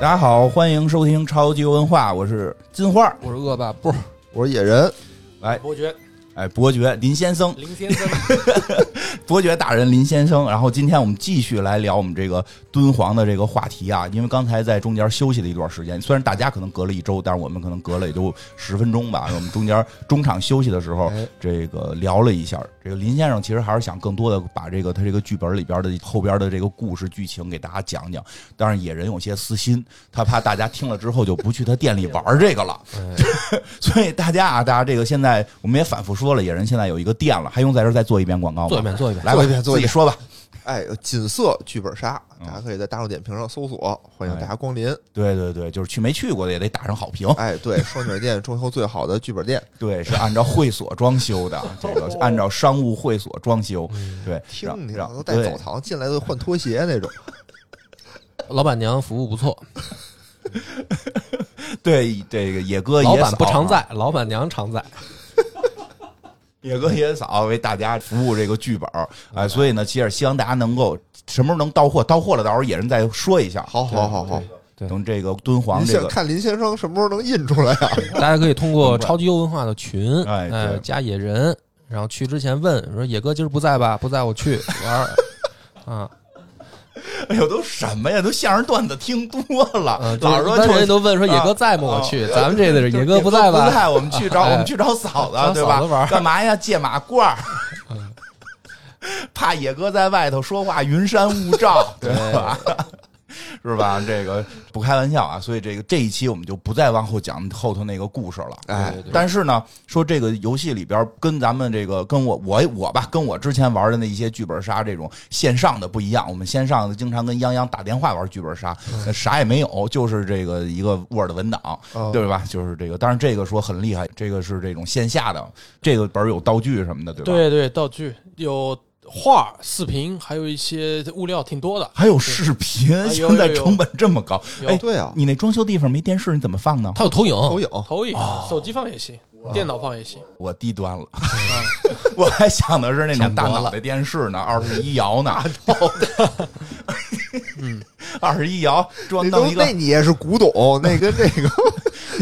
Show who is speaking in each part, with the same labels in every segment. Speaker 1: 大家好，欢迎收听超级文化，我是金花，
Speaker 2: 我是恶霸波，
Speaker 3: 我是野人，
Speaker 1: 来，
Speaker 4: 伯爵
Speaker 1: 哎，伯爵林先生，
Speaker 4: 林先生，
Speaker 1: 伯爵大人林先生。然后今天我们继续来聊我们这个敦煌的这个话题啊，因为刚才在中间休息了一段时间，虽然大家可能隔了一周，但是我们可能隔了也就十分钟吧。我们中间中场休息的时候，这个聊了一下，这个林先生其实还是想更多的把这个他这个剧本里边的后边的这个故事剧情给大家讲讲。当然，野人有些私心，他怕大家听了之后就不去他店里玩这个了。所以大家啊，大家这个现在我们也反复说了，野人现在有一个店了，还用在这儿再做一遍广告吗？
Speaker 2: 坐一遍， 坐一遍。
Speaker 1: 来吧，
Speaker 3: 做一遍做
Speaker 1: 自
Speaker 3: 一遍
Speaker 1: 己说吧。
Speaker 3: 哎，锦瑟剧本杀，
Speaker 1: 嗯
Speaker 3: 大家可以在大众点评上搜索，欢迎
Speaker 1: 哎
Speaker 3: 大家光临。
Speaker 1: 对对对，就是去没去过的也得打上好评。
Speaker 3: 哎，对，双井店中秋最好的剧本店，
Speaker 1: 对，是按照会所装修的，这个是按照商务会所装修。对，
Speaker 3: 听听
Speaker 1: 让
Speaker 3: 都带澡。堂进来都换拖鞋那 种。
Speaker 2: 老板娘服务不错，
Speaker 1: 对对，这个野哥
Speaker 2: 老
Speaker 1: 野
Speaker 2: 板
Speaker 1: 嫂
Speaker 2: 不常
Speaker 1: 啊，
Speaker 2: 在，老板娘常在。
Speaker 1: 野哥野嫂为大家服务这个剧本儿哎，所以呢，其实希望大家能够什么时候能到货，到货了，到时候野人再说一下。
Speaker 3: 好好好好，
Speaker 2: 对
Speaker 1: 等这个敦煌
Speaker 3: 你
Speaker 1: 这
Speaker 3: 想
Speaker 1: 个
Speaker 3: 看林先生什么时候能印出来啊？
Speaker 2: 大家可以通过超级优文化的群，
Speaker 1: 哎对
Speaker 2: 呃，加野人，然后去之前问说野哥今儿不在吧？不在，我去玩儿。啊，
Speaker 1: 哎呦，都什么呀？都相声段子听多了
Speaker 2: 呃，
Speaker 1: 老是
Speaker 2: 说
Speaker 1: 说
Speaker 2: 人
Speaker 1: 就
Speaker 2: 家都问说野哥在吗？
Speaker 1: 啊
Speaker 2: 我去，咱们这个 是
Speaker 1: 就
Speaker 2: 野哥不在
Speaker 1: 不
Speaker 2: 吧？
Speaker 1: 在，我们去找
Speaker 2: 哎
Speaker 1: 我们去找嫂
Speaker 2: 找嫂
Speaker 1: 子，
Speaker 2: 子
Speaker 1: 对吧？
Speaker 2: 玩儿嗯
Speaker 1: 干嘛呀？借马褂儿。怕野哥在外头说话云山雾 罩，对吧？是吧？这个不开玩笑啊，所以这个这一期我们就不再往后讲后头那个故事了。
Speaker 3: 哎
Speaker 2: 对对对
Speaker 1: 但是呢，说这个游戏里边跟咱们这个跟我我我吧，跟我之前玩的那一些剧本杀这种线上的不一样。我们线上的经常跟泱泱打电话玩剧本杀，
Speaker 4: 嗯
Speaker 1: 那啥也没有，就是这个一个 Word 文档，
Speaker 3: 哦
Speaker 1: 对吧？就是这个，当然这个说很厉害，这个是这种线下的，这个本儿有道具什么的，对吧？
Speaker 4: 对对，道具有画、视频，还有一些物料，挺多的。
Speaker 1: 还有视频，
Speaker 4: 啊有
Speaker 1: 现在
Speaker 4: 有有
Speaker 1: 成本这么高，
Speaker 4: 有
Speaker 1: 哎，
Speaker 3: 对啊，
Speaker 1: 你那装修地方没电视，你怎么放呢？
Speaker 2: 他有投影，哦
Speaker 3: 投影
Speaker 4: 投影、手机放也行，电脑放也行。
Speaker 1: 我低端了， 我还想的是那种
Speaker 2: 想
Speaker 1: 大
Speaker 2: 多了
Speaker 1: 脑袋电视呢，二十一摇呢， 二十一摇装
Speaker 3: 嗯那
Speaker 1: 弄
Speaker 3: 都
Speaker 1: 一个
Speaker 3: 那你也是古董，那跟这 个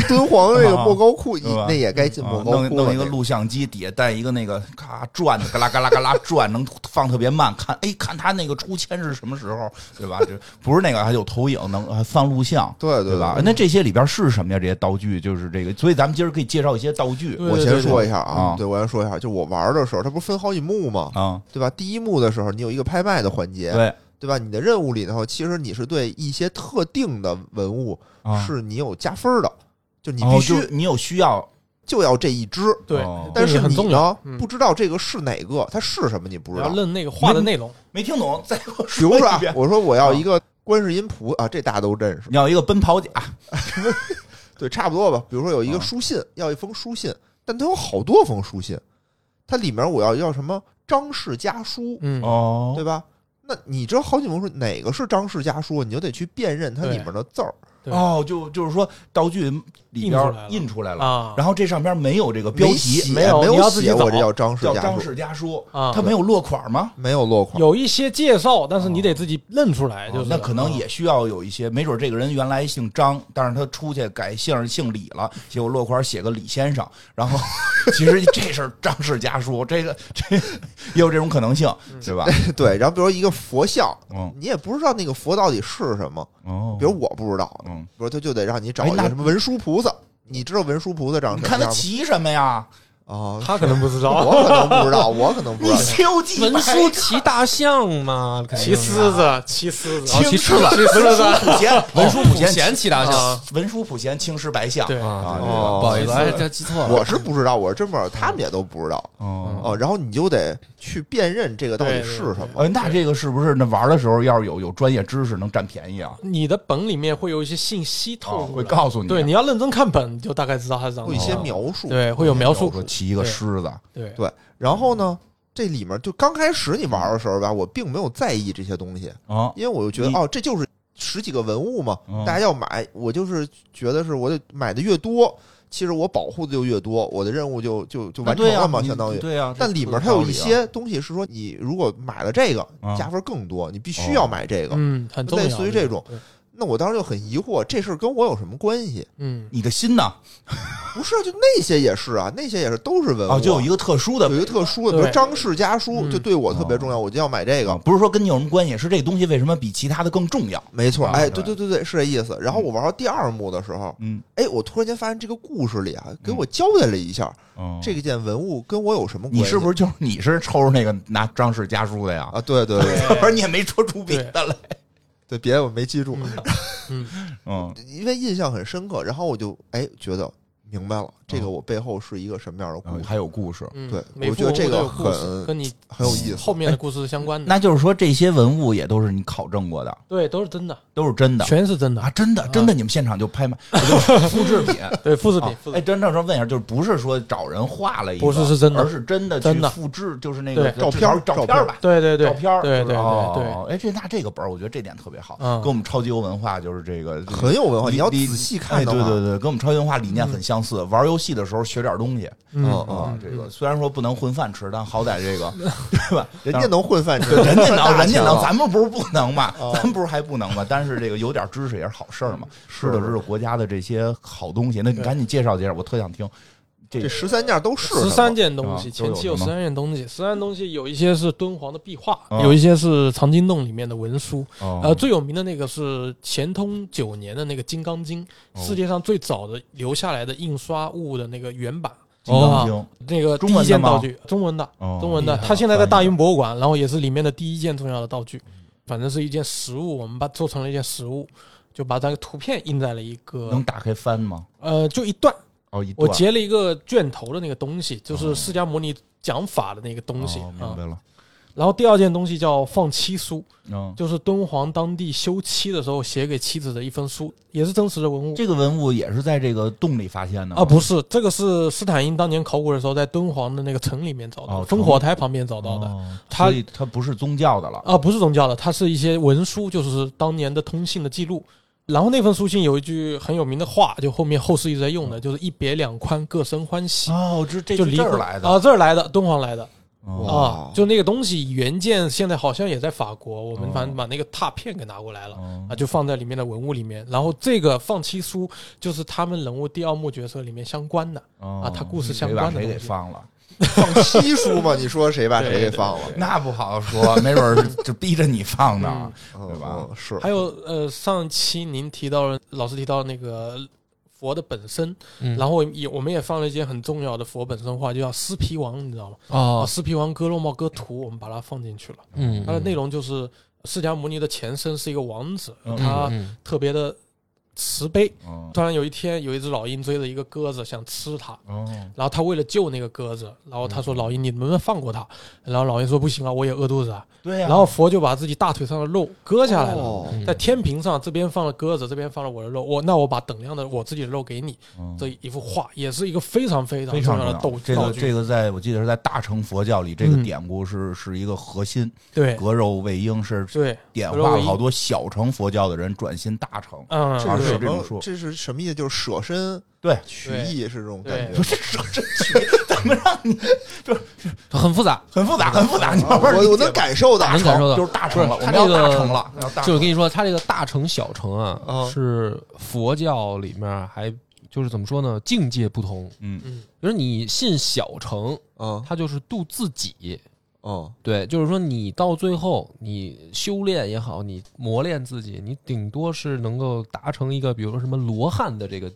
Speaker 3: 敦煌这个莫高窟一
Speaker 1: 对吧，
Speaker 3: 那也该进
Speaker 1: 啊
Speaker 3: 莫高窟
Speaker 1: 弄
Speaker 3: 了。
Speaker 1: 弄一个
Speaker 3: 那
Speaker 1: 录像机，底下带一个那个咔转的，嘎啦嘎啦嘎啦转，能放特别慢。看，哎，看他那个出签是什么时候，对 吧？就不是那个，还有投影，能还放录像，
Speaker 3: 对对
Speaker 1: 对吧？？那这些里边是什么呀？这些道具就是这个，所以咱们今儿可以介绍一些道具
Speaker 4: 对
Speaker 3: 我先说一下啊
Speaker 1: 啊，
Speaker 3: 对我先说一下，就我玩的时候，它不是分好几幕吗？
Speaker 1: 啊，
Speaker 3: 对吧？第一幕的时候，你有一个拍卖的环节，
Speaker 1: 对
Speaker 3: 对吧？你的任务里头，其实你是对一些特定的文物
Speaker 1: 啊，
Speaker 3: 是你有加分儿的，就你
Speaker 1: 哦
Speaker 3: 必须
Speaker 1: 就你有需要，
Speaker 3: 就要这一只。
Speaker 4: 对
Speaker 1: 哦，
Speaker 3: 但是
Speaker 4: 很
Speaker 3: 你
Speaker 4: 重要，
Speaker 3: 呢
Speaker 4: 嗯，
Speaker 3: 不知道这个是哪个，它是什么，你不知
Speaker 4: 然
Speaker 3: 道
Speaker 4: 后。论那个画的内容，
Speaker 1: 没听懂，再给我
Speaker 3: 比如
Speaker 1: 说
Speaker 3: 说
Speaker 1: 一
Speaker 3: 啊
Speaker 1: 遍，。
Speaker 3: 我说我要一个观世音菩啊，这大家都认识，
Speaker 1: 你要一个奔跑甲，
Speaker 3: 对，差不多吧。比如说有一
Speaker 1: 啊
Speaker 3: 个书信，要一封书信，但它有好多封书信，它里面我要要什么张氏家书，
Speaker 4: 嗯，
Speaker 1: 哦
Speaker 3: 对吧？那你这好几封书，哪个是张氏家书，你就得去辨认它里面的字儿。
Speaker 4: 对
Speaker 1: 哦，就就是说道具里
Speaker 4: 印出
Speaker 1: 边
Speaker 4: 来了
Speaker 1: 印出来了，
Speaker 4: 啊
Speaker 1: 然后这上边没有这个标题，
Speaker 3: 写
Speaker 1: 没
Speaker 3: 没
Speaker 1: 有，你要自己
Speaker 3: 写
Speaker 1: 找
Speaker 3: 我这叫张氏
Speaker 1: 叫
Speaker 3: 家
Speaker 1: 张
Speaker 3: 书，
Speaker 1: 氏家书
Speaker 4: 啊
Speaker 1: 它没有落款吗？
Speaker 3: 没有落款。
Speaker 4: 有一些介绍，但是你得自己认出来，哎就是
Speaker 1: 哦
Speaker 4: 啊
Speaker 1: 那可能也需要有一些，没准这个人原来姓张，但是他出去改姓姓李了，结果落款写个李先生，然后其实这是张氏家书， 这个这也有这种可能性，对吧？
Speaker 3: 对，然后比如一个佛像，
Speaker 1: 嗯，
Speaker 3: 你也不知道那个佛到底是什么，
Speaker 1: 哦
Speaker 3: 比如我不知道，比
Speaker 1: 嗯，
Speaker 3: 如他就得让你找
Speaker 1: 哎
Speaker 3: 一
Speaker 1: 那
Speaker 3: 个什么文殊菩萨，你知道文殊菩萨长
Speaker 1: 你
Speaker 3: 什
Speaker 1: 看他
Speaker 3: 么样吗？
Speaker 1: 骑什么呀？
Speaker 3: 啊，
Speaker 2: 他可能不知
Speaker 3: 我。可能不知道，我可能不知
Speaker 1: 你
Speaker 3: 道。
Speaker 1: 修几
Speaker 2: 文
Speaker 1: 百
Speaker 2: 书骑大象嘛，肯定啊的
Speaker 4: 骑狮子，骑狮子，
Speaker 2: 哦骑狮子，
Speaker 4: 骑狮子，
Speaker 1: 普贤，文殊普贤
Speaker 2: 哦贤骑大
Speaker 1: 哦
Speaker 2: 象
Speaker 4: 啊
Speaker 1: 文殊普贤青狮白象，
Speaker 4: 对
Speaker 2: 啊，
Speaker 1: 啊，
Speaker 3: 哦
Speaker 2: 不好意思，哎这记错了。
Speaker 3: 我是不知道，我是真不知道，他们也都不知道
Speaker 1: 哦。
Speaker 3: 哦。然后你就得去辨认这个到底
Speaker 4: 对
Speaker 3: 是什么。
Speaker 1: 呃，那这个是不是那玩的时候要是有有专业知识能占便宜啊？
Speaker 4: 你的本里面会有一些信息透
Speaker 1: 哦
Speaker 4: 露，
Speaker 1: 会告诉你，
Speaker 4: 对，你要认真看本，就大概知道
Speaker 1: 嗯
Speaker 4: 它是长
Speaker 3: 会有一
Speaker 4: 什么
Speaker 3: 些
Speaker 4: 样。
Speaker 3: 描述，
Speaker 4: 对，会有描述
Speaker 1: 比如，说骑一个狮子，
Speaker 4: 对，
Speaker 3: 对。然后呢，这里面就刚开始你玩的时候吧，我并没有在意这些东西，
Speaker 1: 啊，
Speaker 3: 因为我就觉
Speaker 1: 你
Speaker 3: 得哦，这就是十几个文物嘛
Speaker 1: 嗯，
Speaker 3: 大家要买，我就是觉得是我得买的越多，其实我保护的就越多，我的任务就就就完成
Speaker 1: 啊对呀
Speaker 3: 了，嘛，相当于。
Speaker 1: 对呀。
Speaker 3: 但里面它有一些东西是说，你如果买了这个
Speaker 1: 啊嗯哦
Speaker 3: 加分更多，你必须要买这个。
Speaker 4: 嗯，很重要。
Speaker 3: 类似于这种
Speaker 4: 对，
Speaker 3: 那我当时就很疑惑，这事儿跟我有什么关系？
Speaker 4: 嗯，
Speaker 1: 你的心呢？
Speaker 3: 不是，就那些也是啊，那些也是都是文物啊，
Speaker 1: 哦，就有一个哦特殊的
Speaker 3: 有一个特殊的，比如
Speaker 4: 对
Speaker 3: 张氏家书，
Speaker 4: 嗯
Speaker 3: 就对我特别重要，我就要买这
Speaker 1: 啊，
Speaker 3: 个。
Speaker 1: 不是说跟你有什么关系，是这东西为什么比其他的更重要？
Speaker 3: 没错，
Speaker 1: 啊
Speaker 3: 哎，
Speaker 1: 对
Speaker 3: 对对对对，是这意思。然后我玩到第二幕的时候，
Speaker 1: 嗯，
Speaker 3: 哎，我突然间发现这个故事里啊，给我交代了一下，这个件文物跟我有什么关系？
Speaker 1: 哦你是不
Speaker 3: 是
Speaker 1: 是就是你是抽着那个拿张氏家书的呀？
Speaker 3: 啊？对对对
Speaker 1: 不是，你也没抽出别的来。
Speaker 3: 对，别的我没记住，
Speaker 1: 嗯
Speaker 3: 因为印象很深刻。然后我就哎觉得明
Speaker 1: 哦
Speaker 3: 白了，这个我背后是一个什么样的故
Speaker 1: 嗯，
Speaker 3: 事，
Speaker 1: 还有故事。
Speaker 4: 嗯
Speaker 3: 对
Speaker 4: 每
Speaker 3: 我
Speaker 4: 部
Speaker 3: 觉得这
Speaker 4: 文物都
Speaker 3: 个
Speaker 4: 有故事
Speaker 3: 很
Speaker 4: 跟你
Speaker 3: 很有意思。
Speaker 4: 后面的故事是相关的，
Speaker 1: 那就是说，这些文物也都是你考证过的，
Speaker 4: 对，都是真的，
Speaker 1: 都是真的
Speaker 4: 全是真的
Speaker 1: 啊，，真的，真的，你们现场就拍卖， 就是复制品。
Speaker 4: 对，复制
Speaker 1: 啊
Speaker 4: 品，复制
Speaker 1: 哎，
Speaker 4: 品，
Speaker 1: 真正说问一下，就是不是说找人画了一个，
Speaker 4: 不是是真的
Speaker 1: 而是真的去
Speaker 4: 真的
Speaker 1: 复制，就是那个
Speaker 4: 对
Speaker 1: 照
Speaker 3: 照片儿
Speaker 1: 照
Speaker 3: 照片
Speaker 1: 片
Speaker 3: 儿
Speaker 1: 吧，
Speaker 4: 对对对，
Speaker 1: 照片儿，
Speaker 4: 对
Speaker 1: 就是
Speaker 4: 对对对，
Speaker 1: 哦哎，这那这个本儿，我觉得这点特别好，
Speaker 4: 嗯
Speaker 1: 跟我们超级游文化就是这个
Speaker 3: 很有文化，
Speaker 1: 理
Speaker 3: 你要
Speaker 1: 理
Speaker 3: 仔细看
Speaker 1: 哎
Speaker 3: 的
Speaker 1: 对
Speaker 3: 话，
Speaker 1: 对对，跟我们超级文化理念很相似。玩游戏的时候学点东西
Speaker 4: 嗯
Speaker 3: 嗯
Speaker 1: 啊
Speaker 4: 嗯，
Speaker 1: 这个虽然说不能混饭吃，但好歹这个对吧？
Speaker 3: 人家能混饭吃，
Speaker 1: 对 人家
Speaker 3: 大
Speaker 1: 能，人家
Speaker 3: 钱
Speaker 1: 能，
Speaker 3: 了
Speaker 1: 咱们不是不能嘛？
Speaker 3: 哦
Speaker 1: 咱们不是还不能嘛？但是这个有点知识也是好事儿嘛，知道知道国家的这些好东西。那你
Speaker 4: 对
Speaker 1: 赶紧介绍介绍，我特想听。这
Speaker 3: 这十三件都是
Speaker 4: 十三件
Speaker 1: 啊
Speaker 4: 东西，
Speaker 1: 都有
Speaker 4: 前期有
Speaker 1: 什
Speaker 4: 十
Speaker 1: 么
Speaker 4: 三件东西，十三东西有一些是敦煌的壁画，
Speaker 1: 啊
Speaker 4: 有一些是藏经洞里面的文书，呃，
Speaker 1: 哦
Speaker 4: 最有名的那个是乾通九年的那个《金刚经》，
Speaker 1: 哦
Speaker 4: 世界上最早的留下来的印刷物的那个原版，啊
Speaker 1: 金刚经
Speaker 4: 那个第
Speaker 1: 中文的
Speaker 4: 一件
Speaker 1: 吗
Speaker 4: 道具，中文的，
Speaker 1: 哦
Speaker 4: 中文哦的
Speaker 2: 厉，害
Speaker 4: 它现在
Speaker 1: 翻
Speaker 4: 在
Speaker 1: 译
Speaker 4: 大
Speaker 1: 的
Speaker 4: 英博物馆，然后也是里面的第一件重要的道具，
Speaker 1: 嗯
Speaker 4: 反正是一件实物，我们把它做成了一件实物，就把它的图片印在了一个
Speaker 1: 能打开翻吗？
Speaker 4: 呃，就一段，
Speaker 1: 哦，一段
Speaker 4: 我截了一个卷头的那个东西，就
Speaker 1: 哦
Speaker 4: 是释迦牟尼讲法的那个东西
Speaker 1: 哦明
Speaker 4: 啊
Speaker 1: 白。了。
Speaker 4: 然后第二件东西叫放妻书，
Speaker 1: 嗯，
Speaker 4: 就是敦煌当地休妻的时候写给妻子的一封书，也是真实的文物。
Speaker 1: 这个文物也是在这个洞里发现的吗
Speaker 4: 啊，不是，这个是斯坦因当年考古的时候在敦煌的那个城里面找到
Speaker 1: 哦
Speaker 4: 的，烽火台旁边找到的。
Speaker 1: 哦
Speaker 4: 它
Speaker 1: 所以它不是宗教的了。
Speaker 4: 啊，不是宗教的，它是一些文书，就是当年的通信的记录。然后那份书信有一句很有名的话，就后面后世一直在用的，就是“一别两宽，各生欢喜
Speaker 1: 哦，这”，嗯这
Speaker 4: 就是离
Speaker 1: 这儿
Speaker 4: 婚
Speaker 1: 来的
Speaker 4: 啊，这儿来的，敦煌来的
Speaker 1: 哦
Speaker 3: 哇
Speaker 4: 啊，就那个东西原件现在好像也在法国，我们
Speaker 1: 哦
Speaker 4: 反正把那个拓片给拿过来了。
Speaker 1: 哦
Speaker 4: 啊，就放在里面的文物里面。然后这个放弃书就是他们人物第二幕角色里面相关的。
Speaker 1: 哦
Speaker 4: 啊它故事
Speaker 1: 谁
Speaker 4: 相
Speaker 1: 把
Speaker 4: 关的
Speaker 1: 谁给
Speaker 4: 东西
Speaker 1: 放了？
Speaker 3: 放稀疏嘛？你说谁把谁给放了？
Speaker 1: 那不好说，没准儿是就逼着你放的
Speaker 4: 嗯。
Speaker 3: 嗯
Speaker 1: 对吧
Speaker 3: 嗯是
Speaker 4: 还有呃，上期您提到了，老师提到那个佛的本身，
Speaker 2: 嗯
Speaker 4: 然后也我们也放了一件很重要的佛本身话，就叫狮皮王，你知道吗？啊，
Speaker 2: 哦，
Speaker 4: 狮皮王割肉帽割图，我们把它放进去了。
Speaker 2: 嗯，
Speaker 4: 它的内容就是释迦牟尼的前身是一个王子，
Speaker 1: 嗯
Speaker 4: 他
Speaker 2: 嗯
Speaker 4: 特别的慈悲。
Speaker 1: 哦
Speaker 4: 突然有一天，有一只老鹰追着一个鸽子想吃它，
Speaker 1: 哦
Speaker 4: 然后他为了救那个鸽子，然后他说：“老鹰，你能不能放过它？”然后老鹰说：“不行啊，我也饿肚子啊。
Speaker 1: 对”呀。
Speaker 4: 然后佛就把自己大腿上的肉割下来了，
Speaker 3: 哦
Speaker 2: 嗯
Speaker 4: 在天平上这边放了鸽子，这边放了我的肉，我那我把等量的我自己的肉给你。
Speaker 1: 嗯
Speaker 4: 这一幅画也是一个非常非常
Speaker 1: 非
Speaker 4: 重
Speaker 1: 常
Speaker 4: 要的道
Speaker 1: 这
Speaker 4: 道
Speaker 1: 个
Speaker 4: 具。
Speaker 1: 这个，在我记得是在大乘佛教里，这个
Speaker 4: 嗯
Speaker 1: 典故是是一个核心。
Speaker 4: 对
Speaker 1: 割肉喂鹰是
Speaker 4: 对，
Speaker 1: 点
Speaker 4: 割肉
Speaker 1: 化
Speaker 4: 喂
Speaker 1: 了
Speaker 4: 鹰
Speaker 1: 好多小乘佛教的人转心大乘。
Speaker 4: 嗯，
Speaker 1: 啊
Speaker 3: 这
Speaker 1: 是
Speaker 3: 是
Speaker 1: 有
Speaker 3: 什
Speaker 4: 对
Speaker 1: 这种说
Speaker 3: 么？这是什么意思？就是舍身
Speaker 1: 对
Speaker 3: 取义是这种感觉
Speaker 1: 不。是说这曲怎么让你
Speaker 2: 嗯很复杂，
Speaker 1: 很复杂，很复杂，你慢慢理解
Speaker 3: 啊我我
Speaker 1: 吧
Speaker 3: 能感受到
Speaker 1: 大
Speaker 2: 能
Speaker 1: 乘
Speaker 2: 感受到
Speaker 1: 就是大乘了，我
Speaker 2: 不是
Speaker 1: 们
Speaker 2: 他
Speaker 1: 要
Speaker 2: 这个
Speaker 1: 大乘了，要大
Speaker 2: 就是
Speaker 1: 乘
Speaker 2: 我跟你说，它这个大乘小乘啊
Speaker 3: 嗯，
Speaker 2: 是佛教里面还就是怎么说呢，境界不同。
Speaker 1: 嗯
Speaker 4: 嗯
Speaker 2: 比如你信小乘，
Speaker 3: 嗯
Speaker 2: 它就是度自己，
Speaker 3: 嗯，
Speaker 2: 对，就是说你到最后，你修炼也好，你磨练自己，你顶多是能够达成一个，比如说什么罗汉的这个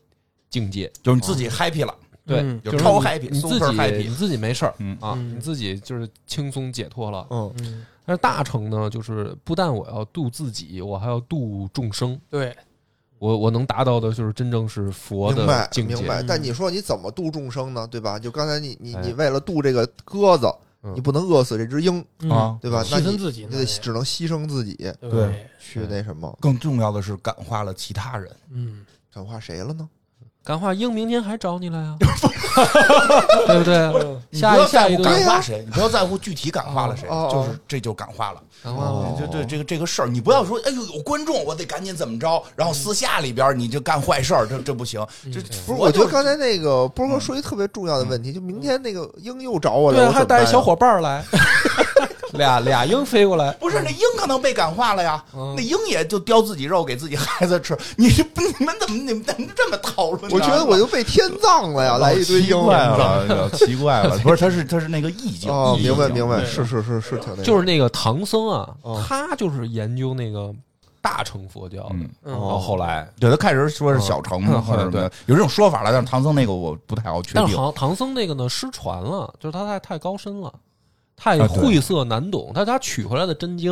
Speaker 2: 境界，
Speaker 1: 就是你自己 happy 了，
Speaker 2: 对，
Speaker 4: 嗯
Speaker 2: 就是
Speaker 1: 超
Speaker 2: 你
Speaker 1: happy，
Speaker 2: 你自
Speaker 1: super
Speaker 2: 己
Speaker 1: happy
Speaker 2: 你自己没事儿
Speaker 1: 嗯
Speaker 2: 啊，
Speaker 4: 嗯
Speaker 2: 你自己就是轻松解脱了。
Speaker 3: 嗯
Speaker 4: 嗯，
Speaker 2: 但是大乘呢，就是不但我要度自己，我还要度众生，
Speaker 4: 对，
Speaker 2: 我我能达到的就是真正是佛
Speaker 3: 明白
Speaker 2: 的境
Speaker 3: 明
Speaker 2: 界。
Speaker 3: 白。
Speaker 4: 嗯
Speaker 3: 但你说你怎么度众生呢？对吧？就刚才你你
Speaker 2: 哎
Speaker 3: 你为了度这个鸽子，
Speaker 2: 嗯
Speaker 3: 你不能饿死这只鹰，
Speaker 4: 嗯
Speaker 1: 啊，
Speaker 3: 对吧？那
Speaker 4: 牺牲
Speaker 3: 你
Speaker 4: 自己
Speaker 3: 你
Speaker 4: 那
Speaker 3: 得
Speaker 4: 也，
Speaker 3: 只能牺牲自己
Speaker 1: 对
Speaker 4: 对，
Speaker 3: 去那什么，
Speaker 1: 更重要的是感化了其他人。
Speaker 4: 嗯，
Speaker 3: 感化谁了呢？
Speaker 2: 感化英明天还找你来啊， 对啊不对？
Speaker 1: 你不
Speaker 2: 下一
Speaker 1: 要
Speaker 2: 下
Speaker 1: 在
Speaker 2: 一
Speaker 1: 乎
Speaker 2: 顿
Speaker 1: 感化谁，你不要在乎具体感化了谁，
Speaker 3: 哦哦
Speaker 1: 就是这就感化了。
Speaker 2: 感化我
Speaker 3: 哦
Speaker 1: 就对这个这个事儿，你不要说，哎呦有观众，我得赶紧怎么着，然
Speaker 3: 嗯
Speaker 1: 后私下里边你就干坏事儿，这这不行。这不
Speaker 3: 不
Speaker 1: 是，
Speaker 3: 是，嗯我觉
Speaker 1: 就
Speaker 3: 得刚才那个波哥说一特别重要的问题，就明天那个鹰又找我
Speaker 4: 对
Speaker 3: 了，
Speaker 4: 啊，
Speaker 3: 我
Speaker 4: 还
Speaker 3: 怎么办呀
Speaker 4: 带着小伙伴儿来，
Speaker 2: 俩俩鹰飞过来，
Speaker 1: 不是那鹰可能被感化了呀，
Speaker 2: 嗯
Speaker 1: 那鹰也就叼自己肉给自己孩子吃。你你们怎么你们怎么这么讨论呢？
Speaker 3: 我觉得我就被天葬了呀，来一堆
Speaker 1: 奇
Speaker 3: 鹰。
Speaker 1: 怪 了，奇怪了，不是，他是他是那个意境，
Speaker 3: 哦，
Speaker 1: 意境
Speaker 3: 明白明白，
Speaker 4: 对
Speaker 3: 是是是是挺那个，
Speaker 2: 就是那个唐僧啊
Speaker 3: 哦，
Speaker 2: 他就是研究那个大乘佛教的，
Speaker 1: 嗯。
Speaker 4: 嗯
Speaker 3: 哦
Speaker 2: 然后后来，
Speaker 1: 对他开始说是小城嘛，
Speaker 2: 嗯
Speaker 1: 或者什么的，有这种说法了，但是唐僧那个我不太好确
Speaker 2: 但是
Speaker 1: 定。
Speaker 2: 唐唐僧那个呢失传了，就是他太太高深了，太
Speaker 1: 啊对
Speaker 2: 晦涩难懂。但是他取回来的真经，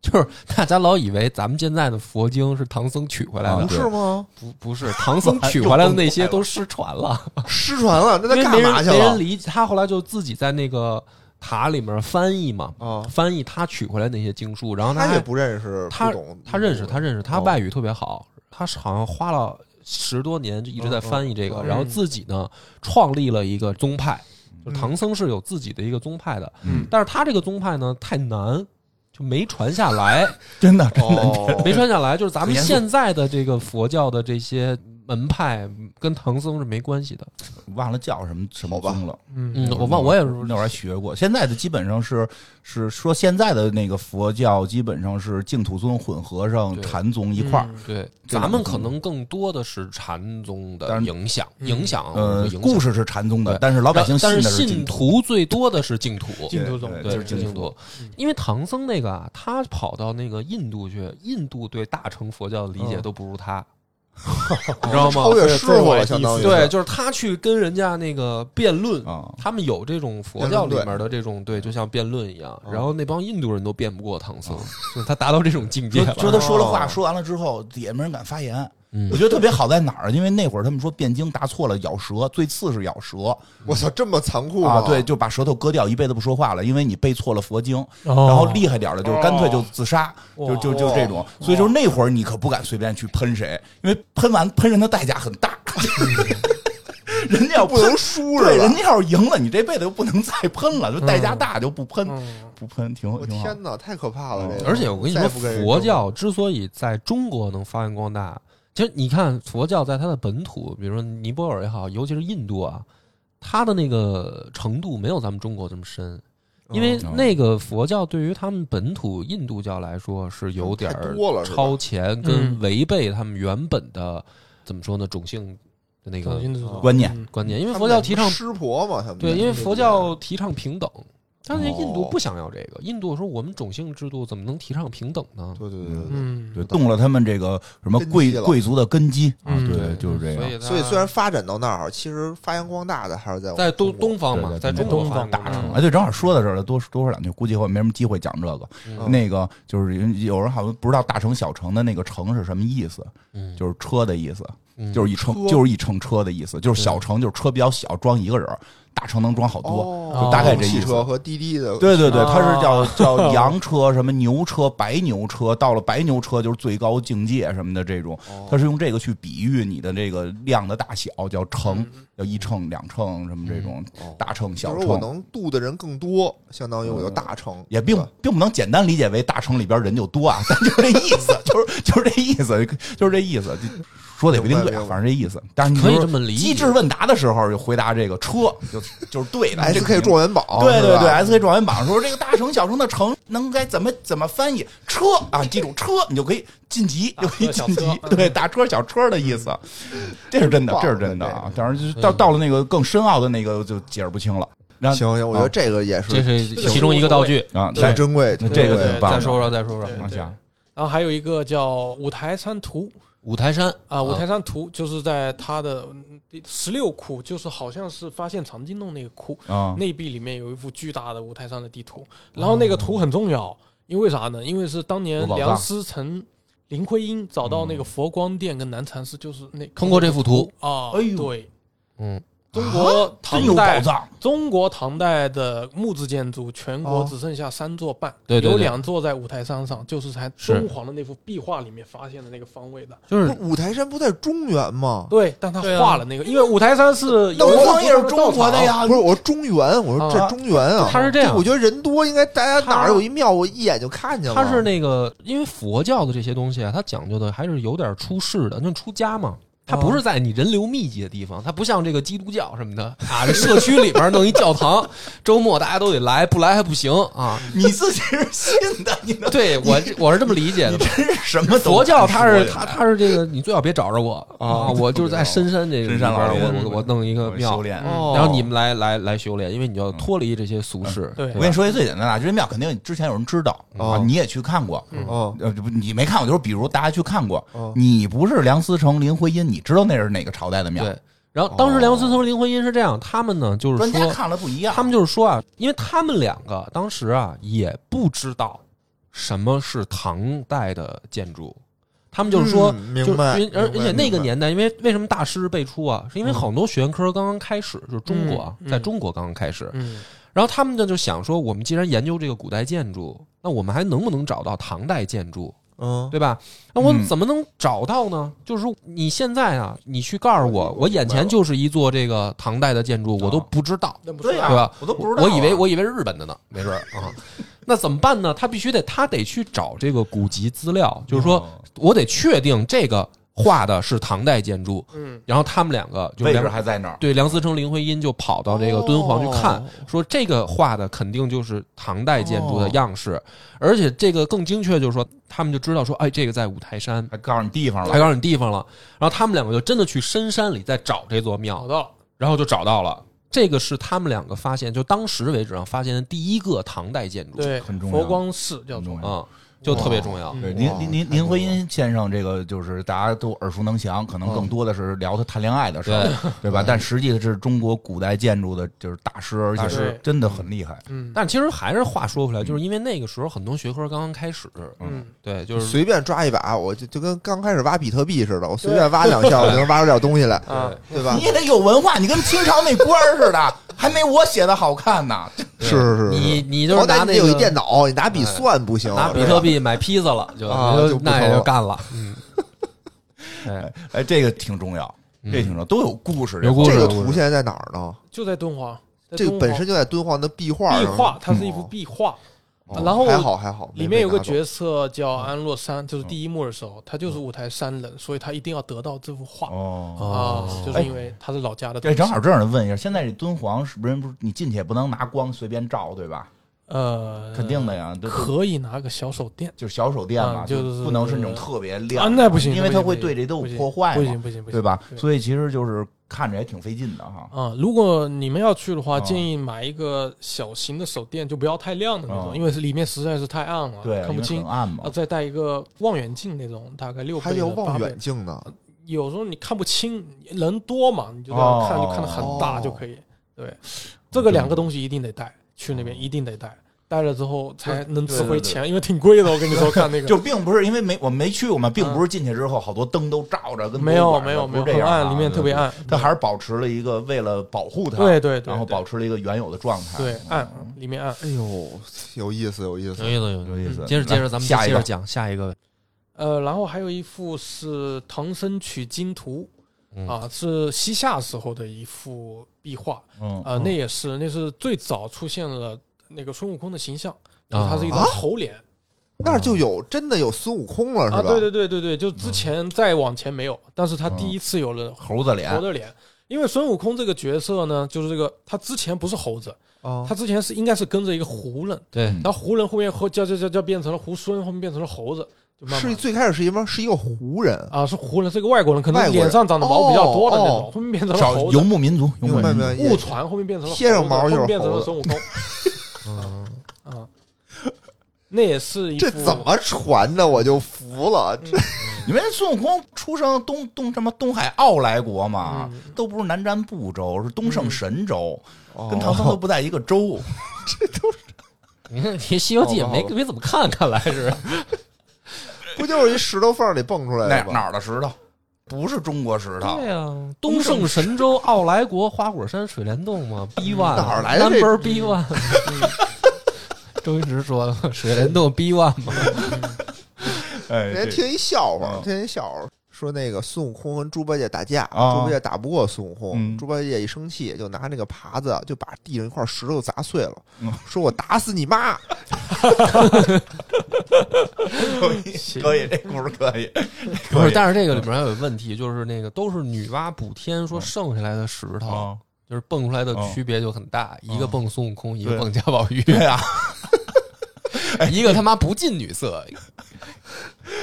Speaker 2: 就是 大家老以为咱们现在的佛经是唐僧取回来
Speaker 1: 啊
Speaker 2: 的
Speaker 3: 不，是吗？
Speaker 2: 不不是，唐 僧取回来的那些都失传了，
Speaker 3: 失传了， 那
Speaker 2: 因为
Speaker 3: 他
Speaker 2: 没
Speaker 3: 干嘛
Speaker 2: 人
Speaker 3: 去
Speaker 2: 没人
Speaker 3: 了？
Speaker 2: 理解。他后来就自己在那个塔里面翻译嘛，
Speaker 3: 啊，
Speaker 2: 翻译他取回来那些经书，然后
Speaker 3: 哦他也
Speaker 2: 还
Speaker 3: 不认识，
Speaker 2: 他
Speaker 3: 不懂
Speaker 2: 他认识他认识他
Speaker 3: 哦
Speaker 2: 外语特别好，他是好像花了十多年就一直在翻译这
Speaker 3: 嗯
Speaker 2: 个，
Speaker 3: 嗯嗯
Speaker 2: 然后自己呢创立了一个宗派，就
Speaker 3: 嗯
Speaker 2: 唐僧是有自己的一个宗派的，
Speaker 1: 嗯，
Speaker 2: 但是他这个宗派呢太难。就没传下来，
Speaker 1: 真的真的，
Speaker 3: 哦，
Speaker 2: 没传下来，就是咱们
Speaker 1: 很严肃
Speaker 2: 现在的这个佛教的这些门派跟唐僧是没关系的。
Speaker 1: 忘了叫什么什么宗了。
Speaker 2: 嗯
Speaker 4: 嗯，，
Speaker 2: 我忘我也是
Speaker 1: 那会儿还学过，现在的基本上是是说现在的那个佛教基本上是净土宗混合上
Speaker 2: 对嗯
Speaker 1: 禅宗一块儿，
Speaker 2: 对，
Speaker 1: 这
Speaker 2: 咱
Speaker 1: 两
Speaker 2: 们
Speaker 1: 个
Speaker 2: 可
Speaker 3: 嗯
Speaker 2: 能更多的是禅宗
Speaker 1: 当
Speaker 2: 的
Speaker 1: 然
Speaker 2: 影响，
Speaker 4: 嗯
Speaker 2: 影响
Speaker 1: 呃
Speaker 2: 我哦觉得，影响
Speaker 1: 故事是禅宗的
Speaker 2: 对，
Speaker 1: 但是老百姓信
Speaker 2: 但
Speaker 1: 的
Speaker 2: 是
Speaker 1: 是净
Speaker 2: 信
Speaker 1: 土，
Speaker 2: 徒最多的是净土，
Speaker 4: 净土宗
Speaker 1: 对
Speaker 2: 对，
Speaker 1: 就是是
Speaker 2: 净
Speaker 1: 净
Speaker 2: 土
Speaker 1: 土。
Speaker 2: 因为唐僧那个啊，他跑到那个印度去，印度对大乘佛教的理解
Speaker 1: 哦
Speaker 3: 嗯
Speaker 2: 都不如他，你知道吗
Speaker 3: 超？越
Speaker 4: 对
Speaker 3: 师傅
Speaker 4: 对
Speaker 3: 了，相
Speaker 1: 哦
Speaker 3: 当于
Speaker 2: 对，
Speaker 3: 是，
Speaker 2: 就是他去跟人家那个辩论。
Speaker 1: 啊。
Speaker 2: 他们有这种佛教里
Speaker 3: 辩论队
Speaker 2: 面的这种对，就像辩论一样，
Speaker 1: 哦
Speaker 3: 嗯
Speaker 2: 然后那帮印度人都辩不过唐僧，就是他达到这种境界
Speaker 1: 就
Speaker 2: 了。
Speaker 1: 就他说了话，
Speaker 3: 哦
Speaker 1: 说完了之后也没人敢发言。
Speaker 2: 嗯
Speaker 1: 我觉得特别好在哪儿？因为那会儿他们说辩经答错了，咬舌，最次是咬舌
Speaker 3: 我操，这么残
Speaker 2: 哦
Speaker 3: 酷
Speaker 1: 啊，
Speaker 3: 吗
Speaker 1: 对，，就把舌头割掉，一辈子不说话了，因为你背错了佛经。
Speaker 4: 然
Speaker 1: 然后厉害点儿的，就是干脆就自杀，
Speaker 4: 哦
Speaker 1: 就就就这种。所以就是那会儿你可不敢随便去喷谁，因为喷完喷人的代价很大。人家要
Speaker 3: 不能
Speaker 1: 喷，
Speaker 3: 输
Speaker 1: 对，
Speaker 3: 是吧
Speaker 1: 人？家要是赢了，你这辈子就不能再喷了，就代价大，就不喷，
Speaker 4: 嗯
Speaker 1: 不喷，挺
Speaker 3: 我
Speaker 1: 挺好。
Speaker 3: 天哪，太可怕了！这个，
Speaker 2: 而且我跟你说，
Speaker 3: 再不跟人
Speaker 2: 佛
Speaker 3: 争了
Speaker 2: 教之所以在中国能发扬光大，其实你看佛教在它的本土，比如说尼泊尔也好，尤其是印度啊，它的那个程度没有咱们中国这么深，
Speaker 3: 哦
Speaker 2: 因为
Speaker 1: 嗯
Speaker 2: 那个佛教对于他们本土印度教来说是有点
Speaker 3: 嗯太
Speaker 2: 儿
Speaker 3: 多了是吧
Speaker 2: 超前跟
Speaker 4: 嗯
Speaker 2: 违背他们原本的怎么说呢种姓的那个
Speaker 1: 观念
Speaker 2: 观念，因为
Speaker 3: 他们
Speaker 2: 佛教
Speaker 3: 两个
Speaker 2: 提倡
Speaker 3: 师婆嘛，他们
Speaker 2: 对，因为佛
Speaker 3: 不
Speaker 2: 教提倡平等，但是印度
Speaker 3: 哦
Speaker 2: 不想要这个。印度说我们种姓制度怎么能提倡平等呢？
Speaker 3: 对对对对对。
Speaker 4: 嗯，
Speaker 1: 对，动了他们这个什么
Speaker 3: 根基
Speaker 1: 贵
Speaker 3: 了
Speaker 1: 贵族的根基啊，
Speaker 4: 嗯
Speaker 1: 对，就是这样。
Speaker 2: 以它
Speaker 3: 所以虽然发展到那儿，其实发扬光大的还是在我们
Speaker 2: 在东
Speaker 3: 国
Speaker 2: 东方嘛，
Speaker 1: 对
Speaker 2: 在
Speaker 1: 在
Speaker 2: 中
Speaker 1: 东
Speaker 2: 国发展
Speaker 4: 方大
Speaker 1: 哎，对，正好说到这儿了，多多说两句，估计以后没什么机会讲这个。
Speaker 2: 嗯
Speaker 1: 那个就是有人好像不知道大乘小乘的那个乘是什么意思，
Speaker 2: 嗯
Speaker 1: 就是车的意思。
Speaker 2: 嗯
Speaker 1: 就是一乘
Speaker 3: 车
Speaker 1: 就是一乘车的意思，就是小乘就是车比较小，装一个人儿，大乘能装好多。
Speaker 3: 哦，
Speaker 1: 就大概这意
Speaker 3: 汽
Speaker 1: 思
Speaker 3: 车和滴滴的，
Speaker 1: 对对对，
Speaker 4: 哦
Speaker 1: 它是叫叫洋车、什么牛车、白牛车，到了白牛车就是最高境界什么的这种，
Speaker 3: 哦
Speaker 1: 它是用这个去比喻你的这个量的大小，叫乘，叫一乘、两乘什么
Speaker 2: 嗯
Speaker 1: 这种
Speaker 3: 嗯哦
Speaker 1: 大乘、
Speaker 3: 就
Speaker 1: 小
Speaker 3: 是说我
Speaker 1: 乘，
Speaker 3: 能度的人更多，相当于我就
Speaker 2: 嗯
Speaker 3: 大成，
Speaker 1: 也并并不能简单理解为大乘里边人就多啊， 但就是这意思，就是就是这意思，就是这意思。就说的也不一定对啊，
Speaker 3: 明白明白
Speaker 1: 反正这意思。但是你
Speaker 2: 可以
Speaker 1: 就是
Speaker 2: 这么理解
Speaker 1: 机智问答的时候就回答这个车，就就是对的。这个
Speaker 3: S K
Speaker 1: 名字
Speaker 3: 状元宝，
Speaker 1: 对对
Speaker 3: 是吧
Speaker 1: 对，S K 状元榜说这个大乘小乘的乘能该怎么怎么翻译车啊？记住车，你就可以晋级，就可以
Speaker 4: 小
Speaker 1: 晋级
Speaker 4: 车。
Speaker 1: 对，大车小车的意思，这是真的，
Speaker 3: 棒
Speaker 1: 这是真的啊
Speaker 3: 这！
Speaker 1: 当然就是到
Speaker 2: 嗯
Speaker 1: 到了那个更深奥的那个就解释不清了。然后
Speaker 3: 行行，我觉得这个也是
Speaker 2: 这是其中一个道具。
Speaker 1: 啊，
Speaker 3: 挺
Speaker 1: 对，
Speaker 3: 珍贵，
Speaker 1: 那
Speaker 3: 挺
Speaker 1: 这
Speaker 3: 珍贵
Speaker 1: 个
Speaker 4: 对
Speaker 1: 挺棒
Speaker 2: 再
Speaker 1: 的。
Speaker 2: 说说，再说说
Speaker 4: 对
Speaker 1: 往下，
Speaker 4: 然后还有一个叫五台山图
Speaker 2: 五台山
Speaker 4: 啊，五台山图就是在它的十六窟，就是好像是发现藏经洞那个窟
Speaker 1: 啊，
Speaker 4: 内壁里面有一幅巨大的五台山的地图，然后那个图很重要，因为啥呢？因为是当
Speaker 1: 有
Speaker 4: 年
Speaker 1: 哦宝藏嗯
Speaker 4: 梁思成、林徽因找到那个佛光殿跟南禅寺，就是那
Speaker 2: 通过这幅图，
Speaker 4: 啊，
Speaker 1: 哎呦啊
Speaker 4: 对，
Speaker 2: 嗯，
Speaker 4: 中国
Speaker 1: 真
Speaker 4: 唐
Speaker 1: 有宝
Speaker 4: 代
Speaker 1: 藏，
Speaker 4: 中国唐代的木质建筑，全国
Speaker 3: 哦
Speaker 4: 只剩下三座半，
Speaker 2: 对对对
Speaker 4: 有两座在五台山上，就是才
Speaker 2: 是
Speaker 4: 敦煌的那幅壁画里面发现的那个方位的。
Speaker 2: 就是
Speaker 3: 不五台山不在中原吗？
Speaker 4: 对，但他
Speaker 2: 对啊
Speaker 4: 画了那个，因为五台山是
Speaker 1: 东
Speaker 4: 有
Speaker 1: 方也是中国的呀
Speaker 3: 不。是，啊我说中原，我说
Speaker 1: 啊
Speaker 3: 这中原啊，
Speaker 2: 他是这样
Speaker 3: 我觉得人多，应该大家哪儿有一庙，我一眼就看见了。
Speaker 2: 它是那个，因为佛教的这些东西啊，它讲究的还是有点出世的，那出家嘛，它不是在你人流密集的地方，它不像这个基督教什么的啊，这社区里边弄一教堂， 周末大家都得来，不来还不行啊。
Speaker 1: 你自己是信的，你能
Speaker 2: 对我这我是这么理解的
Speaker 1: 你，真是 什么都
Speaker 2: 佛教它是
Speaker 1: 敢说
Speaker 2: 它
Speaker 1: 呀
Speaker 2: 它是这个，你最好别找着我
Speaker 1: 啊
Speaker 2: 啊！我就是在深山这个
Speaker 1: 深山老
Speaker 2: 里
Speaker 1: 人
Speaker 2: 边我我我弄一个庙
Speaker 1: 修，炼。嗯
Speaker 3: 哦
Speaker 2: 嗯然后你们来来来修炼，因为你要脱离这些俗世。
Speaker 4: 对啊
Speaker 2: 吧
Speaker 1: 我跟你，说一最简单的，啊这庙肯定之前有人知道
Speaker 3: 哦
Speaker 1: 啊，你也去看过。
Speaker 4: 嗯
Speaker 3: 哦
Speaker 1: 呃，不你没看过，就是比如大家去看过，
Speaker 3: 哦
Speaker 1: 你不是梁思成、林徽因，你知道那是哪个朝代的庙？
Speaker 2: 对。然后当时梁思成、林徽因是这样，他们呢就是
Speaker 1: 专家
Speaker 2: 说，
Speaker 1: 看了不一样。
Speaker 2: 他们就是说啊，因为他们两个当时啊也不知道什么是唐代的建筑，他们就是说，
Speaker 3: 嗯
Speaker 2: 就
Speaker 3: 明白
Speaker 2: 因为而
Speaker 3: 明白
Speaker 2: 而且那个
Speaker 3: 明白
Speaker 2: 年代，因为为什么大师辈出啊？是因为
Speaker 3: 嗯
Speaker 2: 好多学科刚刚开始，就是中国啊
Speaker 4: 嗯嗯
Speaker 2: 在中国刚刚开始，
Speaker 4: 嗯
Speaker 2: 然后他们呢就想说，我们既然研究这个古代建筑，那我们还能不能找到唐代建筑，
Speaker 3: 嗯
Speaker 2: 对吧？那我
Speaker 1: 嗯
Speaker 2: 怎么能找到呢？就是说你现在啊，你去告诉我，我眼前就是一座这个唐代的建筑，我都不知道，
Speaker 4: 那不
Speaker 1: 对呀、
Speaker 4: 啊
Speaker 2: 对吧
Speaker 1: 我都不知道啊、
Speaker 2: 我以为我以为是日本的呢，没准儿啊。那怎么办呢？他必须得他得去找这个古籍资料，就是说
Speaker 1: 哦
Speaker 2: 我得确定这个画的是唐代建筑，
Speaker 4: 嗯，
Speaker 2: 然后他们两个就
Speaker 1: 位置
Speaker 2: 梁
Speaker 1: 还在那儿。
Speaker 2: 对梁思成、林徽因就跑到这个敦煌去看，
Speaker 3: 哦
Speaker 2: 说这个画的肯定就是唐代建筑的样式，而且这个更精确，就是说他们就知道说，哎，这个在五台山，
Speaker 1: 还告诉你地方
Speaker 2: 还
Speaker 1: 了，
Speaker 2: 告诉你地方了。然后他们两个就真的去深山里在找这座
Speaker 4: 找
Speaker 2: 庙，
Speaker 4: 到了，
Speaker 2: 然后就找到了。这个是他们两个发现，就当时为止啊，发现的第一个唐代建筑，
Speaker 4: 对，
Speaker 1: 很重要
Speaker 4: 佛光寺叫
Speaker 1: 很
Speaker 4: 做
Speaker 1: 重要
Speaker 2: 啊、就特别重要。
Speaker 1: 对
Speaker 4: 嗯
Speaker 1: 林
Speaker 3: 哇
Speaker 1: 林林林徽因先生，这个就是大家都耳熟能详，可
Speaker 4: 嗯
Speaker 1: 能更多的是聊他谈恋爱的事儿，对吧？但实际是中国古代建筑的，就是大师，而且
Speaker 2: 大
Speaker 1: 是
Speaker 4: 师
Speaker 1: 真的很厉害。
Speaker 4: 嗯
Speaker 2: 但其实还是话说回来，就是
Speaker 3: 嗯
Speaker 2: 因为那个时候很多学科刚刚开始，
Speaker 4: 嗯，
Speaker 2: 对，就是
Speaker 3: 随便抓一把，我就就跟刚开始挖比特币似的，我随便挖两下，我就能挖出点东西来，
Speaker 4: 啊，
Speaker 3: 对吧
Speaker 1: 你？也得有文化，你跟清朝那官儿似的，还没我写的好看呢。
Speaker 3: 是是是，
Speaker 2: 你你就是
Speaker 3: 好
Speaker 2: 拿
Speaker 3: 歹
Speaker 2: 那
Speaker 3: 你
Speaker 2: 个
Speaker 3: 得有一电脑，你拿笔算不行，啊
Speaker 2: 拿比
Speaker 3: 是
Speaker 2: 特
Speaker 3: 吧
Speaker 2: 币买披萨了，就、
Speaker 3: 啊
Speaker 2: 就
Speaker 3: 就不
Speaker 2: 那也
Speaker 3: 愁
Speaker 2: 就
Speaker 3: 了
Speaker 2: 干了。嗯，对，
Speaker 1: 哎，这个挺重要，
Speaker 4: 嗯
Speaker 1: 这挺重要，都有故事。
Speaker 2: 有故事
Speaker 3: 这个
Speaker 2: 故事
Speaker 3: 图现在在哪儿呢？
Speaker 4: 就在敦煌，在
Speaker 3: 这个
Speaker 4: 敦
Speaker 3: 本
Speaker 4: 煌
Speaker 3: 身就在敦煌的壁画
Speaker 4: 壁
Speaker 3: 上，
Speaker 4: 画，它是一
Speaker 1: 嗯
Speaker 4: 幅
Speaker 3: 哦
Speaker 4: 壁画，
Speaker 3: 哦
Speaker 4: 然后
Speaker 3: 还好还好，
Speaker 4: 里面有个
Speaker 3: 色，
Speaker 4: 角色叫安洛山，
Speaker 1: 嗯
Speaker 4: 就是第一幕的时候，他就是五台山人，所以他一定要得到这幅画
Speaker 1: 哦。
Speaker 4: 啊
Speaker 2: 哦，
Speaker 4: 就是因为他是老家的东
Speaker 1: 这
Speaker 4: 西。
Speaker 1: 正好这样的问一下，现在这敦煌是不是人不是你进去也不能拿光随便照，对吧？
Speaker 4: 呃，
Speaker 1: 肯定的呀，都
Speaker 4: 可以拿个小手电
Speaker 1: 就是小手电嘛，
Speaker 4: 啊就是
Speaker 1: 不能是那种特别亮
Speaker 4: 啊，
Speaker 1: 的，
Speaker 4: 那不行，
Speaker 1: 因为
Speaker 4: 不行
Speaker 1: 它会
Speaker 4: 不行
Speaker 1: 对这都
Speaker 4: 不
Speaker 1: 有
Speaker 4: 行
Speaker 1: 破坏
Speaker 4: 不
Speaker 1: 嘛，
Speaker 4: 行不行不行，
Speaker 1: 对吧？
Speaker 4: 对
Speaker 1: 所以其实就是看着也挺费劲的哈。
Speaker 4: 啊，如果你们要去的
Speaker 1: 啊
Speaker 4: 话，建议买一个小型的手电，就不要太亮的那
Speaker 1: 啊
Speaker 4: 种，因为里面实在是太暗了，
Speaker 1: 对，
Speaker 4: 看
Speaker 1: 因
Speaker 4: 不
Speaker 1: 为
Speaker 4: 清
Speaker 1: 很。暗嘛
Speaker 4: 啊，。再带一个望远镜那种，大概六倍
Speaker 3: 还
Speaker 4: 的
Speaker 3: 有
Speaker 4: 八
Speaker 3: 望
Speaker 4: 倍
Speaker 3: 远镜呢，
Speaker 4: 有时候你看不清，人多嘛，你就这样看，
Speaker 1: 哦
Speaker 4: 就看得很大
Speaker 3: 哦
Speaker 4: 就可以。对，这个两个东西一定得带，去那边一定得带，带了之后才能
Speaker 1: 哦对
Speaker 4: 值
Speaker 1: 对
Speaker 4: 回
Speaker 1: 对
Speaker 4: 钱，因为挺贵的。我 跟你说，看那个
Speaker 1: 就并不是因为没我们没去过嘛，并不是进去之后好多灯都照着，跟
Speaker 4: 嗯没
Speaker 1: 博物
Speaker 4: 有
Speaker 1: 馆
Speaker 4: 没有
Speaker 1: 似
Speaker 4: 没
Speaker 1: 的不
Speaker 4: 有，
Speaker 1: 是这
Speaker 4: 很
Speaker 1: 样啊
Speaker 4: 暗，里面特别。暗。
Speaker 1: 它还是保持了一个为了保护它，
Speaker 4: 对对对，
Speaker 1: 然后
Speaker 4: 对
Speaker 1: 保持了一个原有的状态。
Speaker 4: 对
Speaker 1: 嗯
Speaker 4: 暗，里面暗。
Speaker 3: 哎呦，有意思有意思
Speaker 2: 有，意思，有意思。
Speaker 1: 有意思。
Speaker 2: 嗯接着接
Speaker 1: 来
Speaker 2: 着，咱们
Speaker 1: 下
Speaker 2: 接
Speaker 1: 一
Speaker 2: 着
Speaker 1: 个
Speaker 2: 讲下一个。
Speaker 4: 呃，然后还有一幅是《唐僧取经图
Speaker 2: 嗯》
Speaker 4: 啊，是西夏时候的一幅壁画。
Speaker 1: 嗯
Speaker 4: 呃，那也是，那是最早出现了那个孙悟空的形象，就是他是一张
Speaker 3: 啊
Speaker 4: 猴脸
Speaker 3: 那儿就有真的有孙悟空了是
Speaker 4: 啊，
Speaker 3: 吧？
Speaker 4: 对对对对对，就之前再往前没有，但是他第一次有
Speaker 3: 哎
Speaker 4: 了
Speaker 1: 猴子脸
Speaker 4: 猴的脸，因为孙悟空这个角色呢，就是这个他之前不是猴子，
Speaker 3: 啊，
Speaker 4: 他之前是应该是跟着一个胡人，
Speaker 2: 对
Speaker 1: 嗯
Speaker 4: 然后胡人后面后叫叫叫叫变成了猢狲，后面变成了猴子，就慢
Speaker 3: 是
Speaker 4: 慢。
Speaker 3: 最开始是什么？是一个胡人，
Speaker 4: 啊，是胡人，是个外国人，可
Speaker 3: 外
Speaker 4: 能
Speaker 3: 国人
Speaker 4: 脸上长的毛比较多的那种，
Speaker 3: 哦哦
Speaker 4: 后面变成了
Speaker 1: 少
Speaker 4: 猴
Speaker 1: 游
Speaker 4: 子，
Speaker 1: 牧民族，游牧
Speaker 3: 明白
Speaker 1: 民
Speaker 3: 明
Speaker 1: 族
Speaker 3: 白，
Speaker 4: 误传后面变成了
Speaker 3: 贴上
Speaker 4: 猴子
Speaker 3: 毛就是
Speaker 4: 后面变成
Speaker 3: 猴子
Speaker 4: 了孙悟空
Speaker 2: 嗯，
Speaker 4: 啊，那也是一
Speaker 3: 这
Speaker 4: 幅
Speaker 3: 怎么传的？我就服了，这
Speaker 1: 因为孙悟空出生东东什么东海傲来国嘛，
Speaker 4: 嗯
Speaker 1: 都不是南瞻部洲，是东胜神州，跟唐僧都
Speaker 3: 哦
Speaker 1: 不在一个州。
Speaker 2: 你看，你《西游记》也没
Speaker 3: 好吧好
Speaker 2: 没怎么看，看来是
Speaker 3: 不就是一石头缝里蹦出来
Speaker 1: 哪
Speaker 3: 的吗？
Speaker 1: 哪儿的石头？不是中国石头。
Speaker 2: 呀， 东胜神州、傲来国、花果山、水帘洞嘛，B one
Speaker 3: 哪儿来的这
Speaker 2: number B one？周星驰说的嘛， 水帘洞 B one 嘛，
Speaker 1: 哎
Speaker 3: 人家
Speaker 1: 这
Speaker 3: 听一笑话
Speaker 1: 嗯，
Speaker 3: 听一笑话，说那个孙悟空跟猪八戒打架，
Speaker 1: 啊
Speaker 3: 猪八戒打不过孙悟空，
Speaker 1: 嗯
Speaker 3: 猪八戒一生气就拿那个耙子就把地上一块石头砸碎了，
Speaker 1: 嗯
Speaker 3: 说我打死你妈！
Speaker 1: 可以， 可以，这故事可以，
Speaker 2: 不
Speaker 1: 可
Speaker 2: 是，
Speaker 1: 以
Speaker 2: 但是这个里面还有个问题，就是那个都是女娲补天说剩下来的石
Speaker 3: 哦
Speaker 2: 头，
Speaker 1: 啊，
Speaker 2: 就是蹦出来的
Speaker 1: 哦
Speaker 2: 区别就很大，一个蹦孙悟空，一个
Speaker 1: 对
Speaker 2: 蹦贾宝玉，
Speaker 1: 对啊，
Speaker 2: 一个他妈不近女色，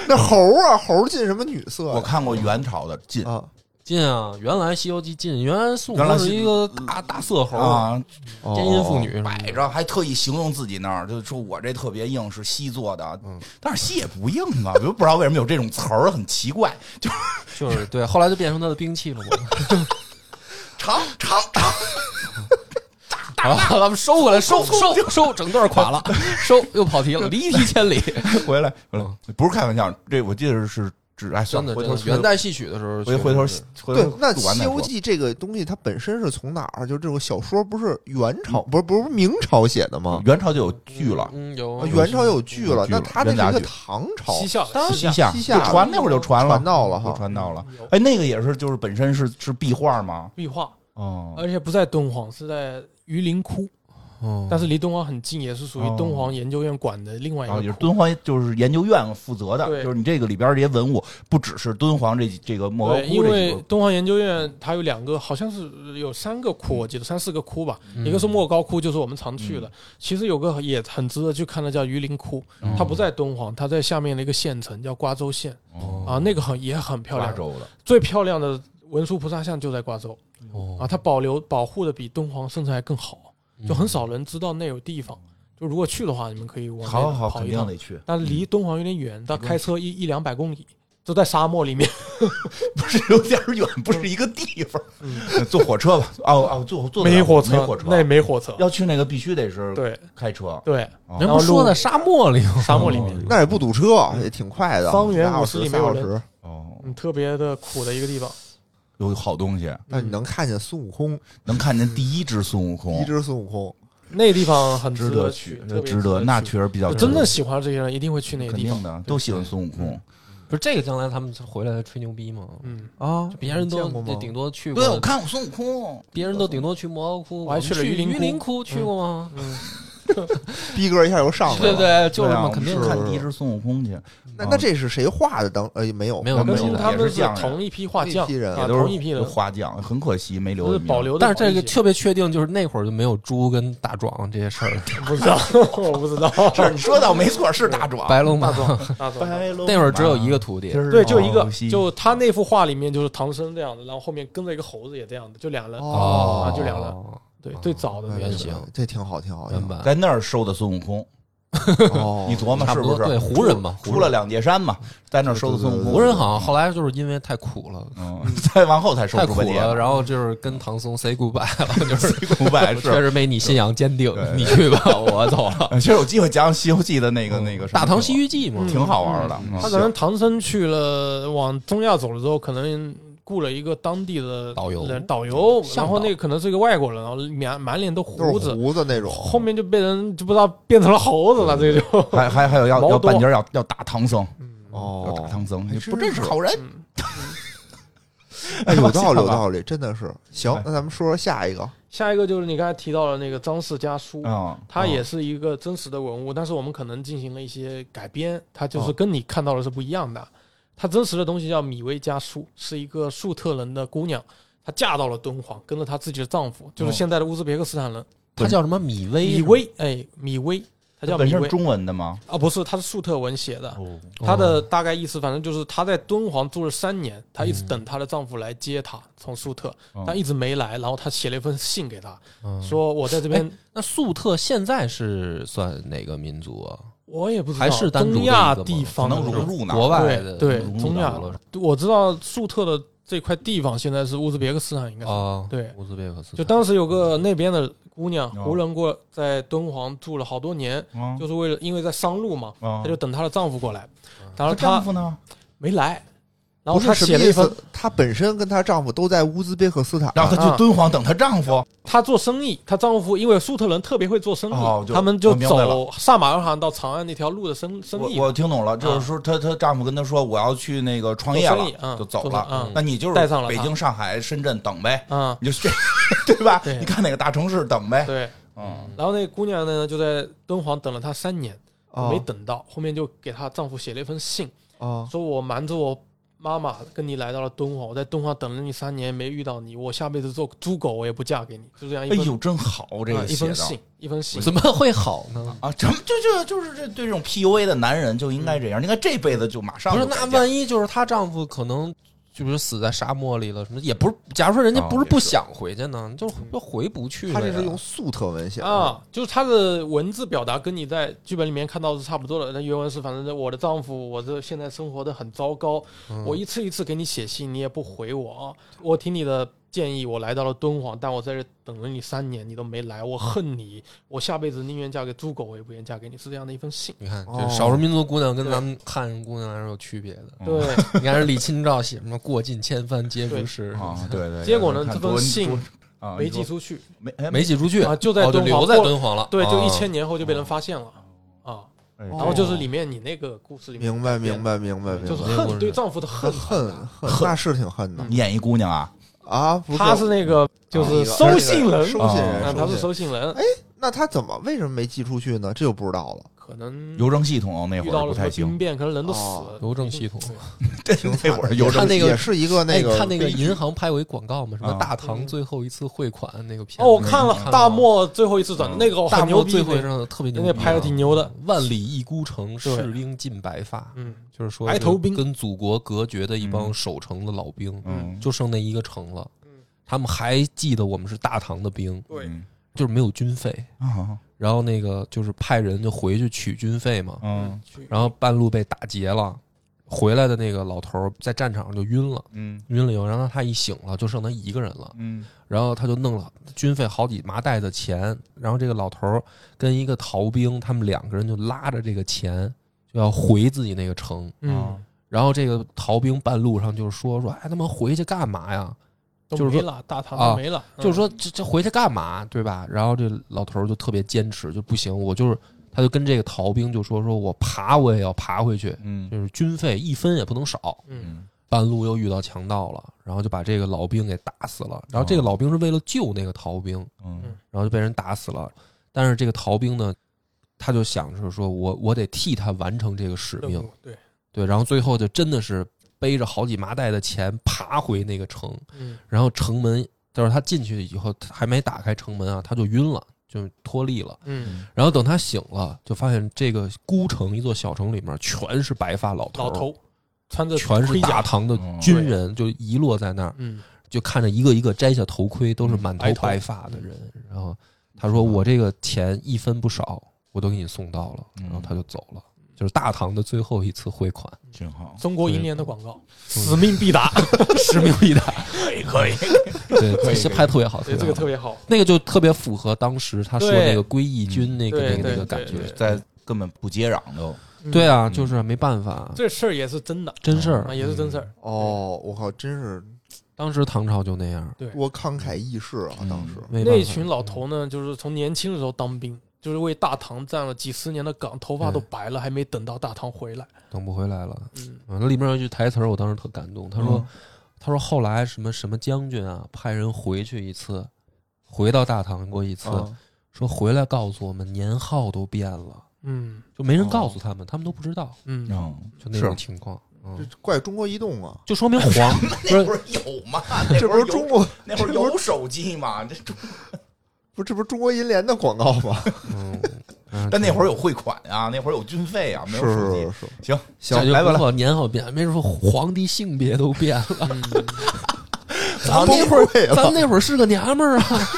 Speaker 3: 那猴啊，猴进什么女色
Speaker 1: 我
Speaker 3: 呀？
Speaker 1: 看过元朝的晋
Speaker 3: 啊
Speaker 2: 近啊！原来《西游记》近，原来孙悟
Speaker 1: 原来
Speaker 2: 空
Speaker 1: 西
Speaker 2: 是一个大大色猴，
Speaker 3: 哦
Speaker 1: 啊，哦
Speaker 2: 奸淫妇女，
Speaker 1: 摆着还特意形容自己那儿，就说我这特别硬，是西做的，
Speaker 3: 嗯
Speaker 1: 但是西也不硬啊， 我就不知道为什么有这种词儿，很奇怪，就是
Speaker 2: 就是对，后来就变成他的兵器了嘛。
Speaker 1: 长长长，
Speaker 2: 好了，咱们收回来， 收收收，整段垮了，收又跑题了，离题千 里。
Speaker 1: 回来回
Speaker 3: 嗯
Speaker 1: 来，不是开玩笑，这我记得是指哎，算
Speaker 2: 真
Speaker 1: 了，
Speaker 2: 的，
Speaker 1: 回
Speaker 2: 真
Speaker 1: 头
Speaker 2: 的元代戏曲的时候
Speaker 1: 回
Speaker 2: 学的是，
Speaker 1: 回头回
Speaker 3: 对
Speaker 1: 头，
Speaker 3: 那《
Speaker 1: 录完
Speaker 3: 西
Speaker 1: 再
Speaker 3: 游
Speaker 1: 说。
Speaker 3: 记》这个东西，它本身是从哪儿？就这种小说，不是元朝，不是不是明朝写的吗？
Speaker 1: 元朝就有剧了，
Speaker 2: 嗯，
Speaker 3: 啊
Speaker 2: 有
Speaker 3: 元朝有剧了，
Speaker 1: 嗯剧
Speaker 3: 那
Speaker 1: 了
Speaker 3: 它那
Speaker 1: 元杂
Speaker 3: 是一个
Speaker 1: 剧
Speaker 3: 唐朝，
Speaker 4: 西夏
Speaker 2: 当
Speaker 1: 西夏
Speaker 3: 西夏
Speaker 1: 就传那会儿就传了，
Speaker 3: 传到了哈
Speaker 1: 就传到了。
Speaker 4: 有
Speaker 1: 哎，那个也是，就是本身是是壁画吗？
Speaker 4: 壁画，
Speaker 1: 哦，
Speaker 4: 而且不在敦煌，是在榆林窟，
Speaker 2: 嗯
Speaker 4: 但是离敦煌很近，也是属于敦煌研究院管的另外
Speaker 1: 然后
Speaker 3: 哦
Speaker 4: 一
Speaker 1: 也
Speaker 4: 个
Speaker 1: 是
Speaker 4: 窟。
Speaker 1: 敦煌就是研究院负责的，
Speaker 4: 对
Speaker 1: 就是你这个里边这些文物，不只是敦煌这这个莫高
Speaker 4: 对，因
Speaker 1: 窟这几
Speaker 4: 为
Speaker 1: 个，
Speaker 4: 敦煌研究院它有两个，好像是有三个窟，我记得三四个窟吧。
Speaker 3: 嗯
Speaker 2: 嗯
Speaker 4: 一个是莫高窟，就是我们常去的。其实有个也很值得去看的，叫榆林窟，
Speaker 1: 嗯
Speaker 4: 它不在敦煌，它在下面的一个县城叫瓜州县
Speaker 1: 哦
Speaker 4: 啊，那个很也很漂
Speaker 1: 瓜
Speaker 4: 亮。
Speaker 1: 州的，
Speaker 4: 最漂亮的文殊菩萨像就在瓜州啊，
Speaker 2: 哦，嗯
Speaker 4: 它保留保护的比敦煌甚至还更好，
Speaker 1: 嗯
Speaker 4: 就很少人知道那有地方。就如果去的话，你们可以往那
Speaker 1: 好好好，
Speaker 4: 跑
Speaker 1: 肯
Speaker 4: 一
Speaker 1: 定
Speaker 4: 趟。
Speaker 1: 得 去。
Speaker 4: 但离敦煌有点远，但开车一一两百公里，都在沙漠里面。
Speaker 1: 不是有点远，不是一个地方。 坐火车吧，哦哦，坐坐得了嗯没火
Speaker 4: 那也
Speaker 1: 车，
Speaker 4: 没火车。
Speaker 1: 要去哦那个必须得是
Speaker 4: 对
Speaker 1: 开车，
Speaker 4: 对，
Speaker 2: 人
Speaker 4: 然后
Speaker 2: 不说
Speaker 4: 路
Speaker 2: 在沙漠里吗？
Speaker 4: 沙漠里面，
Speaker 3: 那也不堵车，也挺快的，
Speaker 4: 方圆
Speaker 3: 俩小
Speaker 4: 50
Speaker 3: 时
Speaker 4: 里没
Speaker 3: 三
Speaker 4: 有
Speaker 3: 小
Speaker 4: 人
Speaker 3: 时。
Speaker 1: 哦，
Speaker 4: 嗯，特别的苦的一个地方。
Speaker 1: 有好东西，
Speaker 3: 但你能看见孙悟空，
Speaker 1: 能看见第一只孙悟空
Speaker 3: 一，只孙悟空，
Speaker 4: 那地方很
Speaker 1: 值
Speaker 4: 得
Speaker 1: 去，
Speaker 4: 特别
Speaker 1: 值得，那确实比较
Speaker 4: 我
Speaker 1: 值
Speaker 4: 真
Speaker 1: 得
Speaker 4: 正喜欢这些人一定会去那个
Speaker 1: 肯
Speaker 4: 地
Speaker 1: 定
Speaker 4: 方。
Speaker 1: 的，都喜欢孙悟空。
Speaker 2: 不是这个，将来他们回来吹牛逼吗？
Speaker 4: 嗯，
Speaker 3: 啊
Speaker 2: 别人
Speaker 3: 见过
Speaker 2: 都
Speaker 3: 吗
Speaker 2: 得顶多去过
Speaker 1: 对，，我看过孙悟空，
Speaker 2: 别人都顶多去莫高窟，
Speaker 4: 我还去了
Speaker 2: 榆
Speaker 4: 榆林窟
Speaker 2: 林窟，去过吗？
Speaker 4: 嗯
Speaker 3: 逼格一下又上来
Speaker 2: 对
Speaker 3: 了。
Speaker 2: 不对，就是
Speaker 1: 对
Speaker 2: 嘛
Speaker 1: 啊，
Speaker 2: 肯定
Speaker 1: 我
Speaker 2: 是
Speaker 1: 们看第一只孙悟空去，
Speaker 3: 那那这是谁画的？当呃没有
Speaker 2: 没有
Speaker 1: 我
Speaker 4: 跟
Speaker 1: 们
Speaker 2: 没有，
Speaker 4: 他
Speaker 1: 也
Speaker 4: 们
Speaker 1: 是匠人
Speaker 4: 同一批画
Speaker 3: 一
Speaker 4: 匠
Speaker 3: 批人
Speaker 4: 啊，
Speaker 1: 也都
Speaker 4: 同一批
Speaker 1: 是
Speaker 4: 人，
Speaker 1: 花匠，很可惜没
Speaker 4: 都
Speaker 1: 留
Speaker 4: 是
Speaker 1: 名
Speaker 4: 保留的。
Speaker 2: 但是这个特别确定，就是那会儿就没有猪跟大壮这些事儿，
Speaker 4: 不知道， 我不知道。
Speaker 1: 是你说的没错，是大壮，
Speaker 2: 白龙马
Speaker 4: 大壮
Speaker 2: 那会儿只有一个徒弟，
Speaker 4: 对，就一个
Speaker 1: 哦，
Speaker 4: 就他那幅画里面就是唐僧这样的，然后后面跟着一个猴子也这样的，就两人。
Speaker 3: 哦
Speaker 4: 啊就两个对，最早的
Speaker 3: 哎
Speaker 2: 原型
Speaker 3: 这挺好，挺好，
Speaker 2: 原
Speaker 3: 挺好
Speaker 2: 版，
Speaker 1: 在那儿收的孙悟空，
Speaker 3: 哦
Speaker 1: 你琢磨
Speaker 2: 差
Speaker 1: 是
Speaker 2: 不多
Speaker 1: 是？
Speaker 2: 对胡人嘛
Speaker 1: 除
Speaker 2: 胡
Speaker 1: 除了两界山嘛，在那儿收的孙悟空，
Speaker 2: 胡人好像后来就是因为太苦了，
Speaker 1: 嗯， 再往后才收
Speaker 2: 太
Speaker 1: 猪
Speaker 2: 苦
Speaker 1: 八戒
Speaker 2: 了，
Speaker 1: 嘛，
Speaker 2: 然后就是跟唐僧 say goodbye 了，就是
Speaker 1: 五百
Speaker 2: 我确
Speaker 1: 是。
Speaker 2: 实没你信仰坚定，你去吧，我走了。
Speaker 1: 其实有机会讲讲《西游记》的那个那个什么
Speaker 2: 大唐西域记嘛，
Speaker 1: 挺好玩的，嗯
Speaker 4: 他可能唐僧去了往中亚走了之后，可能雇了一个当地的
Speaker 2: 导游
Speaker 4: 人导游，
Speaker 2: 向导
Speaker 4: 然后那个可能是一个外国人，然后满满脸都
Speaker 3: 都
Speaker 4: 胡
Speaker 3: 是
Speaker 4: 子，
Speaker 3: 胡子那种，
Speaker 4: 后面就被人就不知道变成了猴子了，这个就。
Speaker 1: 还还还有要
Speaker 4: 毛
Speaker 1: 要
Speaker 4: 多
Speaker 1: 半截儿要要打唐僧，要打
Speaker 3: 哦，
Speaker 1: 唐僧，你
Speaker 3: 真
Speaker 1: 不认识
Speaker 3: 是
Speaker 1: 好人，
Speaker 4: 嗯
Speaker 3: 哎，有道 理，有
Speaker 1: 吧
Speaker 3: 道理，真的是。行
Speaker 1: 哎，
Speaker 3: 那咱们说说下一个，
Speaker 4: 下一个就是你刚才提到的那个张氏家书，
Speaker 1: 啊，
Speaker 4: 它也是一个真实的文物，但是我们可能进行了一些改编，它
Speaker 1: 啊
Speaker 4: 就是跟你看到的是不一样的。它真实的东西叫米薇家书，是一个粟特人的姑娘，她嫁到了敦煌，跟着她自己的丈夫，就是
Speaker 1: 哦
Speaker 4: 现在的乌兹别克斯坦人
Speaker 2: 他叫什么米薇？
Speaker 4: 米薇，哎，米薇，她
Speaker 1: 这
Speaker 4: 叫
Speaker 1: 本
Speaker 4: 米
Speaker 1: 身是
Speaker 4: 薇
Speaker 1: 中文的吗？
Speaker 4: 啊，不是，她是粟特文写的。
Speaker 1: 哦，
Speaker 4: 她的大概意思，反正就是她在敦煌住了三年，她一直
Speaker 1: 嗯
Speaker 4: 等她的丈夫来接她从粟特，
Speaker 1: 哦
Speaker 4: 但一直没来。然后她写了一封信给他，
Speaker 2: 嗯
Speaker 4: 说我在这
Speaker 1: 哎
Speaker 4: 边，
Speaker 2: 那粟特现在是算哪个民族啊？
Speaker 4: 我也不知道，
Speaker 2: 还是单独的
Speaker 4: 中
Speaker 2: 一个
Speaker 4: 亚
Speaker 2: 吗
Speaker 4: 地
Speaker 1: 可
Speaker 4: 方
Speaker 1: 能
Speaker 4: 的
Speaker 1: 融入呢，
Speaker 2: 国外的
Speaker 4: 对
Speaker 2: 融入
Speaker 4: 中亚
Speaker 2: 到了
Speaker 4: 我知道粟特的这块地方现在是乌兹别克斯坦，应该
Speaker 1: 哦
Speaker 4: 是。
Speaker 2: 啊，
Speaker 4: 对
Speaker 2: 乌兹别克斯坦。
Speaker 4: 就当时有个那边的姑娘，
Speaker 1: 嗯哦
Speaker 4: 胡人过在敦煌住了好多年，
Speaker 1: 啊
Speaker 4: 就是为了因为在商路嘛，
Speaker 1: 啊嗯
Speaker 4: 她就等她的丈夫过来，然后
Speaker 1: 她丈
Speaker 4: 她
Speaker 1: 夫呢？
Speaker 4: 没来，然后
Speaker 3: 不
Speaker 4: 她
Speaker 3: 是什
Speaker 4: 写
Speaker 3: 么
Speaker 4: 了一
Speaker 3: 意
Speaker 4: 封啊
Speaker 3: 思？她本身跟她丈夫都在乌兹别克斯坦，
Speaker 1: 然后她去敦煌等她丈夫。
Speaker 4: 她做生意，她丈夫因为粟特人特别会做生意，
Speaker 1: 哦就
Speaker 4: 他们
Speaker 1: 我
Speaker 4: 就
Speaker 1: 明白了
Speaker 4: 走萨马尔罕到长安那条路的生生
Speaker 1: 我
Speaker 4: 意嘛，
Speaker 1: 我听懂了，就是说她她丈夫跟她说我要去那个创业
Speaker 4: 啊做生意
Speaker 1: 了，
Speaker 4: 嗯
Speaker 1: 就走
Speaker 4: 做生意
Speaker 1: 了
Speaker 4: 嗯。
Speaker 1: 那你就是
Speaker 4: 带上了
Speaker 1: 北
Speaker 4: 她
Speaker 1: 京、上海、深圳等呗，
Speaker 4: 啊、
Speaker 1: 你就去，对吧？
Speaker 4: 对
Speaker 1: 你看哪个大城市等呗。
Speaker 4: 对。
Speaker 1: 嗯，
Speaker 4: 然后那姑娘呢，就在敦煌等了她三年，
Speaker 1: 哦
Speaker 3: 啊
Speaker 4: 没等到，后面就给她丈夫写了一封信，
Speaker 3: 啊
Speaker 4: 说我瞒着我妈妈跟你来到了敦煌，我在敦煌等了你三年没遇到你，我下辈子做猪狗我也不嫁给你，就这样一
Speaker 1: 哎
Speaker 4: 封、
Speaker 1: 呦，真好，这
Speaker 4: 啊
Speaker 1: 个写
Speaker 4: 一封
Speaker 1: 的。
Speaker 4: 信，一封 信。
Speaker 2: 怎么会好呢？
Speaker 1: 啊，咱们就就就是这对这种 PUA 的男人就应该
Speaker 4: 嗯
Speaker 1: 这样，应该这辈子就马上
Speaker 2: 不是，
Speaker 1: 就改
Speaker 2: 那
Speaker 1: 嫁
Speaker 2: 万一就是她丈夫可能就比如死在沙漠里了什么，也不是。假如说人家
Speaker 1: 哦
Speaker 2: 不是
Speaker 1: 也
Speaker 2: 不
Speaker 1: 是
Speaker 2: 想回去呢，就
Speaker 4: 嗯
Speaker 2: 就回不去
Speaker 3: 她
Speaker 2: 了呀。
Speaker 3: 这是用粟特文写的
Speaker 4: 啊，就是他的文字表达跟你在剧本里面看到的是差不多的。那原文是，反正我的丈夫，我这现在生活的很糟糕，
Speaker 2: 嗯
Speaker 1: 嗯
Speaker 4: 我一次一次给你写信，你也不回我。啊我听你的建议，我来到了敦煌，但我在这等了你三年，你都没来，我恨你，我下辈子宁愿嫁给猪狗，我也不愿嫁给你，是这样的一封信。
Speaker 2: 你看，这
Speaker 3: 哦
Speaker 2: 少数民族姑娘跟咱们汉人姑娘还是有区别
Speaker 1: 嗯
Speaker 2: 的。
Speaker 4: 对，
Speaker 2: 你看，是李清照写什么“过尽千帆皆如是
Speaker 1: 啊，对对。
Speaker 4: 结果呢
Speaker 1: 看
Speaker 4: 这封
Speaker 1: 多
Speaker 4: 信
Speaker 1: 多啊
Speaker 4: 没
Speaker 1: 你说
Speaker 4: 寄出去，”，
Speaker 1: 没哎
Speaker 2: 没寄出去
Speaker 4: 啊就在
Speaker 2: 哦
Speaker 4: 敦煌
Speaker 2: 留在
Speaker 4: 过了
Speaker 2: 敦煌了。
Speaker 4: 对，就
Speaker 2: 哦
Speaker 4: 一千年后就被人发现了啊。
Speaker 1: 哎
Speaker 4: 然后就是里面你那个故事里面，
Speaker 3: 明白明白明白明白，
Speaker 4: 就是
Speaker 2: 明白
Speaker 4: 恨对丈夫的恨
Speaker 3: 恨恨恨，那是挺恨的
Speaker 1: 你演一姑娘啊，
Speaker 3: 啊！不
Speaker 4: 他是那个就是
Speaker 3: 收
Speaker 4: 收信
Speaker 2: 哎
Speaker 4: 人，
Speaker 3: 收信
Speaker 1: 啊
Speaker 4: 啊，
Speaker 3: 人，
Speaker 4: 他
Speaker 3: 信
Speaker 4: 是
Speaker 3: 人
Speaker 4: 收信人，
Speaker 3: 那他怎么为什么没寄出去呢？这就不知道了。
Speaker 4: 可能
Speaker 1: 邮政系统那
Speaker 4: 嗯遇
Speaker 1: 会
Speaker 4: 到
Speaker 1: 儿
Speaker 4: 了
Speaker 1: 不
Speaker 4: 什
Speaker 1: 太
Speaker 4: 么兵
Speaker 1: 行，
Speaker 4: 变，可能人都死
Speaker 3: 哦
Speaker 4: 了。
Speaker 2: 邮政系统嗯
Speaker 1: 对那会儿邮政
Speaker 2: 看那个
Speaker 3: 也是一个那
Speaker 2: 哎
Speaker 3: 个，
Speaker 2: 你看那个银行拍过一广告嘛，什么
Speaker 1: 啊
Speaker 2: 大唐最后一次汇款那个片
Speaker 4: 哦，我
Speaker 2: 子，
Speaker 4: 看
Speaker 1: 嗯
Speaker 4: 了大漠最后一次转
Speaker 1: 嗯
Speaker 4: 那个，
Speaker 2: 大
Speaker 4: 很牛
Speaker 2: 漠
Speaker 4: 逼
Speaker 2: 最后一
Speaker 4: 那个，
Speaker 2: 张特别牛
Speaker 4: 人
Speaker 2: 逼
Speaker 4: 家
Speaker 2: 啊，
Speaker 4: 拍的挺牛的。
Speaker 2: 万里一孤城，
Speaker 4: 对
Speaker 2: 士兵尽白发，
Speaker 4: 嗯，
Speaker 2: 就是说
Speaker 4: 白头兵
Speaker 2: 跟祖国隔绝的一帮守城的老兵，
Speaker 1: 嗯，
Speaker 2: 就剩那一个城了
Speaker 4: 嗯。
Speaker 2: 他们还记得我们是大唐的兵，
Speaker 4: 对，
Speaker 1: 嗯
Speaker 2: 就是没有军费，
Speaker 1: 啊
Speaker 2: 然后那个就是派人就回去取军费嘛，
Speaker 1: 嗯
Speaker 4: 去
Speaker 2: 然后半路被打劫了，回来的那个老头儿在战场上就晕了，
Speaker 1: 嗯
Speaker 2: 晕了以后，然后他一醒了，就剩他一个人了，
Speaker 1: 嗯
Speaker 2: 然后他就弄了军费好几麻袋的钱，然后这个老头儿跟一个逃兵，他们两个人就拉着这个钱就要回自己那个城，
Speaker 1: 啊
Speaker 4: 嗯，
Speaker 2: 然后这个逃兵半路上就是说说，哎他妈回去干嘛呀？
Speaker 4: 都
Speaker 2: 就是说
Speaker 4: 没了，大唐
Speaker 2: 啊
Speaker 4: 都没了，
Speaker 2: 就是说这这回去干嘛，对吧？然后这老头儿就特别坚持，就不行，我就是，他就跟这个逃兵就说，说我爬我也要爬回去，
Speaker 1: 嗯
Speaker 2: 就是军费一分也不能少。
Speaker 4: 嗯，
Speaker 1: 嗯
Speaker 2: 半路又遇到强盗了，然后就把这个老兵给打死了。然后这个老兵是为了救那个逃兵，
Speaker 1: 嗯
Speaker 2: 然后就被人打死了。但是这个逃兵呢，他就想着说我我得替他完成这个使
Speaker 4: 嗯，任
Speaker 2: 命，
Speaker 4: 务对，
Speaker 2: 对。然后最后就真的是背着好几麻袋的钱爬回那个城，
Speaker 4: 嗯
Speaker 2: 然后城门就是他进去以后他还没打开城门啊，他就晕了，就脱力了。
Speaker 4: 嗯，
Speaker 2: 然后等他醒了，就发现这个孤城一座小城里面全是白发嗯老头，
Speaker 4: 老头穿着
Speaker 2: 全是
Speaker 4: 盔
Speaker 2: 大
Speaker 4: 甲，
Speaker 2: 唐的军人，就遗落在那儿，
Speaker 4: 嗯，
Speaker 2: 就看着一个一个摘下头盔，都是满头
Speaker 4: 白头嗯
Speaker 2: 白发的人。然后他说：“我这个钱一分不少，我都给你送到了。”
Speaker 1: 嗯
Speaker 2: 然后他就走了，就是大唐的最后一次汇 款，
Speaker 1: 挺好，
Speaker 4: 中国银联的广告，使命必 达，
Speaker 2: 使命必达。
Speaker 1: 可以可以，
Speaker 2: 对，
Speaker 1: 可以
Speaker 2: 这拍特别好，
Speaker 4: 对，这
Speaker 2: 别
Speaker 4: 个
Speaker 2: 好
Speaker 4: 特别好，
Speaker 2: 那个就特别符合当时他说
Speaker 4: 对
Speaker 2: 那个归义军那个
Speaker 4: 对
Speaker 2: 那个那个
Speaker 4: 对
Speaker 2: 感
Speaker 4: 对
Speaker 2: 觉。
Speaker 1: 在根本不接壤都，
Speaker 4: 嗯
Speaker 2: 对，啊，
Speaker 1: 嗯
Speaker 2: 就是没办法，
Speaker 4: 这事儿也是真的
Speaker 2: 真事
Speaker 4: 啊，
Speaker 2: 儿。嗯
Speaker 4: 也是真事儿，
Speaker 3: 哦，我靠，真是
Speaker 2: 当时唐朝就那样，
Speaker 3: 多慷慨
Speaker 4: 嗯
Speaker 3: 义士啊！当时
Speaker 2: 没办法
Speaker 4: 那群老头呢，就是从年轻的时候当兵，就是为大唐占了几十年的岗，头发都白了，还没等到大唐回来。
Speaker 2: 等不回来了。
Speaker 4: 嗯，
Speaker 2: 啊，那里面有一句台词儿，我当时特感动。他说：“他说后来什么什么将军啊，派人回去一次，回到大唐国一次，
Speaker 1: 哦
Speaker 3: 啊
Speaker 2: 说回来告诉我们年号都变了，
Speaker 4: 嗯
Speaker 2: 就没人告诉他们，他们都不知道，
Speaker 4: 嗯，
Speaker 1: 嗯，
Speaker 2: 就那种
Speaker 1: 哦是
Speaker 2: 情况。
Speaker 3: 这
Speaker 2: 嗯，
Speaker 3: 怪中国移动啊，
Speaker 2: 就说明 皇不
Speaker 1: 那
Speaker 2: 是
Speaker 1: 会儿有嘛？
Speaker 3: 这不是中国
Speaker 1: 那会儿有手机嘛？这中
Speaker 3: 不是这不是中国银联的广告吗？
Speaker 2: 嗯，
Speaker 1: 但那会
Speaker 2: 儿
Speaker 1: 儿有汇款啊，那会儿有军费啊，没
Speaker 3: 是
Speaker 1: 有手机
Speaker 3: 是。是，
Speaker 1: 行
Speaker 2: 这
Speaker 1: 行
Speaker 2: 就，
Speaker 1: 来吧
Speaker 2: 不
Speaker 1: 来，
Speaker 2: 好年号变，没说皇帝性别都变了。
Speaker 4: 嗯
Speaker 2: 咱
Speaker 3: 咱
Speaker 2: 们那会
Speaker 3: 崩溃
Speaker 2: 儿，
Speaker 3: 了
Speaker 2: 咱们那会儿是个娘们儿啊，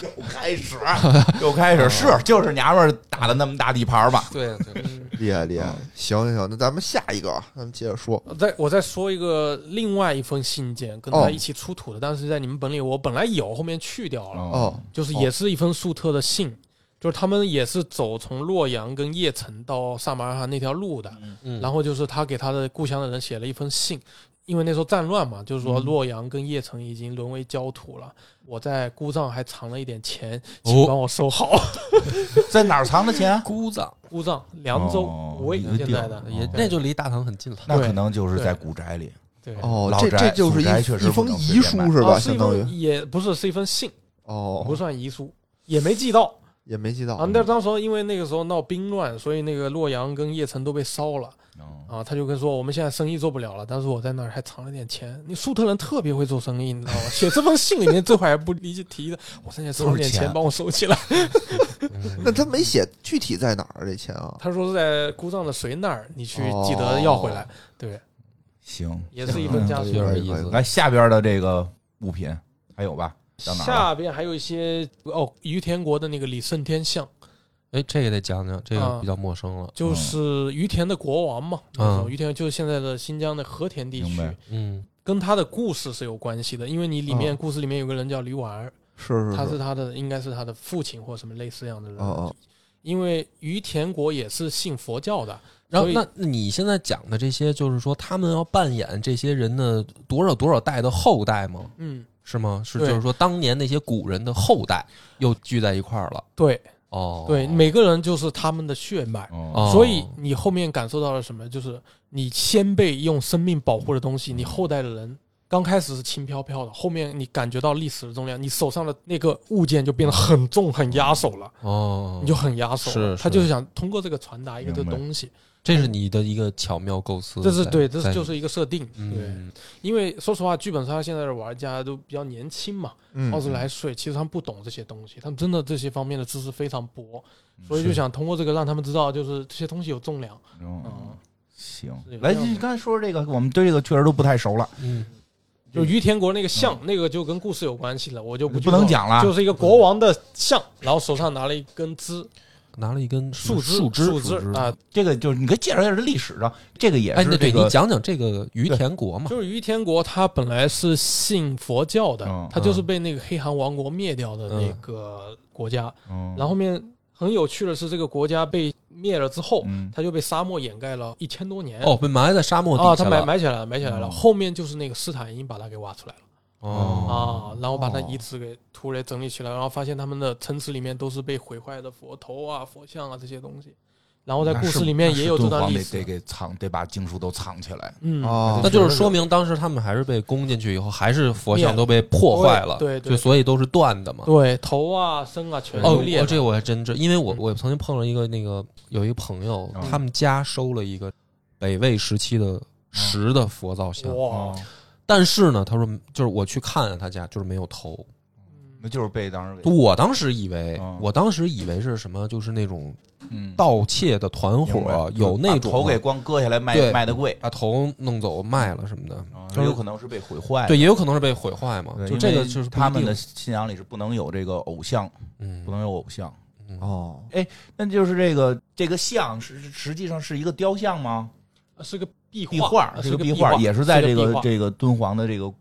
Speaker 1: 又开始哦又开始，是就是娘们儿打的那么大地盘儿吧？
Speaker 2: 对对。”
Speaker 3: 厉害
Speaker 1: 嗯
Speaker 3: 厉害！行行行，那咱们下一个，啊，咱们接着说。
Speaker 4: 我再我再说一个另外一封信件，跟他
Speaker 3: 哦
Speaker 4: 一起出土的，但是在你们本里我本来有，后面去掉了，
Speaker 1: 哦
Speaker 3: 哦，
Speaker 4: 就是也是一封粟特的信，就是他们也是走从洛阳跟邺城到萨马尔罕那条路的。
Speaker 2: 嗯，
Speaker 4: 然后就是他给他的故乡的人写了一封信，因为那时候战乱嘛，就是说洛阳跟邺城已经沦为焦土了。我在姑丈还藏了一点钱，请帮我收好。
Speaker 1: 嗯在哪儿藏的 钱？
Speaker 2: 姑藏
Speaker 4: 姑丈，凉州
Speaker 1: 哦
Speaker 4: 无畏
Speaker 1: 一个
Speaker 4: 现在的
Speaker 1: 地儿
Speaker 2: 也
Speaker 1: 哦
Speaker 2: 那就离大唐很近了。
Speaker 1: 那
Speaker 4: 对
Speaker 1: 可能就是在古宅里。
Speaker 4: 对
Speaker 3: 哦，
Speaker 1: 嗯老
Speaker 3: 这
Speaker 1: 宅
Speaker 3: 这就是
Speaker 1: 祖宅确
Speaker 3: 一
Speaker 1: 实
Speaker 3: 一
Speaker 1: 不
Speaker 3: 封
Speaker 1: 能随
Speaker 3: 遗
Speaker 1: 便卖
Speaker 3: 书是
Speaker 4: 哦
Speaker 3: 吧？
Speaker 4: 是
Speaker 3: 相
Speaker 4: 一
Speaker 3: 当
Speaker 4: 封
Speaker 3: 于
Speaker 4: 也不是是一封信，不
Speaker 3: 哦，
Speaker 4: 算遗书，也没寄到。
Speaker 3: 也没记到
Speaker 4: 啊，那当时候因为那个时候闹兵乱，所以那个洛阳跟邺城都被烧了
Speaker 1: 哦
Speaker 4: 啊。他就跟说我们现在生意做不了了，但是我在那儿还藏了点钱。你粟特人特别会做生意，你知道吗？写这封信里面这块还不理解提的，我现在藏了点
Speaker 1: 都是钱
Speaker 4: 帮我收起来。
Speaker 2: 嗯
Speaker 3: 那他没写具体在哪儿这钱啊？
Speaker 4: 他说是在姑丈的谁那儿，你去记得要回来。
Speaker 3: 哦
Speaker 4: 对，
Speaker 1: 行，
Speaker 4: 也是一份
Speaker 1: 嗯
Speaker 4: 家
Speaker 2: 有
Speaker 4: 书。
Speaker 2: 点意
Speaker 3: 可以可
Speaker 2: 思。
Speaker 1: 来下边的这个物品还有吧？到哪儿了？
Speaker 4: 下边还有一些哦，于田国的那个李胜天像，
Speaker 2: 哎，这个得讲讲，这个
Speaker 1: 嗯
Speaker 4: 啊
Speaker 2: 比较陌生了。
Speaker 4: 就是于田的国王嘛，那时候于田就是现在的新疆的和田地
Speaker 1: 明
Speaker 4: 区
Speaker 1: 白。
Speaker 2: 嗯，
Speaker 4: 跟他的故事是有关系的，因为你里
Speaker 1: 嗯
Speaker 4: 面、故事里面有个人叫驴娃儿，
Speaker 3: 是
Speaker 4: 他
Speaker 3: 是
Speaker 4: 是他的应该是他的父亲或什么类似这样的人。
Speaker 3: 哦哦，
Speaker 4: 因为于田国也是信佛教的，
Speaker 2: 然后
Speaker 4: 所以
Speaker 2: 那那你现在讲的这些，就是说他们要扮演这些人的多少多少代的后代吗？
Speaker 4: 嗯，
Speaker 2: 是吗？是，就
Speaker 4: 对
Speaker 2: 是说当年那些古人的后代又聚在一块儿了。
Speaker 4: 对
Speaker 2: 哦，
Speaker 4: 对，每个人就是他们的血脉。
Speaker 1: 哦，
Speaker 2: 哦
Speaker 4: 所以你后面感受到了什么？就是你先辈用生命保护的东
Speaker 2: 嗯
Speaker 4: 西，你后代的人刚开始是轻飘飘的，后面你感觉到历史的重量，你手上的那个物件就变得很重、很压手了，
Speaker 2: 哦，
Speaker 4: 你就很压手了。
Speaker 2: 是
Speaker 4: 他
Speaker 2: 是
Speaker 4: 就是想通过这个传达一个这
Speaker 1: 明白
Speaker 4: 东西，
Speaker 2: 这是你的一个巧妙构思在，
Speaker 4: 这是对，这
Speaker 2: 在
Speaker 4: 是就是一个设定。对，
Speaker 2: 嗯
Speaker 4: 因为说实话，剧本杀现在的玩家都比较年轻嘛，
Speaker 3: 嗯
Speaker 4: 二十来岁，其实他们不懂这些东西，他们真的这些方面的知识非常薄，所以
Speaker 2: 是
Speaker 4: 就想通过这个让他们知道，就是这些东西有重量。
Speaker 1: 嗯
Speaker 4: 嗯，
Speaker 1: 行
Speaker 4: 是有，
Speaker 1: 来，
Speaker 4: 这样
Speaker 1: 你
Speaker 4: 的
Speaker 1: 刚才说这个，我们对这个确实都不太熟了，
Speaker 2: 嗯，
Speaker 4: 就于田国那个像，那个就跟故事有关系了，我就不
Speaker 1: 嗯不能
Speaker 4: 剧透了，
Speaker 1: 讲了。啊
Speaker 4: 就是一个国王的像，然后手上拿了一根枝，
Speaker 2: 拿了一根什
Speaker 4: 树
Speaker 2: 么
Speaker 4: 枝，
Speaker 2: 嗯树枝
Speaker 4: 树枝啊，，
Speaker 1: 这个就是你可以介绍一下这历史上，这个也
Speaker 2: 哎，
Speaker 1: 是
Speaker 2: 那
Speaker 1: 这
Speaker 2: 对
Speaker 1: 个
Speaker 2: 你讲讲这个于田国嘛，
Speaker 4: 就是于天国，他本来是信佛教的
Speaker 1: 嗯，
Speaker 4: 他就是被那个黑韩王国灭掉的那个国家，
Speaker 1: 嗯
Speaker 4: 然后后面很有趣的是，这个国家被灭了之后，
Speaker 1: 嗯
Speaker 4: 它就被沙漠掩盖了一千多年。
Speaker 2: 哦，被埋在沙漠
Speaker 4: 啊，
Speaker 2: 底
Speaker 4: 它
Speaker 2: 下
Speaker 4: 埋
Speaker 2: 了，
Speaker 4: 埋起来了，埋起来了。
Speaker 1: 嗯
Speaker 4: 后面就是那个斯坦因把它给挖出来了、
Speaker 2: 哦，
Speaker 4: 啊，然后把它遗址给土垒整理起来，然后发现他们的城池里面都是被毁坏的佛头啊、佛像啊这些东西。然后在故事里面也有这段历
Speaker 1: 得
Speaker 4: 史。
Speaker 1: 给藏，得把经书都藏起来。
Speaker 4: 嗯，
Speaker 3: 哦
Speaker 2: 那就是说明当时他们还是被攻进去以后，还是佛像
Speaker 4: 灭
Speaker 2: 都被破坏了，
Speaker 4: 对对
Speaker 2: 就
Speaker 4: 对
Speaker 2: 所以都是断的嘛。
Speaker 4: 对头啊、身啊全
Speaker 2: 哦，
Speaker 4: 都裂
Speaker 2: 我
Speaker 4: 了。
Speaker 2: 这个我还真知，因为我我曾经碰到一个那个有一个朋友
Speaker 1: 嗯，
Speaker 2: 他们家收了一个北魏时期的石的佛造像，
Speaker 4: 哇，
Speaker 1: 哦嗯
Speaker 2: 但是呢，他说就是我去看了他家，就是没有头。
Speaker 4: 嗯
Speaker 1: 那就是被当时给
Speaker 2: 我当时以为
Speaker 1: 嗯，
Speaker 2: 我当时以为是什么，就是那种
Speaker 1: 嗯
Speaker 2: 盗窃的团
Speaker 1: 明白
Speaker 2: 伙有那
Speaker 1: 把
Speaker 2: 种
Speaker 1: 头给光割下来卖
Speaker 2: 对
Speaker 1: 卖的贵，
Speaker 2: 把头弄走卖了什么的，
Speaker 1: 这有可能是被毁坏。
Speaker 2: 对，也有可能是被毁坏嘛。
Speaker 1: 对，
Speaker 2: 就这
Speaker 1: 因
Speaker 2: 个
Speaker 1: 为
Speaker 2: 就是不一
Speaker 1: 他们
Speaker 2: 定
Speaker 1: 的，信仰里是不能有这个偶像，
Speaker 2: 嗯
Speaker 1: 不，能有偶像。
Speaker 3: 哦，
Speaker 1: 那就是这个这个像是是实际上是一个雕像吗？
Speaker 4: 是个壁
Speaker 1: 壁
Speaker 4: 画，
Speaker 1: 是
Speaker 4: 是
Speaker 1: 个
Speaker 4: 壁
Speaker 1: 画，也是在这
Speaker 4: 壁
Speaker 1: 个
Speaker 4: 画
Speaker 1: 这个敦煌的这个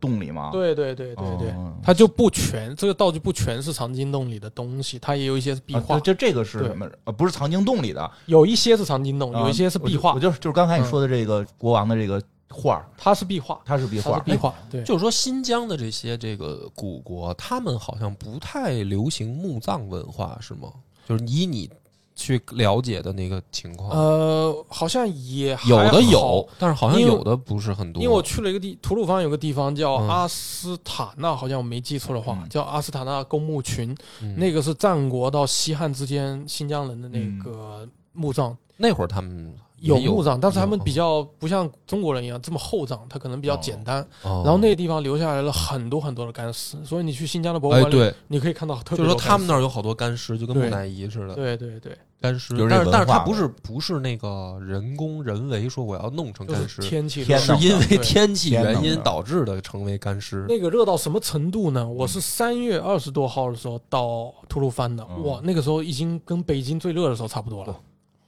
Speaker 1: 洞里吗？
Speaker 4: 对对对对对，
Speaker 1: 哦
Speaker 4: 它就不全，这个道具不全是藏经洞里的东西，它也有一些是壁
Speaker 1: 啊
Speaker 4: 画，
Speaker 1: 这这这个是
Speaker 4: 对
Speaker 1: 什么？呃，不是藏经洞里的，
Speaker 4: 有一些是藏经洞，
Speaker 1: 啊
Speaker 4: 有一些是壁
Speaker 1: 我
Speaker 4: 画，嗯
Speaker 1: 就我就就是刚才你说的这个国王的这个画儿，
Speaker 4: 它是壁画，哎
Speaker 1: 它是壁
Speaker 4: 它
Speaker 1: 画儿，
Speaker 4: 是
Speaker 1: 哎
Speaker 4: 壁画，对，
Speaker 2: 就是说新疆的这些这个古国，他们好像不太流行墓葬文化，是吗？就是以你去了解的那个情况，
Speaker 4: 呃，好像也还
Speaker 2: 有的
Speaker 4: 好
Speaker 2: 有，，但是好像
Speaker 4: 因为
Speaker 2: 有的不是很多。
Speaker 4: 因为我去了一个地，吐鲁番有个地方叫
Speaker 2: 嗯
Speaker 4: 阿斯塔纳，好像我没记错的话，
Speaker 1: 嗯
Speaker 4: 叫阿斯塔纳公墓群，
Speaker 2: 嗯
Speaker 4: 那个是战国到西汉之间新疆人的那个墓葬，
Speaker 2: 那会儿他们嗯也
Speaker 4: 有
Speaker 2: 有
Speaker 4: 墓葬，但是他们
Speaker 2: 有
Speaker 4: 比较不像中国人一样这么厚葬，它可能比较简单，
Speaker 2: 哦
Speaker 4: 然后那个地方留下来了很多很多的干尸，所以你去新疆的博物
Speaker 2: 哎
Speaker 4: 馆里，
Speaker 2: 对，
Speaker 4: 你可以看到特
Speaker 2: 就
Speaker 4: 别
Speaker 2: 是说
Speaker 4: 多干尸
Speaker 2: 他们那儿有好多干尸，就跟木
Speaker 4: 对
Speaker 2: 乃伊似的
Speaker 4: 对对对，
Speaker 2: 干尸
Speaker 1: 就是，这
Speaker 2: 但是但
Speaker 1: 文
Speaker 2: 是
Speaker 1: 化
Speaker 2: 它
Speaker 1: 呗
Speaker 2: 不是不是那个人工人为说我要弄成
Speaker 4: 就
Speaker 2: 干
Speaker 4: 是
Speaker 2: 尸，
Speaker 4: 天气
Speaker 1: 天
Speaker 4: 热
Speaker 1: 呐
Speaker 2: 是因为
Speaker 4: 对
Speaker 2: 天气
Speaker 1: 天
Speaker 2: 原
Speaker 1: 冷
Speaker 2: 因
Speaker 1: 的
Speaker 2: 导致的成为干尸。
Speaker 4: 那个热到什么程度
Speaker 2: 嗯
Speaker 4: 呢？我是三月二十多号的时候到吐鲁番的，
Speaker 1: 嗯
Speaker 4: 哇，那个时候已经跟北京最热的时候差不多了，
Speaker 2: 哦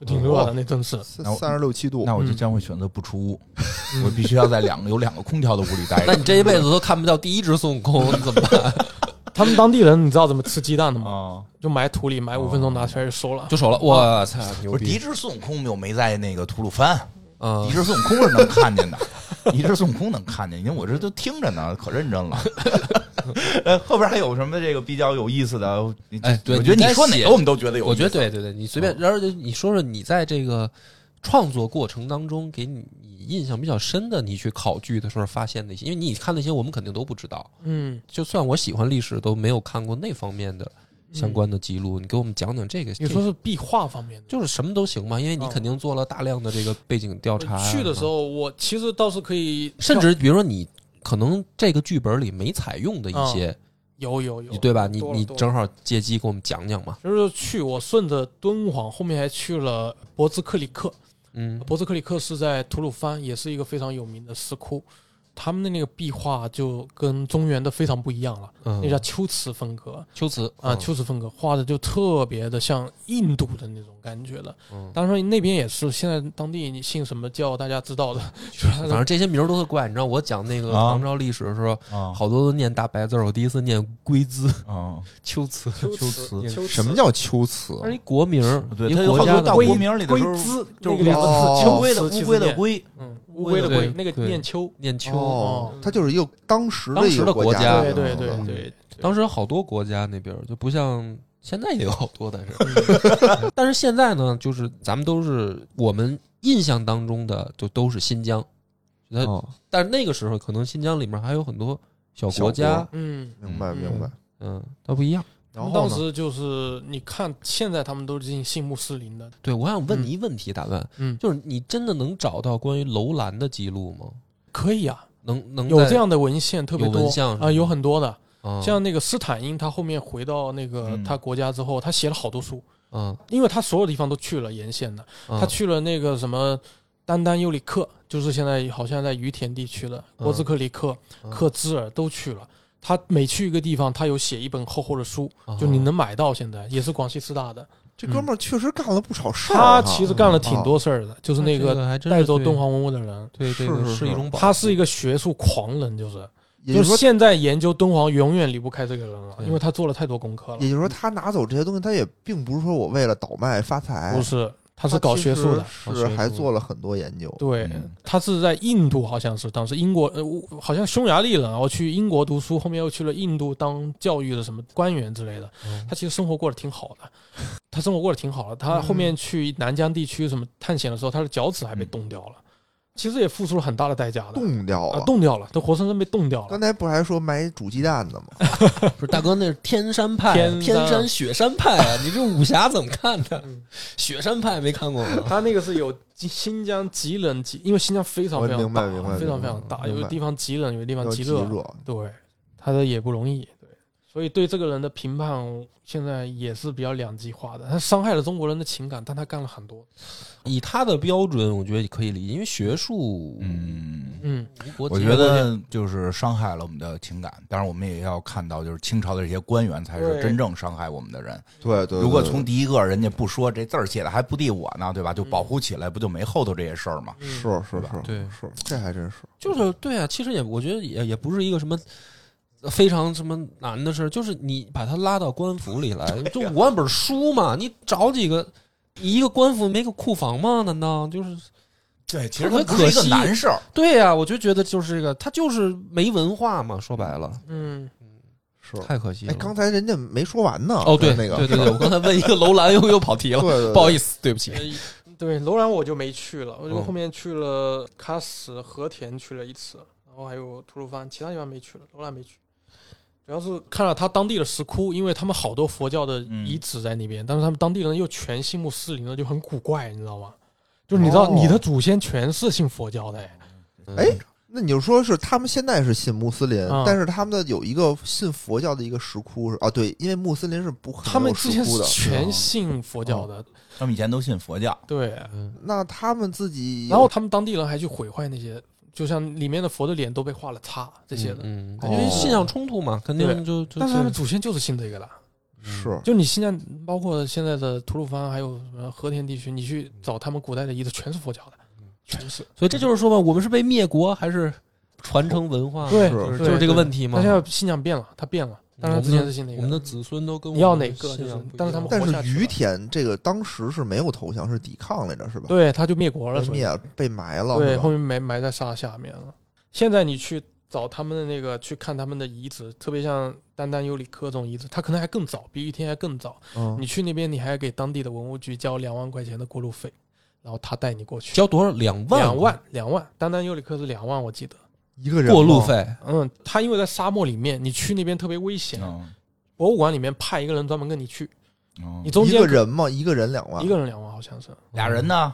Speaker 4: 挺热的，那真是。
Speaker 1: 那我
Speaker 3: 三十六七度，
Speaker 1: 那我就
Speaker 4: 嗯
Speaker 1: 将会选择不出 屋，我必须要在两个有两个空调的屋里待
Speaker 2: 那
Speaker 1: 着。
Speaker 2: 你这一辈子都看不到第一只孙悟空，你怎么办？
Speaker 4: 他们当地人你知道怎么吃鸡蛋 的吗？
Speaker 1: 啊，
Speaker 4: 就埋土里埋五分钟，拿出来就熟了。
Speaker 2: 就熟了，我操，牛
Speaker 1: 不是，
Speaker 2: 逼
Speaker 1: 敌！制孙悟空又没在那个吐鲁番，
Speaker 2: 嗯
Speaker 1: 敌，制孙悟空是能看见的， 敌制孙悟空能看见，因为我这都听着呢，可认真了。 呃，后边还有什么这个比较有意思的？你
Speaker 2: 哎对
Speaker 1: 我觉得
Speaker 2: 你
Speaker 1: 你
Speaker 2: 该
Speaker 1: 说哪
Speaker 2: 写
Speaker 1: 个我们都觉得有意思，
Speaker 2: 我觉得对对对，你
Speaker 4: 嗯
Speaker 2: 随便，然后就你说说你在这个创作过程当中，给你你印象比较深的，你去考据的时候发现的一些，因为你看那些我们肯定都不知道，
Speaker 4: 嗯，
Speaker 2: 就算我喜欢历史，都没有看过那方面的相关的记录。你给我们讲讲这个，
Speaker 4: 嗯你
Speaker 2: 这
Speaker 4: 说是壁画方面的。
Speaker 2: 就是什么都行嘛，因为你
Speaker 4: 哦
Speaker 2: 肯定做了大量的这个背景调查。啊
Speaker 4: 去的时，候，我其实倒是可以，
Speaker 2: 甚至比如说你可能这个剧本里没采用的一些，
Speaker 4: 有有嗯有，
Speaker 2: 对吧？你
Speaker 4: 多了
Speaker 2: 你
Speaker 4: 多了
Speaker 2: 正好借机给我们讲讲嘛。
Speaker 4: 就是去我顺着敦煌，后面还去了博兹克里克。
Speaker 2: 嗯
Speaker 4: 博兹克里克是在吐鲁番，也是一个非常有名的石窟。他们的那个壁画就跟中原的非常不一样了，
Speaker 2: 嗯，
Speaker 4: 那叫秋瓷风格
Speaker 2: 秋瓷
Speaker 4: 啊，秋瓷风格画的就特别的像印度的那种感觉了。
Speaker 2: 嗯，
Speaker 4: 当然那边也是，现在当地你姓什么叫大家知道的，
Speaker 2: 反正这些名儿都特怪。你知道我讲那个
Speaker 1: 啊
Speaker 2: 唐朝历史的时候，
Speaker 1: 啊
Speaker 2: 好多都念大白字儿，我第一次念龟兹
Speaker 1: 啊，
Speaker 2: 秋瓷，
Speaker 4: 秋
Speaker 1: 秋
Speaker 4: 瓷，秋
Speaker 3: 什么叫秋瓷？啊
Speaker 2: 它是一国名儿，
Speaker 1: 对，
Speaker 2: 一
Speaker 1: 它有
Speaker 2: 国
Speaker 1: 好
Speaker 2: 家
Speaker 1: 多
Speaker 2: 的
Speaker 1: 到
Speaker 4: 龟
Speaker 1: 国名里的
Speaker 4: 龟
Speaker 1: 时候，
Speaker 4: 兹
Speaker 1: 就是
Speaker 4: 那个两个
Speaker 3: 哦
Speaker 4: 字，
Speaker 1: 秋龟的
Speaker 4: 瓷
Speaker 1: 乌
Speaker 4: 其
Speaker 1: 龟
Speaker 4: 实
Speaker 1: 的
Speaker 4: 念，
Speaker 1: 龟，
Speaker 4: 嗯，乌龟的
Speaker 2: 对
Speaker 4: 龟，那个
Speaker 2: 对
Speaker 4: 念秋，
Speaker 2: 念秋。啊
Speaker 3: 哦
Speaker 4: 哦，
Speaker 3: 它就是一个当时的一个
Speaker 2: 当时的国家
Speaker 3: 家，
Speaker 4: 对对对
Speaker 3: 嗯
Speaker 4: 对对，
Speaker 2: 当时好多国家那边儿就不像现在也有好多，但是 但是现在呢，就是咱们都是我们印象当中的就都是新疆，那、
Speaker 3: 哦
Speaker 2: 但是那个时候可能新疆里面还有很多小
Speaker 3: 小
Speaker 2: 国家，
Speaker 3: 国
Speaker 4: 嗯，
Speaker 3: 明白
Speaker 4: 嗯
Speaker 3: 明白。
Speaker 2: 嗯，它不一样。
Speaker 3: 然后
Speaker 4: 当
Speaker 3: 呢
Speaker 4: 时就是你看，现在他们都是进信穆斯林的，
Speaker 2: 对，我想问
Speaker 4: 嗯
Speaker 2: 你一问题，打问，
Speaker 4: 嗯，
Speaker 2: 就是你真的能找到关于楼兰的记录吗？
Speaker 4: 可以啊，
Speaker 2: 能能
Speaker 4: 有
Speaker 2: 嗯在
Speaker 4: 这样的文献特别
Speaker 2: 有
Speaker 4: 多
Speaker 2: 文嗯像是
Speaker 4: 啊、
Speaker 2: 吗
Speaker 4: 有很多的，
Speaker 2: 啊
Speaker 4: 像那个斯坦因，他后面回到那个
Speaker 1: 嗯
Speaker 4: 他国家之后，他写了好多书，
Speaker 2: 嗯，
Speaker 4: 因为他所有地方都去了沿线的，
Speaker 2: 他
Speaker 4: 他去了那个什么丹丹尤里克，就是现在好像在于田地区的
Speaker 2: 嗯
Speaker 4: 波兹克里克、克孜尔都去了。他每去一个地方，他有写一本厚厚的书，
Speaker 2: 啊
Speaker 4: 就
Speaker 2: 嗯
Speaker 4: 你能买到。现在也是广西师大的，
Speaker 3: 这哥们儿确实干了不少事儿哈。
Speaker 4: 他其实干了挺多事儿的，就是
Speaker 2: 嗯
Speaker 4: 那
Speaker 2: 啊个
Speaker 4: 个
Speaker 2: 还真
Speaker 4: 带
Speaker 2: 是
Speaker 4: 走
Speaker 2: 对
Speaker 4: 敦，煌文物的人，
Speaker 2: 对对对，
Speaker 3: 是是
Speaker 2: 是一
Speaker 3: 是
Speaker 2: 种宝
Speaker 4: 他是一个学术狂人，就是
Speaker 3: 也就
Speaker 4: 就
Speaker 3: 是
Speaker 4: 是
Speaker 3: 说，
Speaker 4: 现在研究敦煌永远离不开这个人了，
Speaker 2: 对
Speaker 4: 因为他做了太多功课了
Speaker 3: 也。就是说，他拿走这些东西，他也并不是说我为了倒卖发财，
Speaker 4: 不是，他是搞学术的，
Speaker 2: 搞
Speaker 3: 哎
Speaker 2: 学
Speaker 3: 他其实
Speaker 2: 术
Speaker 3: 是还做了很多研究。
Speaker 4: 对
Speaker 1: 嗯，
Speaker 4: 他是在印度，好像是当时英国，呃，我好像匈牙利人，然后去英国读书，后面又去了印度当教育的什么官员之类的。
Speaker 2: 嗯
Speaker 4: 他其实生活过得挺好的， 他生活过得挺好的。他
Speaker 3: 嗯
Speaker 4: 后面去南疆地区什么探险的时候，他的脚趾还被冻掉了，其实也付出了很大的代价的。
Speaker 3: 冻掉
Speaker 4: 啊，
Speaker 3: 了。
Speaker 4: 冻掉了，都活生生被冻掉了
Speaker 3: 刚。才不是还说买煮鸡蛋的吗？
Speaker 4: 啊
Speaker 2: 不是大哥，那是天山派，啊
Speaker 4: 天山
Speaker 2: 天山雪山派 啊！你这武侠怎么看的
Speaker 4: 嗯？
Speaker 2: 雪山派没看过 吗？
Speaker 4: 他那个是有新新疆极冷极，因为新疆非常
Speaker 3: 我
Speaker 4: 非常
Speaker 3: 明白
Speaker 4: 大
Speaker 3: 明白，
Speaker 4: 非常
Speaker 3: 明
Speaker 4: 非
Speaker 3: 白
Speaker 4: 常大，
Speaker 3: 明
Speaker 4: 有的
Speaker 3: 白
Speaker 4: 地方极冷，有的地方
Speaker 3: 要
Speaker 4: 极
Speaker 3: 极
Speaker 4: 热。
Speaker 3: 热，
Speaker 4: 对，他的也不容易，对，所以对这个人的评判现在也是比较两极化的。他伤害了中国人的情感，但他干了很多。
Speaker 2: 以他的标准，我觉得也可以理解，因为学术，
Speaker 1: 嗯。
Speaker 4: 嗯，
Speaker 2: 无国
Speaker 1: 我
Speaker 2: 界
Speaker 1: 觉得就是伤害了我们的情感，当然我们也要看到，就是清朝的这些官员才是
Speaker 4: 对
Speaker 1: 真正伤害我们的人。
Speaker 3: 对对。
Speaker 1: 如果
Speaker 3: 对
Speaker 1: 从第一个人家不说这字儿写的还不敌我呢，对吧？就保护起来，不就没后头这些事儿吗？
Speaker 4: 嗯
Speaker 3: 是是
Speaker 1: 吧
Speaker 3: 是，
Speaker 2: 对
Speaker 3: 是这还真是。
Speaker 2: 就是对啊，其实也我觉得也也不是一个什么。非常什么难的事儿，就是你把他拉到官府里来，就五万本书嘛，你找几个，你一个官府没个库房吗？难道就是
Speaker 1: 对，其
Speaker 2: 实它不
Speaker 1: 不
Speaker 2: 是
Speaker 1: 是
Speaker 2: 一
Speaker 1: 一
Speaker 2: 个
Speaker 1: 个
Speaker 2: 难
Speaker 1: 难事儿。
Speaker 2: 对呀、我就觉得就是这个，他就是没文化嘛，说白了，
Speaker 4: 嗯，
Speaker 3: 是，
Speaker 2: 太可惜了。
Speaker 3: 哎，刚才人家没说完呢。
Speaker 2: 哦，对，
Speaker 3: 那个，
Speaker 2: 对对对，我刚才问一个楼兰，又又跑 题了，
Speaker 3: 对，
Speaker 2: 不好
Speaker 3: 思，
Speaker 2: 意思，对不起。
Speaker 4: 呃对，哦楼兰我就没去了，我就
Speaker 2: 嗯
Speaker 4: 后面去了喀什、和田去了一次，然后还有吐鲁番，其他地方没去了，楼兰没去。主要是看了他当地的石窟，因为他们好多佛教的
Speaker 1: 嗯
Speaker 4: 遗址在那边，但是他们当地人又全信穆斯林了，就很古怪，你知道吗？就是你知道
Speaker 3: 哦
Speaker 4: 你的祖先全是信佛教的、哎
Speaker 3: 哎，那你就说是他们现在是信穆斯林，
Speaker 4: 嗯
Speaker 3: 但是他们的有一个信佛教的一个石窟是啊，对，因为穆斯林是不可
Speaker 4: 他
Speaker 3: 能
Speaker 4: 们
Speaker 3: 有石
Speaker 4: 之前
Speaker 3: 窟
Speaker 4: 是
Speaker 3: 的。
Speaker 4: 全信佛教的，
Speaker 1: 他们以前都信佛教，
Speaker 4: 对。
Speaker 2: 嗯
Speaker 3: 那他们自己有，
Speaker 4: 然后他们当地人还去毁坏那些，就像里面的佛的脸都被画了叉这些的，
Speaker 2: 嗯，
Speaker 3: 哦
Speaker 2: 因为信仰冲突嘛，肯定
Speaker 4: 对
Speaker 2: 就就嗯
Speaker 4: 但是他们祖先就是信这个的。
Speaker 3: 是
Speaker 4: 就你现在包括现在的吐鲁番还有什么和田地区，你去找他们古代的遗址，全是佛教的，全是。
Speaker 2: 所以这就是说嘛，我们是被灭国还是传承文化？
Speaker 4: 对
Speaker 2: 就是
Speaker 4: 对
Speaker 2: 就是这个
Speaker 4: 对
Speaker 2: 问题嘛
Speaker 4: 但现。在信仰变了，它变了，当然之前是信哪
Speaker 2: 我们
Speaker 4: 个，
Speaker 2: 的子孙都跟
Speaker 4: 你要
Speaker 2: 我们
Speaker 4: 哪个
Speaker 2: 信仰
Speaker 4: 就是
Speaker 2: 不一
Speaker 4: 但是他
Speaker 2: 样
Speaker 4: 们
Speaker 3: 但
Speaker 4: 活下
Speaker 3: 是
Speaker 4: 去
Speaker 3: 于
Speaker 4: 了
Speaker 3: 田这个当时是没有投降，是抵抗来着，是吧？
Speaker 4: 对，他就灭国了，
Speaker 3: 被
Speaker 4: 所以
Speaker 3: 灭了，被埋了，
Speaker 4: 对，
Speaker 3: 是吧
Speaker 4: 后面埋埋在沙下面了。现在你去找他们的那个，去看他们的遗址，特别像丹丹尤里科这种遗址，它可能还更早，比于天还更早。
Speaker 3: 嗯
Speaker 4: 你去那边，你还给当地的文物局交两万块钱的过路费，然后他带你过去。
Speaker 2: 交多少？两万
Speaker 4: 两万，两万，丹丹尤里科是两万，我记得。
Speaker 3: 一个人
Speaker 2: 过路
Speaker 3: 吗，
Speaker 2: 费，
Speaker 4: 嗯，他因为在沙漠里面，你去那边特别危险。
Speaker 1: 嗯
Speaker 4: 博物馆里面派一个人专门跟你去，
Speaker 1: 嗯
Speaker 4: 你中
Speaker 3: 一
Speaker 4: 间
Speaker 3: 个人嘛，一个人两万，
Speaker 4: 一个人两万，好像是
Speaker 1: 俩人呢？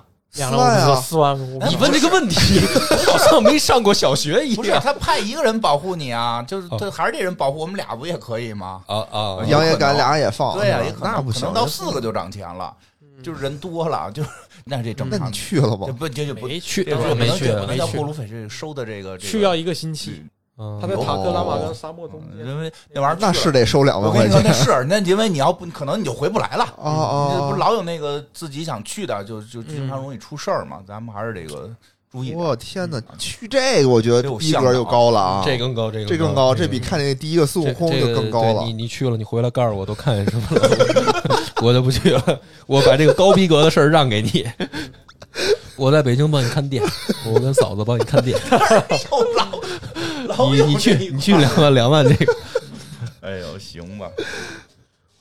Speaker 3: 四
Speaker 4: 两
Speaker 3: 万
Speaker 4: 万我不知道
Speaker 3: 啊，
Speaker 4: 四万我
Speaker 2: 你
Speaker 4: 不知
Speaker 1: 哎
Speaker 4: 道
Speaker 2: 问这个问题， 好像没上过小学一
Speaker 1: 不是
Speaker 3: 啊
Speaker 2: 样。
Speaker 1: 他派一个人保护你啊，就是
Speaker 2: 哦
Speaker 1: 他还是这人保护我们俩不也可以吗？
Speaker 2: 啊啊
Speaker 1: 有
Speaker 3: 羊也
Speaker 1: 可
Speaker 3: 赶，
Speaker 1: 能
Speaker 3: 俩也放，
Speaker 1: 对呀、啊，
Speaker 3: 是吧
Speaker 1: 也可
Speaker 3: 哦那
Speaker 1: 能
Speaker 3: 不
Speaker 1: 可
Speaker 3: 行，
Speaker 1: 能到四个就涨钱了，
Speaker 4: 嗯
Speaker 1: 就是人多了，就是那这正
Speaker 3: 那
Speaker 1: 常
Speaker 3: 你。去了吗
Speaker 1: 这？不这就不
Speaker 4: 嗯没去，
Speaker 1: 这
Speaker 2: 当
Speaker 1: 不
Speaker 2: 然没
Speaker 1: 能
Speaker 2: 去
Speaker 1: 这不能
Speaker 4: 没
Speaker 1: 叫
Speaker 4: 去
Speaker 1: 过路费，这收的这个这个
Speaker 4: 去要一个星期，
Speaker 1: 嗯哦
Speaker 2: 啊！
Speaker 4: 他在塔克拉玛干沙漠中间。
Speaker 1: 因为那玩意儿
Speaker 3: 那
Speaker 1: 去
Speaker 3: 是
Speaker 1: 了
Speaker 3: 得收两万
Speaker 1: 我跟
Speaker 3: 块
Speaker 1: 你说，
Speaker 3: 钱
Speaker 1: 那是那因为你要不可能你就回不来了。
Speaker 3: 啊
Speaker 1: 这不
Speaker 3: 啊！
Speaker 1: 老有那个自己想去的，就就经常容易出事儿嘛。咱们还是这个注意点。
Speaker 3: 我天哪，去这个我觉得
Speaker 1: 这有
Speaker 3: 逼
Speaker 1: 向
Speaker 3: 格
Speaker 1: 导
Speaker 3: 又高了啊！
Speaker 2: 这更高，这
Speaker 3: 这更高，这比看那第一个孙悟
Speaker 2: 这
Speaker 3: 空就
Speaker 2: 这个
Speaker 3: 更高
Speaker 2: 对
Speaker 3: 了
Speaker 2: 你。你去了，你回来告诉我都看见什么 了，我就不去了。我把这个高逼格的事儿让给你。 我在北京帮你看店，我跟嫂子帮你看 店。
Speaker 1: 又老老
Speaker 2: 你
Speaker 1: 有
Speaker 2: 你
Speaker 1: 这
Speaker 2: 去
Speaker 1: 一
Speaker 2: 你去
Speaker 1: 块儿
Speaker 2: 两万两万这个，
Speaker 1: 哎呦，行吧，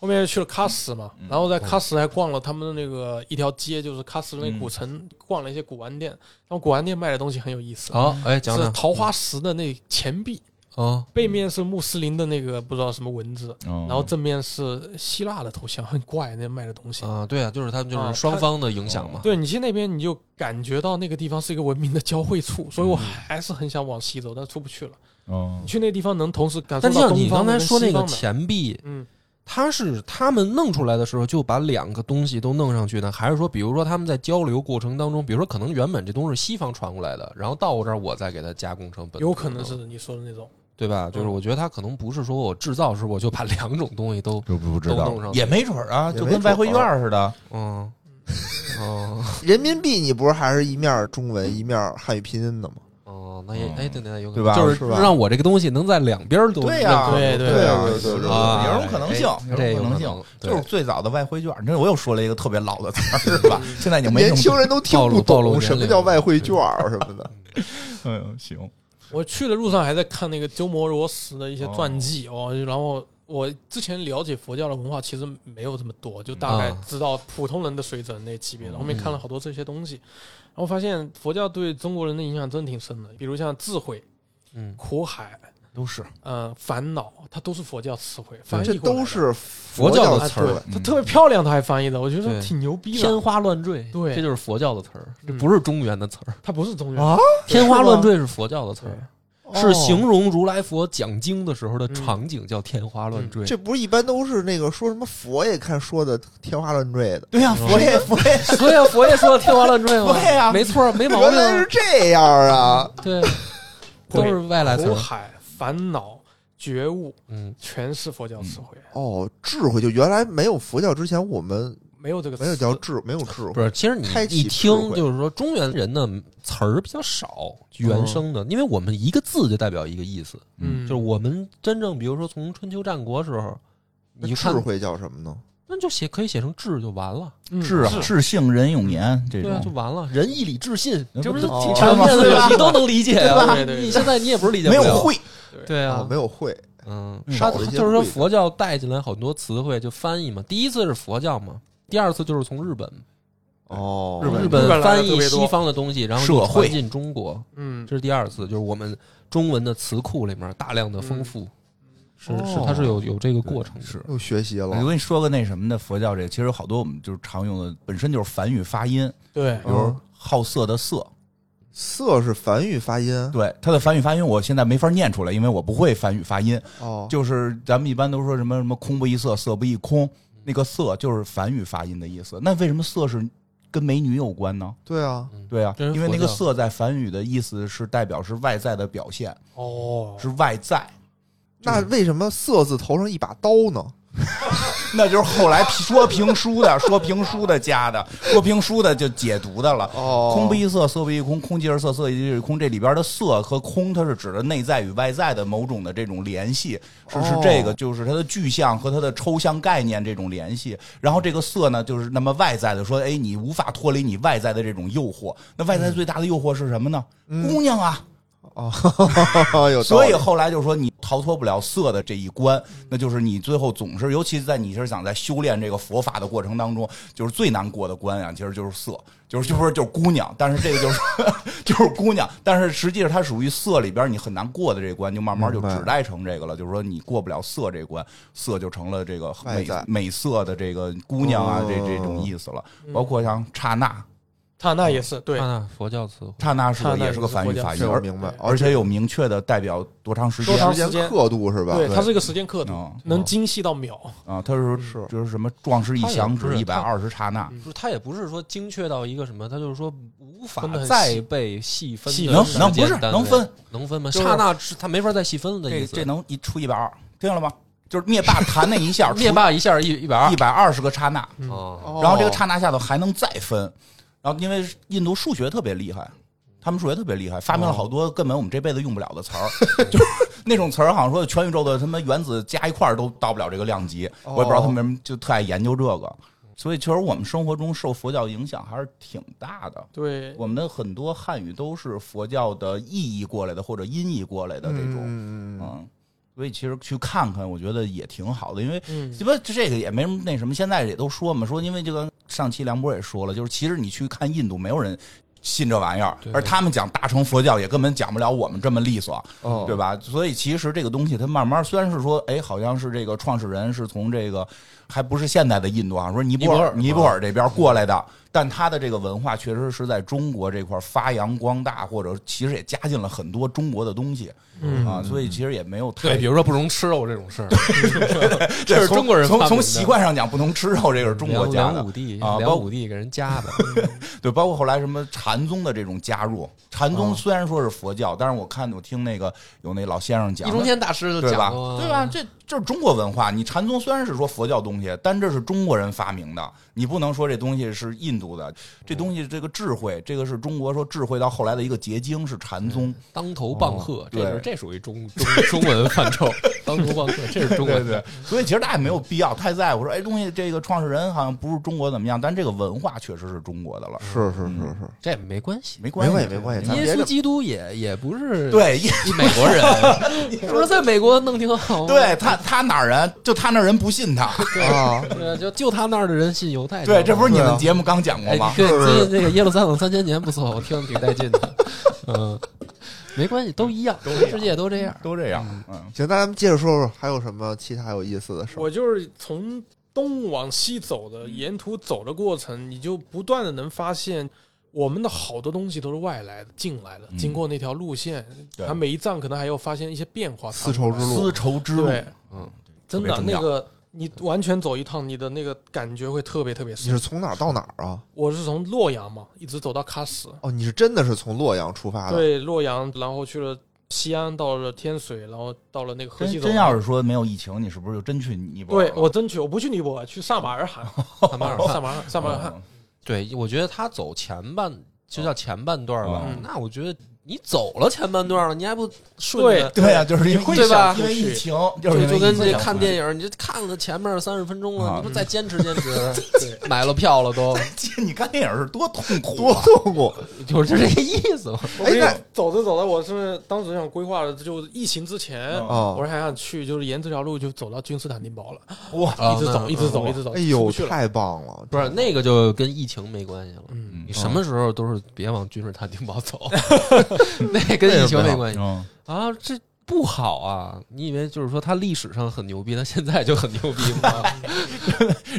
Speaker 4: 后面去了喀什嘛，
Speaker 1: 嗯
Speaker 4: 然后在喀什还逛了他们的那个一条街，就是喀什的那古城，逛了一些古玩店。然后古玩店卖的东西很有意思，
Speaker 2: 好哎讲
Speaker 4: 是
Speaker 2: 讲
Speaker 4: 桃花石的那钱币，
Speaker 2: 啊
Speaker 4: 背面是穆斯林的那个不知道什么文字，
Speaker 1: 然
Speaker 4: 然后正面是希腊的头像，很怪那卖的东西。
Speaker 2: 啊对啊，就是他们就
Speaker 4: 啊
Speaker 2: 是双方的影响嘛。
Speaker 4: 对你去那边，你就感觉到那个地方是一个文明的交汇处，所以
Speaker 2: 嗯
Speaker 4: 我还是很想往西走，但出不去了。
Speaker 1: 哦
Speaker 4: 你去那地方能同时感受
Speaker 2: 但就
Speaker 4: 到
Speaker 2: 像
Speaker 4: 东
Speaker 2: 你
Speaker 4: 方
Speaker 2: 刚
Speaker 4: 的
Speaker 2: 才
Speaker 4: 跟
Speaker 2: 说那
Speaker 4: 西
Speaker 2: 个
Speaker 4: 方的
Speaker 2: 钱币，
Speaker 4: 嗯，
Speaker 2: 它是他们弄出来的时候就把两个东西都弄上去呢，还是说，比如说他们在交流过程当中，比如说可能原本这东西是西方传过来的，然后到我这儿我再给它加工成本，
Speaker 4: 有可能是你说的那种。
Speaker 2: 对吧？就是我觉得它可能不是说我制造时候我就把两种东西都
Speaker 1: 就不知
Speaker 2: 都弄上去
Speaker 1: 也没准儿啊，
Speaker 3: 也
Speaker 1: 就
Speaker 3: 没
Speaker 1: 跟外
Speaker 3: 准儿
Speaker 1: 汇券似的。
Speaker 2: 嗯哦
Speaker 3: 人民币你不是还是一面中文一面汉语拼 音的吗？
Speaker 2: 哦，那也哎对对有可
Speaker 1: 对
Speaker 2: 能
Speaker 1: 吧
Speaker 2: 就是
Speaker 3: 吧
Speaker 2: 让我这个东西能在两边儿都
Speaker 1: 对呀，
Speaker 4: 对对
Speaker 3: 对
Speaker 1: 啊，
Speaker 3: 对对对
Speaker 2: 啊
Speaker 1: 有这种可能性，有
Speaker 2: 这
Speaker 1: 这
Speaker 2: 有
Speaker 1: 种可
Speaker 2: 可
Speaker 1: 能
Speaker 2: 能
Speaker 1: 性。
Speaker 2: 对
Speaker 1: 就是最早的外汇券，你看我又说了一个特别老的词儿，是吧？现在已经没
Speaker 3: 年
Speaker 1: 用
Speaker 3: 轻人都听不
Speaker 2: 暴露暴露
Speaker 3: 懂什
Speaker 2: 年
Speaker 3: 么
Speaker 2: 龄
Speaker 3: 叫外汇券儿什 么的。
Speaker 1: 哎呦，行，
Speaker 4: 我去的路上还在看那个鸠摩罗什的一些传记哦然后我之前了解佛教的文化其实没有这么多，就大概
Speaker 2: 啊
Speaker 4: 知道普通人的水准那级别的。
Speaker 1: 嗯
Speaker 4: 后面看了好多这些东西，然后发现佛教对中国人的影响真挺深的，比如像智慧、
Speaker 2: 嗯，
Speaker 4: 苦海、
Speaker 1: 都是
Speaker 4: 呃烦恼，它都是佛教词汇，翻
Speaker 3: 这
Speaker 4: 译过来
Speaker 3: 都
Speaker 4: 的
Speaker 3: 是
Speaker 2: 佛
Speaker 3: 教
Speaker 2: 教
Speaker 4: 啊
Speaker 2: 的词儿
Speaker 4: 对，
Speaker 1: 嗯
Speaker 4: 它特别漂亮，它还翻译的，我觉
Speaker 2: 嗯对
Speaker 4: 得挺牛逼
Speaker 2: 天
Speaker 4: 的。
Speaker 2: 花乱坠，
Speaker 4: 对
Speaker 2: 这就是佛教的词儿，这
Speaker 4: 嗯
Speaker 2: 不是中原的词儿。
Speaker 4: 它不是中原，
Speaker 3: 啊，
Speaker 2: 天花乱坠是佛教的词
Speaker 4: 对
Speaker 2: 儿，
Speaker 3: 哦
Speaker 2: 是形容如来佛讲经的时候的场景叫天花乱坠。
Speaker 3: 这不是一般都是那个说什么佛爷看说的天花乱坠的，
Speaker 1: 对呀， 佛爷佛爷 啊
Speaker 2: 所以佛爷说的天花乱 坠嘛，
Speaker 1: 对呀
Speaker 2: 没错，没毛
Speaker 3: 原
Speaker 2: 病
Speaker 3: 来
Speaker 2: 啊
Speaker 3: 是。这样啊！
Speaker 2: 对，都是外来词
Speaker 4: 苦
Speaker 2: 儿。
Speaker 4: 海、烦恼、觉悟，
Speaker 2: 嗯，
Speaker 4: 全是佛教词汇，
Speaker 3: 哦，智慧就原来没有佛教之前，我们
Speaker 4: 没有这个词
Speaker 3: 没有叫智，没有智
Speaker 2: 不
Speaker 3: 慧。
Speaker 2: 是，其实你
Speaker 3: 开启
Speaker 2: 一
Speaker 3: 智
Speaker 2: 听
Speaker 3: 慧
Speaker 2: 就是说中原人的词儿比较少，原声的，因为我们一个字就代表一个意思，
Speaker 4: 嗯，
Speaker 2: 就是我们真正比如说从春秋战国时候，你
Speaker 3: 那
Speaker 2: 就
Speaker 3: 智
Speaker 2: 看
Speaker 3: 慧叫什么呢？
Speaker 2: 那就写可以写成智就完了，
Speaker 4: 嗯
Speaker 1: 智啊，智性人永年这
Speaker 2: 对啊，就
Speaker 1: 种。
Speaker 2: 完了，仁义礼智信，
Speaker 1: 那
Speaker 2: 这
Speaker 1: 不
Speaker 2: 不是
Speaker 1: 就
Speaker 2: 挺
Speaker 1: 哦
Speaker 2: 常见
Speaker 1: 对
Speaker 2: 的
Speaker 1: 吧
Speaker 2: 吗，你都能理解啊
Speaker 4: 对对？对
Speaker 2: 你现在你也不是理解不
Speaker 1: 没有
Speaker 2: 了
Speaker 1: 会，
Speaker 2: 对啊
Speaker 3: 哦，没有会，
Speaker 2: 嗯，
Speaker 1: 嗯
Speaker 2: 他
Speaker 3: 少了一些
Speaker 2: 就是说
Speaker 3: 贵的
Speaker 2: 佛教带进来很多词汇，就翻译嘛。第一次是佛教嘛，第二次就是从日本，
Speaker 3: 哦
Speaker 1: 日本
Speaker 2: 日
Speaker 4: 日本来的
Speaker 2: 翻
Speaker 4: 特
Speaker 2: 译
Speaker 4: 别多
Speaker 2: 西方的东西，然后
Speaker 1: 社
Speaker 2: 又
Speaker 1: 会
Speaker 2: 传进中国，
Speaker 4: 嗯
Speaker 2: 这是第二次，就是我们中文的词库里面大量的丰富，是
Speaker 3: 哦
Speaker 2: 是，它是有有这个过程的。
Speaker 1: 是
Speaker 3: 又学习了
Speaker 1: 我。跟你说个那什么的佛教这个，其实有好多我们就是常用的，本身就是梵语发音，
Speaker 4: 对
Speaker 1: 比如好色的色，
Speaker 3: 色是梵语发音
Speaker 1: 对它的梵语发音我现在没法念出来，因为我不会梵语发音。
Speaker 3: 哦，
Speaker 1: 就是咱们一般都说什么什么空不异色，色不异空，那个色就是梵语发音的意思。那为什么色是跟美女有关呢？
Speaker 3: 对啊，
Speaker 2: 嗯，
Speaker 1: 对啊，
Speaker 2: 这是
Speaker 1: 因为那个
Speaker 2: 佛教
Speaker 1: 色在梵语的意思是代表是外在的表现，
Speaker 4: 哦，
Speaker 1: 是外在。
Speaker 3: 那为什么色字头上一把刀呢？
Speaker 1: 那就是后来说评书的，说评书的加的，说评书的就解读的了。
Speaker 3: 哦，
Speaker 1: 空不异色，色不异空，空即是色，色即是空。这里边的色和空，它是指的内在与外在的某种的这种联系，是是
Speaker 3: 哦
Speaker 1: 这个，就是它的具象和它的抽象概念这种联系。然后这个色呢，就是那么外在的说，哎，你无法脱离你外在的这种诱惑。那外在最大的诱惑是什么呢？
Speaker 3: 嗯
Speaker 1: 姑娘啊，
Speaker 3: 哦， 有道
Speaker 1: 所
Speaker 3: 理
Speaker 1: 以后来就说你逃脱不了色的这一关，那就是你最后总是，尤其在你是想在修炼这个佛法的过程当中，就是最难过的关啊，其实就是色，就是就是就是姑娘，但是这个就是 就是姑娘，但是实际上它属于色里边你很难过的这关，就慢慢就
Speaker 3: 明白
Speaker 1: 指代成这个了，就是说你过不了色这关，色就成了这个
Speaker 3: 外
Speaker 1: 美
Speaker 3: 在
Speaker 1: 美色的这个姑娘啊，
Speaker 3: 哦
Speaker 1: 这这种意思了，
Speaker 4: 哦
Speaker 1: 包括像刹那，
Speaker 4: 刹那也是对
Speaker 2: 看，看啊佛教词汇，
Speaker 1: 刹那是个
Speaker 4: 刹那
Speaker 1: 也是个
Speaker 4: 是
Speaker 1: 梵
Speaker 4: 佛
Speaker 1: 语
Speaker 4: 教
Speaker 1: 法语，
Speaker 3: 这我
Speaker 1: 而
Speaker 3: 哎明白，
Speaker 4: 对
Speaker 1: 而且有明确的代表多长时间
Speaker 4: 多。长
Speaker 3: 时
Speaker 4: 时间
Speaker 3: 刻度是吧？
Speaker 4: 对，
Speaker 1: 对
Speaker 4: 它是一个时间刻度，
Speaker 1: 嗯
Speaker 4: 能精细到秒。
Speaker 1: 啊，他是
Speaker 3: 是
Speaker 1: 就是什么壮士一响
Speaker 2: 他也不
Speaker 1: 指
Speaker 2: 是
Speaker 1: 一百二十刹那，
Speaker 4: 嗯
Speaker 2: 不是他也不是说精确到一个什么，他就是说无法
Speaker 4: 分得很细
Speaker 2: 再被细分的
Speaker 4: 细
Speaker 2: 时
Speaker 4: 分
Speaker 1: 能
Speaker 2: 间
Speaker 1: 能不是
Speaker 2: 单位
Speaker 1: 能分
Speaker 2: 能分吗？
Speaker 1: 就是
Speaker 2: 刹那是他没法再细分了的
Speaker 1: 这
Speaker 2: 意思。，
Speaker 1: 这能一除一百二，听见了吗？就是灭霸弹那一下
Speaker 2: 灭霸一下一一百二
Speaker 1: 一百二十个刹那，
Speaker 4: 嗯
Speaker 2: 哦，
Speaker 1: 然后这个刹那下头还能再分，然后因为印度数学特别厉害。他们数学特别厉害，
Speaker 3: 哦
Speaker 1: 发明了好多根本我们这辈子用不了的词儿，就是 那种词儿，好像说全宇宙的他妈原子加一块儿都到不了这个量级。
Speaker 3: 哦
Speaker 1: 我也不知道他们为什么就特爱研究这个，所以其实我们生活中受佛教影响还是挺大的。
Speaker 4: 对，
Speaker 1: 我们的很多汉语都是佛教的意译过来的，或者音译过来的这种，嗯
Speaker 3: 嗯，
Speaker 1: 所以其实去看看，我觉得也挺好的，因为
Speaker 4: 嗯
Speaker 1: 这不这个也没什么那什么，现在也都说嘛，说因为这个上期梁博也说了，就是其实你去看印度，没有人信这玩意儿
Speaker 2: 对，
Speaker 1: 而他们讲大乘佛教也根本讲不了我们这么利索，
Speaker 3: 哦
Speaker 1: 对吧？所以其实这个东西它慢慢虽然是说，哎，好像是这个创始人是从这个还不是现代的印度啊，说尼泊尔
Speaker 2: 尼
Speaker 1: 尼
Speaker 2: 泊
Speaker 1: 泊
Speaker 2: 尔
Speaker 1: 尔这边过来的，但他的这个文化确实是在中国这块发扬光大，或者其实也加进了很多中国的东西
Speaker 4: 嗯，
Speaker 1: 啊，所以其实也没有太
Speaker 2: 对，比如说不容吃肉这种事 儿，
Speaker 1: 这
Speaker 2: 这是中国人
Speaker 1: 从
Speaker 2: 发
Speaker 1: 从从
Speaker 2: 明的
Speaker 1: 习惯上讲不能吃肉，这个是中国家
Speaker 2: 梁
Speaker 1: 的
Speaker 2: 梁武帝，
Speaker 1: 啊
Speaker 2: 梁
Speaker 1: 包
Speaker 2: 武帝给人加 的，
Speaker 1: 对，包括后来什么禅宗的这种加入，禅
Speaker 2: 嗯
Speaker 1: 宗虽然说是佛教，但是我看我听那个有那老先生讲
Speaker 2: 易，中天大师都
Speaker 1: 对吧
Speaker 2: 讲过啊，？
Speaker 1: 对吧？这这是中国文化。你禅宗虽然是说佛教东西，但这是中国人发明的，你不能说这东西是印度的。这东西这个智慧，这个是中国说智慧到后来的一个结晶，是禅宗。
Speaker 2: 当头棒喝，这
Speaker 1: 对
Speaker 2: 是这属于中 中中文范畴，哦 当头棒喝，这是中
Speaker 1: 对
Speaker 2: 文。
Speaker 1: 对， 所以其实大家也没有必要太在乎说，哎，东西这个创始人好像不是中国怎么样，但这个文化确实是中国的了，
Speaker 3: 是是是是，
Speaker 2: 这也没关系。
Speaker 1: 没关
Speaker 3: 没
Speaker 1: 系，
Speaker 3: 关系没关系，咱别
Speaker 2: 耶
Speaker 3: 这
Speaker 2: 稣
Speaker 3: 么
Speaker 2: 基督也也不是
Speaker 1: 对，
Speaker 2: 一美国人，不是在美国弄挺好吗？
Speaker 1: 对他他哪儿人？就他那儿人不信他。
Speaker 3: 啊，
Speaker 2: 对，就就他那儿的人信犹太教。
Speaker 1: 对，这不是你们节目刚讲过
Speaker 2: 哎
Speaker 1: 吗？
Speaker 2: 对，
Speaker 3: 是
Speaker 2: 最近这个耶路撒冷三千年不错，我听着挺带劲的。嗯，没关系，都一样，全世界都这样。
Speaker 1: 都这样，嗯，
Speaker 3: 行，那咱们接着说说还有什么其他有意思的事儿
Speaker 4: 我就是从东往西走的，沿途走的过程，你就不断的能发现。我们的好多东西都是外来的、进来的，
Speaker 1: 嗯
Speaker 4: 经过那条路线，
Speaker 1: 对
Speaker 4: 它每一站可能还要发现一些变化。
Speaker 3: 丝绸之路
Speaker 1: 丝绸之路，
Speaker 4: 对，
Speaker 2: 嗯，
Speaker 4: 真
Speaker 1: 特别
Speaker 4: 的
Speaker 1: 重
Speaker 4: 那
Speaker 1: 要
Speaker 4: 个，你完全走一趟，你的那个感觉会特别特别
Speaker 3: 你
Speaker 4: 深
Speaker 3: 是。从哪儿到哪儿啊？
Speaker 4: 我是从洛阳嘛，一直走到喀什，
Speaker 3: 哦，你是真的是从洛阳出
Speaker 1: 啊
Speaker 3: 发的？
Speaker 4: 对，洛阳，然后去了西安，到了天水，然后到了那个河西
Speaker 1: 真
Speaker 4: 走
Speaker 1: 真
Speaker 4: 廊
Speaker 1: 要是说没有疫情，你是不是就真去尼泊尔
Speaker 4: 对
Speaker 1: 了？
Speaker 4: 我争取，我不去尼泊尔，去撒马尔 罕，
Speaker 2: 萨马尔
Speaker 4: 萨
Speaker 2: 汗，
Speaker 4: 马尔萨马尔罕，
Speaker 1: 嗯
Speaker 2: 对，我觉得他走前半就叫前半段吧。
Speaker 4: 嗯
Speaker 2: 那我觉得你走了前半段了，你还不顺
Speaker 4: 对
Speaker 2: 着？
Speaker 1: 对啊，就是 因为
Speaker 4: 会
Speaker 1: 疫情
Speaker 2: 吧
Speaker 1: 因为疫情，就是
Speaker 2: 就
Speaker 1: 因为
Speaker 2: 就跟
Speaker 1: 疫情
Speaker 2: 这看电影，你就看了前面三十分钟了，
Speaker 1: 啊
Speaker 2: 你不再坚持坚持，
Speaker 4: 对，
Speaker 2: 买了票了都，
Speaker 1: 你看电影是多痛苦
Speaker 3: 多
Speaker 1: 啊，
Speaker 3: 痛苦！
Speaker 2: 就是这个意思嘛。
Speaker 4: 我跟你
Speaker 3: 那
Speaker 4: 哎走着走着，我是当时想规划的，就是疫情之前，
Speaker 1: 嗯
Speaker 3: 哦
Speaker 4: 我是还想去，就是沿这条路就走到君士坦丁堡了，
Speaker 1: 哇！
Speaker 2: 啊
Speaker 4: 一直走，
Speaker 2: 那
Speaker 4: 一直走，
Speaker 1: 嗯
Speaker 4: 一直走，
Speaker 3: 哎
Speaker 4: 出
Speaker 3: 呦，
Speaker 4: 不去了，
Speaker 3: 太棒了！
Speaker 2: 不是那个就跟疫情没关系了。
Speaker 4: 嗯，
Speaker 2: 你什么时候都是别往君士坦丁堡走，那跟疫情没关系
Speaker 1: 嗯
Speaker 2: 啊，这不好啊！你以为就是说它历史上很牛逼，它现在就很牛逼吗？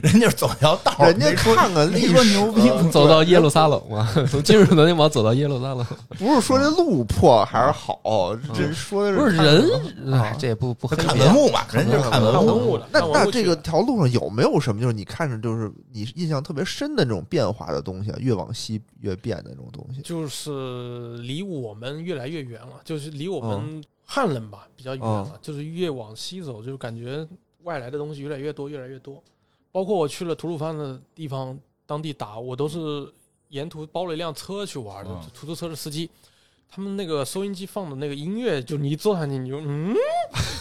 Speaker 1: 人家走条道儿，
Speaker 3: 人家
Speaker 1: 没说
Speaker 3: 看看
Speaker 1: 没
Speaker 3: 历
Speaker 1: 说
Speaker 3: 史呃
Speaker 1: 牛逼，
Speaker 2: 走到耶路撒冷吗？从今日伦敦堡走到耶路撒冷，
Speaker 3: 不是说这路破还是好，
Speaker 1: 嗯
Speaker 3: 这说的是
Speaker 2: 不是
Speaker 3: 看
Speaker 2: 人，哎这也不不
Speaker 1: 他
Speaker 2: 黑
Speaker 1: 看
Speaker 2: 别
Speaker 1: 文物嘛，人家是看
Speaker 4: 看
Speaker 1: 文
Speaker 4: 文
Speaker 1: 物，
Speaker 4: 物了，
Speaker 3: 那
Speaker 4: 看文
Speaker 3: 那
Speaker 4: 物
Speaker 3: 这
Speaker 4: 去
Speaker 3: 个
Speaker 4: 了
Speaker 3: 条路上有没有什么就是你看着就是你印象特别深的那种变化的东西啊？越往西越变的那种东西？
Speaker 4: 就是离我们越来越远了，就是离我
Speaker 2: 哦
Speaker 4: 们汉人吧比较远了，就是越往西走，就是感觉外来的东西越来越多，越来越多。包括我去了吐鲁番的地方当地打，我都是沿途包了一辆车去玩的
Speaker 2: 哦
Speaker 1: 嗯，
Speaker 4: 出租车的司机。他们那个收音机放的那个音乐，就你一坐上去，你就嗯，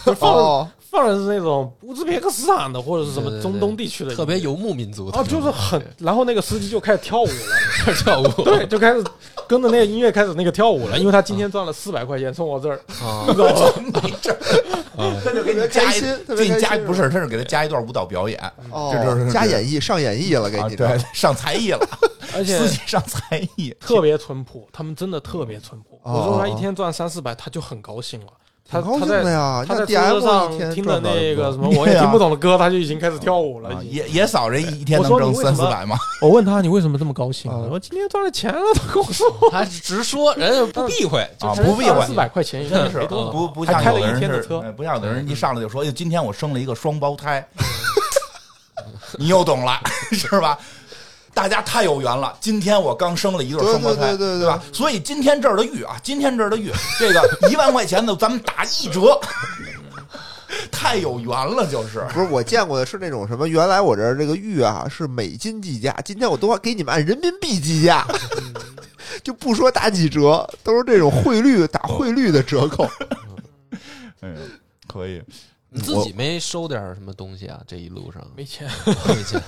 Speaker 4: 就放的
Speaker 3: 哦，
Speaker 4: 放的是那种乌兹别克斯坦的或者是什
Speaker 2: 对对
Speaker 4: 么
Speaker 2: 对
Speaker 4: 中东地区的音乐，
Speaker 2: 特别游牧民族
Speaker 4: 啊，就是很，然后那个司机就开始跳舞了，
Speaker 2: 跳舞
Speaker 4: 对，就开始跟着那个音乐开始那个跳舞了，因为他今天赚了四百块钱从我这儿
Speaker 2: 啊
Speaker 4: 走 了，
Speaker 1: 他就给你
Speaker 3: 特别
Speaker 1: 加
Speaker 3: 开
Speaker 1: 一
Speaker 3: 心特别
Speaker 1: 给你加
Speaker 3: 开
Speaker 1: 一
Speaker 3: 心
Speaker 1: 不是，他是给他加一段舞蹈表演，
Speaker 3: 哦
Speaker 1: 嗯这就是
Speaker 3: 加演绎上演绎了，给
Speaker 1: 啊，
Speaker 3: 你
Speaker 1: 对，上才艺了，
Speaker 4: 而且
Speaker 1: 司机上才 艺，
Speaker 4: 特别淳朴，他们真的特别淳
Speaker 3: 哦
Speaker 4: 朴。我说他一天赚三四百，他就很高兴了。他
Speaker 3: 很高
Speaker 4: 他
Speaker 3: 兴
Speaker 4: 在
Speaker 3: 的呀。
Speaker 4: 他
Speaker 3: 那
Speaker 4: 在车
Speaker 3: DM 一
Speaker 4: 上
Speaker 3: 天
Speaker 4: 听着
Speaker 3: 赚到
Speaker 4: 那个什么
Speaker 1: 对啊
Speaker 4: 我也听不懂的歌，他就已经开始跳舞了
Speaker 1: 啊。
Speaker 4: 已经
Speaker 1: 野野嫂这一天能
Speaker 4: 我说
Speaker 1: 挣
Speaker 4: 你为什
Speaker 1: 三
Speaker 4: 么
Speaker 1: 四百吗？
Speaker 4: 我问他你为什么这么高兴啊？
Speaker 3: 啊
Speaker 4: 我今天赚了钱了，他跟我说
Speaker 2: 他直说，人家不避讳，
Speaker 1: 啊
Speaker 2: 就是
Speaker 1: 不避讳
Speaker 4: 四百块钱 也
Speaker 2: 真的啊
Speaker 4: 没多 少
Speaker 1: 不不
Speaker 4: 还
Speaker 1: 像
Speaker 4: 开
Speaker 1: 有
Speaker 4: 了
Speaker 1: 的
Speaker 4: 一
Speaker 1: 人
Speaker 4: 天的
Speaker 1: 是，
Speaker 4: 车，
Speaker 1: 哎不像有的人一上来就说，哎呦，今天我生了一个双胞胎， 你又懂了 是吧？大家太有缘了，今天我刚生了一对
Speaker 3: 对
Speaker 1: 双胞
Speaker 3: 对
Speaker 1: 胎，
Speaker 3: 对对
Speaker 1: 吧？所以今天这儿的玉啊，今天这儿的玉，这个一万块钱的咱们打一折， 太有缘了，就是
Speaker 3: 不是我见过的是那种什么，原来我这儿这个玉啊是美金计价，今天我都给你们按人民币计价，
Speaker 1: 嗯
Speaker 3: 就不说打几折，都是这种汇率打
Speaker 1: 哦
Speaker 3: 汇率的折扣。
Speaker 1: 嗯，可以
Speaker 2: 你自己没收点什么东西啊？这一路上
Speaker 4: 没钱
Speaker 2: 没 钱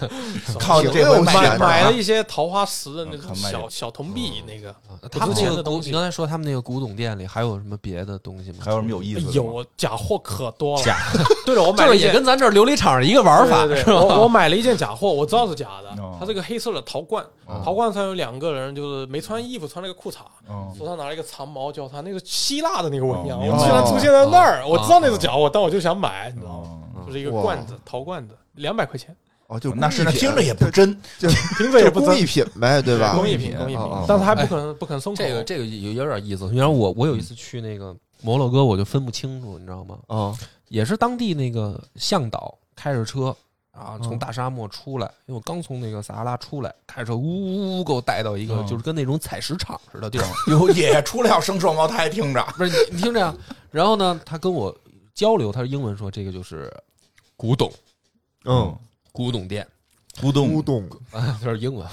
Speaker 1: 靠
Speaker 3: 挺
Speaker 1: 这回
Speaker 3: 有
Speaker 1: 卖
Speaker 3: 钱
Speaker 1: 点
Speaker 4: 买
Speaker 3: 的
Speaker 4: 买
Speaker 1: 啊
Speaker 4: 了一些桃花石的
Speaker 1: 啊
Speaker 4: 那种
Speaker 1: 看卖
Speaker 4: 小小铜
Speaker 1: 嗯
Speaker 4: 币，那个
Speaker 2: 他们那
Speaker 4: 不值钱
Speaker 2: 个
Speaker 4: 的
Speaker 2: 古，
Speaker 4: 东西
Speaker 2: 你刚才说他们那个古董店里还有什么别的东西吗？
Speaker 1: 还有什么有意思的吗？哦
Speaker 4: 有哎假货可多了
Speaker 1: 假。
Speaker 4: 对了，我买
Speaker 2: 就是
Speaker 4: 了一
Speaker 2: 也
Speaker 4: 件
Speaker 2: 跟咱这儿琉璃厂一个玩法，
Speaker 4: 对对
Speaker 2: 是
Speaker 4: 对我我
Speaker 2: 吧？
Speaker 4: 买了一件假货，我知道是假的
Speaker 1: 哦，
Speaker 4: 它是个黑色的陶罐
Speaker 1: 哦，
Speaker 4: 陶罐上有两个人，就是没穿衣服，穿了个裤衩，
Speaker 1: 嗯，
Speaker 4: 手上拿了一个长毛交叉，那个希腊的那个纹样，
Speaker 1: 哦明白
Speaker 4: 我居然出现在那儿，
Speaker 2: 哦
Speaker 4: 我知道那是假货，但我就想买，你知道吗？
Speaker 1: 哦
Speaker 2: 嗯
Speaker 4: 就是一个
Speaker 3: 哇
Speaker 4: 罐子，陶罐子，两百块钱，
Speaker 3: 哦，就
Speaker 1: 那是那
Speaker 3: 工艺品
Speaker 1: 听着也 不真，
Speaker 4: 听着
Speaker 3: 就
Speaker 4: 也
Speaker 3: 是
Speaker 4: 不
Speaker 3: 工
Speaker 4: 真，
Speaker 3: 艺品呗，对吧？
Speaker 4: 工
Speaker 1: 艺
Speaker 4: 艺
Speaker 1: 品
Speaker 4: 品，工艺品
Speaker 3: 哦哦哦，
Speaker 4: 但是
Speaker 1: 哎
Speaker 4: 还不可能不可能松口。
Speaker 2: 这个这个有有点意思。原来我我有一次去那个摩洛哥，我就分不清楚，你知道吗？
Speaker 3: 啊，
Speaker 2: 也是当地那个向导开着车啊，
Speaker 3: 嗯
Speaker 2: 从大沙漠出来，因为我刚从那个撒哈拉出来，开着车呜呜呜给我带到一个
Speaker 1: 嗯
Speaker 2: 就是跟那种采石场似的地方。
Speaker 1: 有也出来要生双胞胎，听着
Speaker 2: 不是你你听着呀，啊然后呢，他跟我交流，他是英文说这个就是古董
Speaker 3: 嗯，
Speaker 2: 古董店，
Speaker 1: 古
Speaker 3: 乌
Speaker 1: 董
Speaker 3: 冬
Speaker 2: 啊，他是英文。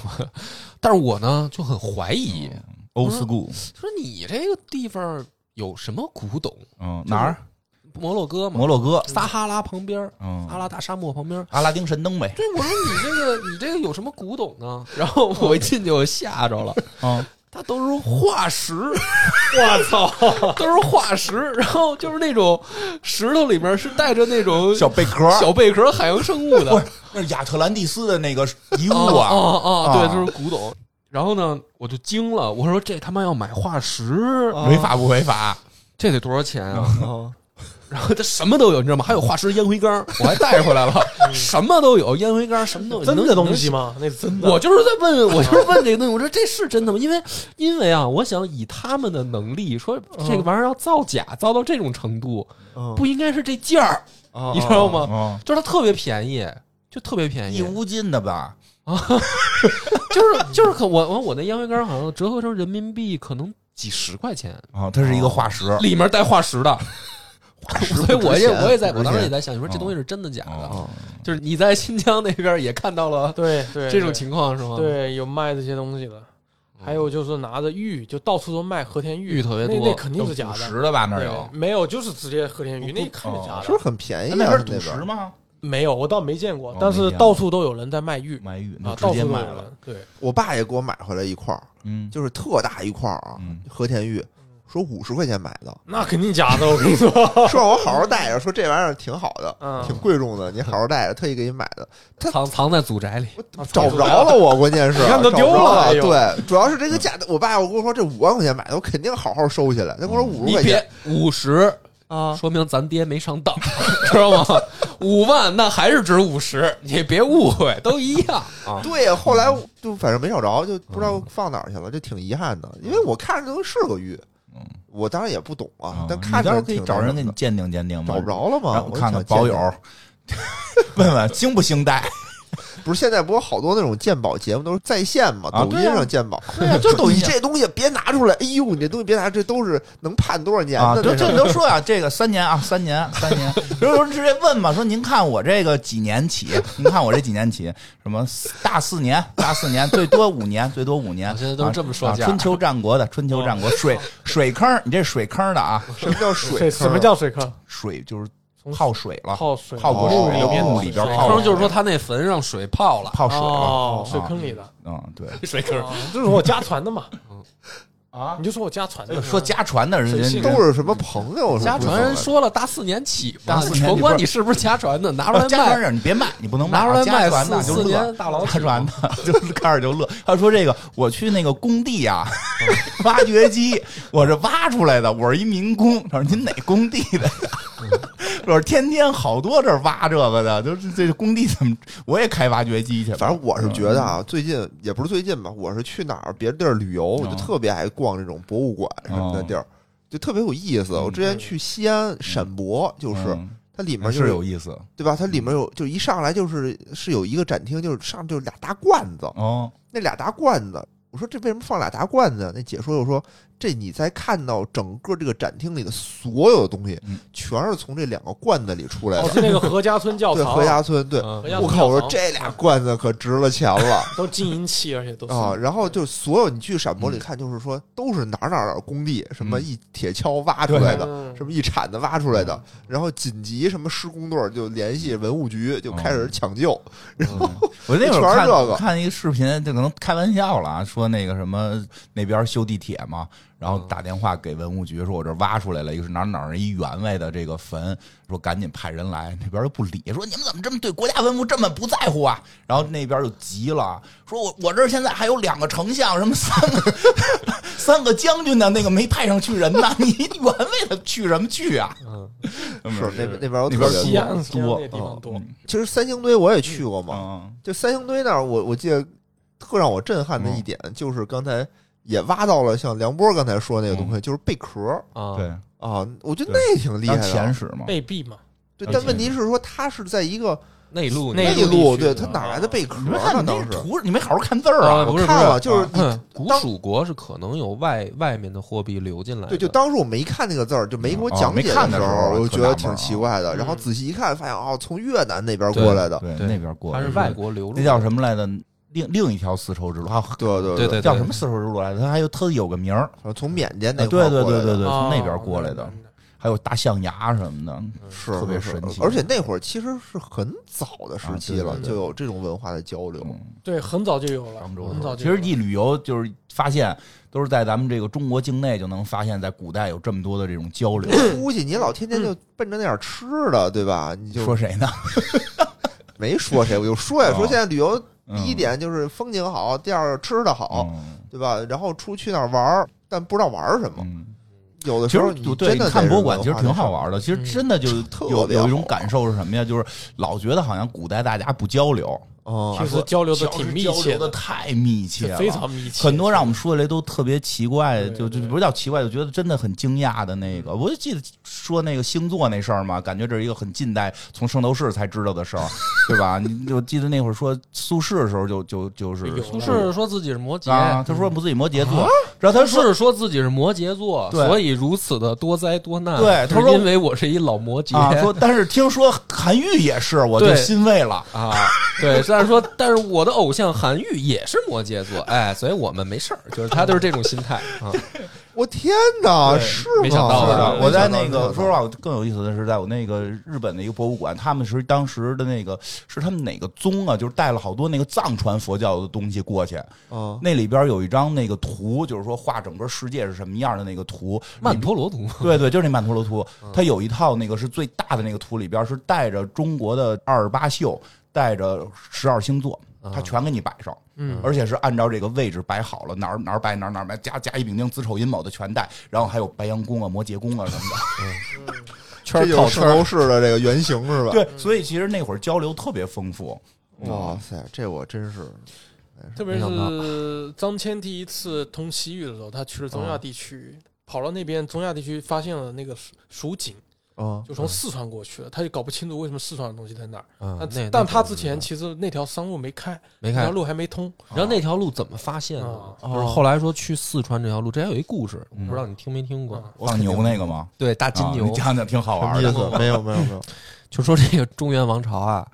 Speaker 2: 但是我呢就很怀疑，
Speaker 1: 嗯 old school，
Speaker 2: 说你这个地方有什么古董？
Speaker 1: 嗯，哪儿？
Speaker 2: 摩洛哥嘛，
Speaker 1: 摩洛哥，
Speaker 2: 撒哈拉旁边儿，
Speaker 1: 嗯，
Speaker 2: 阿拉大沙漠旁边儿。
Speaker 1: 阿拉丁神灯呗，
Speaker 2: 对，我说哎你这个你这个有什么古董呢？ 然后我一进去我吓着了，
Speaker 1: 啊，
Speaker 2: 它都是化石，
Speaker 4: 我操，
Speaker 2: 都是化石，然后就是那种石头里面是带着那种
Speaker 1: 小贝壳，
Speaker 2: 小贝壳海洋生物 的，
Speaker 1: 不是那是亚特兰蒂斯的那个遗物
Speaker 2: 哦
Speaker 1: 啊，啊
Speaker 2: 哦，对，就是古董。然后呢，我就惊了，我说这他妈要买化石，
Speaker 4: 啊
Speaker 1: 违法不违法？
Speaker 2: 这得多少钱啊？
Speaker 3: 啊，
Speaker 2: 然后它什么都有，你知道吗？还有化石烟灰缸，我还带回来了，什么都有，烟灰缸什么都有，
Speaker 4: 真
Speaker 2: 能
Speaker 4: 嗯的东西？吗？那是真的。
Speaker 2: 我就是在问，我就是问这个东西，我说这是真的吗？因为因为啊，我想以他们的能力，说
Speaker 3: 嗯
Speaker 2: 这个玩意儿要造假，造到这种程度，不应该是这价儿，
Speaker 3: 嗯
Speaker 2: 你知道吗？
Speaker 1: 啊，
Speaker 2: 就是它特别便宜，就特别便宜
Speaker 1: 一，屋进的吧？
Speaker 2: 就是就是可我我我那烟灰缸好像折合成人民币可能几十块钱，
Speaker 1: 啊，它是一个化石，
Speaker 2: 里面带化 石的。所以我也
Speaker 3: 嗯不值钱
Speaker 2: 我也在
Speaker 3: 不值
Speaker 2: 我当时也
Speaker 3: 钱嗯
Speaker 2: 在想，你说这
Speaker 1: 嗯
Speaker 2: 东西是真的假的？
Speaker 1: 啊，
Speaker 2: 就是你在新疆那边也看到了
Speaker 4: 对对
Speaker 2: 这种
Speaker 4: 对
Speaker 2: 情况是吗？，
Speaker 4: 对，有卖这些东西的，还有就是拿着玉，就到处都卖和田玉，
Speaker 2: 玉特别
Speaker 4: 那
Speaker 2: 多
Speaker 4: 那肯定是假
Speaker 1: 五
Speaker 4: 的。
Speaker 1: 十的吧？那儿
Speaker 4: 对
Speaker 1: 有，，
Speaker 4: 没有，就是直接和田玉，
Speaker 1: 不
Speaker 4: 那一看就假
Speaker 1: 哦
Speaker 3: 是不
Speaker 4: 的
Speaker 3: 是。很便宜啊？
Speaker 1: 那边
Speaker 3: 那
Speaker 1: 是赌石
Speaker 3: 边
Speaker 1: 吗？
Speaker 4: 没有，我倒没见过
Speaker 1: 哦，
Speaker 4: 但
Speaker 1: 没
Speaker 4: 是
Speaker 1: 见过
Speaker 4: 到处都有人在卖玉
Speaker 1: 卖玉，那
Speaker 4: 啊，
Speaker 1: 直
Speaker 4: 到处
Speaker 1: 接
Speaker 4: 都有
Speaker 1: 买了，
Speaker 4: 人。对，
Speaker 3: 我爸也给我买回来一块儿，
Speaker 1: 嗯，
Speaker 3: 就是特大一块儿啊
Speaker 1: 嗯，
Speaker 3: 和田玉，说五十块钱买的，
Speaker 4: 那肯定假的，我跟你说。
Speaker 3: 说让我好好带着，说这玩意儿挺好的，
Speaker 4: 嗯
Speaker 3: 挺贵重的，你好好带着，特意给你买的，
Speaker 2: 藏藏在祖宅里，
Speaker 3: 找不着了我，关键是
Speaker 4: 你看都
Speaker 3: 找不着
Speaker 4: 丢了
Speaker 3: 了，
Speaker 4: 哎呦
Speaker 3: 对，主要是这个价，我爸我跟我说这五万块钱买的，我肯定好好收起来，他跟我说
Speaker 1: 嗯
Speaker 3: 五十
Speaker 2: 你
Speaker 3: 块钱
Speaker 2: 别五十，
Speaker 3: 啊，
Speaker 2: 说明咱爹没上当， 知道吗？五万那还是值五十，你别误会，都一样啊。
Speaker 3: 对，后来
Speaker 1: 嗯
Speaker 3: 就反正没找着，就不知道放哪儿去了，就挺遗憾的，因为我看着都是个玉
Speaker 1: 嗯，
Speaker 3: 我当然也不懂啊
Speaker 1: 啊，
Speaker 3: 但
Speaker 1: 你
Speaker 3: 看
Speaker 1: 到时
Speaker 3: 着
Speaker 1: 候可以
Speaker 3: 挺
Speaker 1: 找人给
Speaker 3: 那什
Speaker 1: 你
Speaker 3: 么的
Speaker 1: 鉴定鉴定嘛，
Speaker 3: 找不着了
Speaker 1: 然
Speaker 3: 嘛，
Speaker 1: 后
Speaker 3: 我
Speaker 1: 看
Speaker 3: 想
Speaker 1: 看保
Speaker 3: 见见
Speaker 1: 友，问问兴不兴戴。
Speaker 3: 不是现在不是好多那种鉴宝节目都是在线嘛，
Speaker 1: 啊
Speaker 3: 抖音
Speaker 1: 对啊
Speaker 3: 上鉴宝。
Speaker 1: 对呀，就抖
Speaker 3: 说
Speaker 1: 音
Speaker 3: 你
Speaker 1: 上
Speaker 3: 这东西别拿出来，哎呦，你这东西别拿，这都是能判多少年
Speaker 1: 啊，
Speaker 3: 的
Speaker 1: 对，
Speaker 3: 那
Speaker 1: 这
Speaker 3: 种。
Speaker 1: 你都说呀，这个三年啊，三年，三年。有有人直接问嘛，说您看我这个几年起？您看我这几年起？什么四大四年，大四年，最多五年，最多五年。
Speaker 2: 现在都是这么说
Speaker 1: 啊啊
Speaker 2: 价
Speaker 1: 春秋战国的，春秋战国水水坑，你这水坑的啊，
Speaker 3: 什么叫水坑
Speaker 4: 水
Speaker 3: 啊？
Speaker 4: 什么叫水坑？
Speaker 1: 水就是
Speaker 4: 从
Speaker 1: 泡水了，
Speaker 4: 泡水，
Speaker 1: 泡过
Speaker 3: 水
Speaker 4: 里面的
Speaker 3: 哦
Speaker 1: 墓里边
Speaker 4: 水
Speaker 1: 泡
Speaker 2: 坑
Speaker 1: 过
Speaker 2: 就是说他那坟让水泡了，
Speaker 1: 泡水了。啊
Speaker 4: 哦，水坑里的，
Speaker 1: 嗯，对。
Speaker 2: 水坑
Speaker 4: 哦这是我家传的嘛？
Speaker 1: 啊
Speaker 4: 你，就说我家传的，
Speaker 1: 哎说家传的人
Speaker 4: 水性
Speaker 1: 人
Speaker 3: 都是什么朋友？
Speaker 2: 家传人
Speaker 3: 什么
Speaker 2: 说了，大四年起嘛，
Speaker 1: 大四年
Speaker 2: 甭管你是不是家传的，拿出
Speaker 1: 啊
Speaker 2: 来
Speaker 1: 家传
Speaker 2: 卖，
Speaker 1: 人你别卖，你不能卖
Speaker 2: 拿
Speaker 1: 啊，
Speaker 2: 出来
Speaker 1: 家
Speaker 2: 卖
Speaker 1: 传的
Speaker 2: 四
Speaker 1: 就
Speaker 2: 四
Speaker 1: 乐
Speaker 2: 年大 佬
Speaker 1: 他传的就是开始就乐。他说：“这个我去那个工地啊， 挖掘机，我是挖出来的，我是一民工。”他说：“您哪工地的呀？” 我说：“天天好多这儿挖这个的，就是这工地怎么我也开挖掘机去了。”
Speaker 3: 反正我是觉得
Speaker 1: 嗯
Speaker 3: 啊，最近也不是最近吧，我是去哪儿别的地儿旅游，
Speaker 1: 哦
Speaker 3: 我就特别爱逛这种博物馆什么的地儿，就特别有意思。
Speaker 1: 嗯
Speaker 3: 我之前去西安陕博，就是
Speaker 1: 嗯
Speaker 3: 它里面就是
Speaker 1: 有嗯意思
Speaker 3: 对吧？它里面有就一上来就是是有一个展厅，就是上就是俩大罐子，
Speaker 1: 哦，
Speaker 3: 那俩大罐子。我说这为什么放俩大罐子？那解说又说，这你在看到整个这个展厅里的所有的东西
Speaker 1: 嗯，
Speaker 3: 全是从这两个罐子里出来
Speaker 4: 哦，
Speaker 3: 的。
Speaker 4: 是那个何家村教
Speaker 1: 哦
Speaker 3: 对，
Speaker 4: 堂，
Speaker 3: 何家村，对，
Speaker 2: 嗯
Speaker 4: 何家
Speaker 3: 我
Speaker 4: 村
Speaker 3: 靠！我说
Speaker 4: 教堂
Speaker 3: 这俩罐子可值了钱了
Speaker 4: 都金银器，而且都是
Speaker 3: 啊！然后就所有你去陕博里看，就是说都是哪儿哪儿哪儿工地，什么
Speaker 1: 嗯
Speaker 3: 一铁锹挖出来的，
Speaker 4: 的
Speaker 3: 什么一铲子挖出来的，
Speaker 1: 嗯
Speaker 3: 然后紧急什么施工队儿就联系文物局，就开
Speaker 1: 哦
Speaker 3: 始抢救。
Speaker 1: 我那会儿
Speaker 3: 全是
Speaker 1: 看
Speaker 3: 这个
Speaker 1: 看一个视频，就可能开玩笑了啊，说那个什么那边修地铁嘛，然
Speaker 3: 嗯
Speaker 1: 后打电话给文物局说，我这挖出来了一个是哪儿哪儿一员外的这个坟，说赶紧派人来，那边就不理，说你们怎么这么对国家文物这么不在乎啊？然后那边就急了，说我我这儿现在还有两个丞相，什么三个 三个将军呢，那个没派上去人呢，你员外的去什么去啊？
Speaker 2: 嗯，
Speaker 3: 是那边那边有
Speaker 1: 那边
Speaker 3: 特别
Speaker 4: 西
Speaker 3: 多。
Speaker 4: 安西安
Speaker 1: 多
Speaker 4: 那地方多，
Speaker 1: 嗯
Speaker 3: 其实三星堆我也去过嘛，
Speaker 1: 嗯
Speaker 3: 就三星堆那儿，我我记得特让我震撼的一点就是刚才也挖到了，像梁波刚才说那个东西，就是贝壳儿
Speaker 2: 啊，
Speaker 1: 对，
Speaker 3: 啊，我觉
Speaker 1: 嗯
Speaker 3: 得
Speaker 1: 对
Speaker 3: 那挺厉害
Speaker 1: 当
Speaker 3: 的。啊
Speaker 1: 前史嘛，
Speaker 4: 贝币嘛，
Speaker 3: 对，
Speaker 1: 当
Speaker 3: 但
Speaker 1: 前
Speaker 3: 问题是说它是在一个
Speaker 2: 内陆
Speaker 4: 内
Speaker 3: 内
Speaker 4: 陆地
Speaker 3: 陆，
Speaker 4: 区
Speaker 3: 对
Speaker 4: 的
Speaker 3: 它哪来的贝壳
Speaker 1: 你没看
Speaker 3: 呢？
Speaker 1: 你
Speaker 3: 当
Speaker 1: 那
Speaker 3: 时
Speaker 1: 图，你没好好看字儿啊？
Speaker 2: 不是
Speaker 3: 看
Speaker 2: 不
Speaker 3: 了，
Speaker 2: 是
Speaker 3: 就是你
Speaker 2: 嗯古
Speaker 3: 当
Speaker 2: 蜀国是可能有外外面的货币流进来的，
Speaker 3: 对，就当时我没看那个字儿，就没给我
Speaker 1: 哦
Speaker 3: 讲
Speaker 1: 没
Speaker 3: 解
Speaker 1: 看的
Speaker 3: 时
Speaker 1: 时候
Speaker 3: 候，
Speaker 1: 特
Speaker 3: 我就觉
Speaker 1: 纳
Speaker 3: 得
Speaker 1: 闷
Speaker 3: 挺
Speaker 1: 儿
Speaker 3: 奇
Speaker 1: 啊
Speaker 3: 怪的。然后
Speaker 4: 嗯
Speaker 3: 仔细一看，发现哦，从越南那边过来的，
Speaker 1: 对，
Speaker 2: 对
Speaker 1: 那边过
Speaker 2: 它
Speaker 1: 来
Speaker 2: 是外，国流入，
Speaker 1: 那叫什么来着？另另一条丝绸之路，还有
Speaker 3: 对对
Speaker 2: 对对
Speaker 1: 叫什么丝绸之路来着？它还有特有个名儿，
Speaker 3: 对，从缅甸那
Speaker 1: 对
Speaker 3: 块儿
Speaker 1: 啊对
Speaker 3: 过
Speaker 1: 对
Speaker 3: 来的
Speaker 1: 对对，对，从那边
Speaker 4: 哦
Speaker 1: 过来的，
Speaker 4: 明白
Speaker 1: 还有大象牙什么的，
Speaker 3: 是
Speaker 1: 特别
Speaker 3: 是
Speaker 1: 神奇
Speaker 3: 而且那会儿其实是很早的时
Speaker 1: 啊
Speaker 3: 期
Speaker 1: 对
Speaker 3: 了，
Speaker 1: 对
Speaker 3: 就有这种文化的交流。
Speaker 1: 嗯，
Speaker 4: 对，很早就有了，
Speaker 1: 漳州
Speaker 4: 很早
Speaker 1: 的。其
Speaker 4: 就有
Speaker 1: 实
Speaker 4: 了
Speaker 1: 一旅游就是发现，都是在咱们这个中国境内就能发现，在古代有这么多的这种交流。
Speaker 3: 估计你老天天就奔着那点儿吃的，对吧？你 就
Speaker 1: 嗯说谁呢？
Speaker 3: 没说谁，我就说 呀，
Speaker 1: 哦
Speaker 3: 说现在旅游第
Speaker 1: 嗯
Speaker 3: 一点就是风景好，第二吃的好，
Speaker 1: 嗯
Speaker 3: 对吧？然后出去那儿玩儿，但不知道玩儿什么。
Speaker 1: 嗯，
Speaker 3: 有的
Speaker 1: 其
Speaker 3: 时候
Speaker 1: 实
Speaker 3: 你
Speaker 1: 对
Speaker 3: 真
Speaker 1: 你
Speaker 3: 的
Speaker 1: 看
Speaker 3: 得
Speaker 1: 博物馆
Speaker 3: 是
Speaker 1: 其实
Speaker 3: 文
Speaker 1: 挺
Speaker 3: 化的
Speaker 1: 好
Speaker 3: 事儿。
Speaker 1: 玩的，其实
Speaker 4: 嗯
Speaker 1: 真的就
Speaker 3: 特
Speaker 1: 有
Speaker 3: 别
Speaker 1: 有一
Speaker 3: 好
Speaker 1: 种感受是什么呀？就是老觉得好像古代大家不交流，
Speaker 3: 哦，
Speaker 4: 平时交流的
Speaker 1: 小时
Speaker 4: 挺密
Speaker 1: 交
Speaker 4: 切
Speaker 1: 流的，太密切了，
Speaker 4: 非常密切，
Speaker 1: 很多让我们说起来都特别奇怪，
Speaker 4: 对
Speaker 1: 就就
Speaker 4: 对嗯
Speaker 1: 不是叫奇怪，就觉得真的很惊讶的那个。我就记得说那个星座那事儿嘛，感觉这是一个很近代从圣斗士才知道的 事儿，对吧？你就记得那会儿说苏轼的时候就，就就是
Speaker 4: 有
Speaker 2: 苏轼说自己是摩羯，
Speaker 4: 嗯
Speaker 1: 啊，他说自己摩羯
Speaker 4: 啊
Speaker 1: 座，然后他
Speaker 2: 苏
Speaker 1: 说。
Speaker 2: 轼说自己是摩羯座，
Speaker 1: 对
Speaker 2: 所以如此的多灾多难。
Speaker 1: 对他说
Speaker 2: 是因为我是一老摩羯。
Speaker 1: 啊，说但是听说韩愈也是，我就
Speaker 2: 对
Speaker 1: 欣慰了。
Speaker 2: 啊，对，但是说，但是我的偶像韩愈也是摩羯座，哎，所以我们没事儿，就是他就是这种心态啊。
Speaker 3: 我天哪，
Speaker 1: 对
Speaker 3: 是
Speaker 2: 没
Speaker 3: 吗？
Speaker 2: 想到
Speaker 1: 是
Speaker 2: 吧
Speaker 1: 的，我在那
Speaker 3: 哦没想到
Speaker 1: 个说实话，我更有意思的是，在我那个日本的一个博物馆，他们是当时的那个是他们哪个宗啊，就是带了好多那个藏传佛教的东西过去，
Speaker 3: 嗯，
Speaker 1: 那里边有一张那个图，就是说画整个世界是什么样的那个图。
Speaker 2: 曼陀罗图，
Speaker 1: 对对，就是那曼陀罗图，它有一套那个是最大的那个图，里边是带着中国的二十八宿，带着十二星座，它全给你摆上。
Speaker 4: 嗯，
Speaker 1: 而且是按照这个位置摆好了，哪儿哪儿摆哪儿哪儿摆，甲甲乙丙丁子丑寅卯的全带，然后还有白羊宫啊、摩羯宫啊什么的，
Speaker 3: 这
Speaker 1: 圈
Speaker 3: 就是
Speaker 1: 套
Speaker 3: 圣
Speaker 1: 圈
Speaker 3: 斗
Speaker 1: 儿。
Speaker 3: 士的这个原型是吧？
Speaker 1: 对，所以其实那会儿交流特别丰富。嗯
Speaker 3: 哇塞，这我真是
Speaker 4: 特别
Speaker 2: 没想到
Speaker 4: 是张骞第一次通
Speaker 1: 啊
Speaker 4: 西域的时候，他去了中亚地区，跑到那边中亚地区发现了那个蜀蜀锦，
Speaker 1: 哦
Speaker 3: 啊
Speaker 4: 就
Speaker 1: 嗯
Speaker 4: 从四川过去了，他就搞不清楚为什么四川的东西在哪儿。
Speaker 2: 啊，那
Speaker 4: 但
Speaker 2: 那
Speaker 4: 但他
Speaker 2: 可
Speaker 4: 之
Speaker 2: 能
Speaker 4: 前
Speaker 2: 是
Speaker 4: 其实那条商路没开，
Speaker 2: 没
Speaker 4: 那
Speaker 2: 看
Speaker 4: 条，路还没通。
Speaker 2: 然后那条路怎么发现的
Speaker 4: 啊？
Speaker 2: 就是后来说去四川这条路，这还有一故事，我不知道你听没听过
Speaker 4: 嗯？
Speaker 1: 放牛那个吗？
Speaker 2: 对，大金
Speaker 1: 啊
Speaker 2: 牛
Speaker 1: 你讲讲挺好玩
Speaker 3: 什
Speaker 1: 的
Speaker 3: 么 意。思？没有没有没有，
Speaker 2: 就说这个中原王朝啊，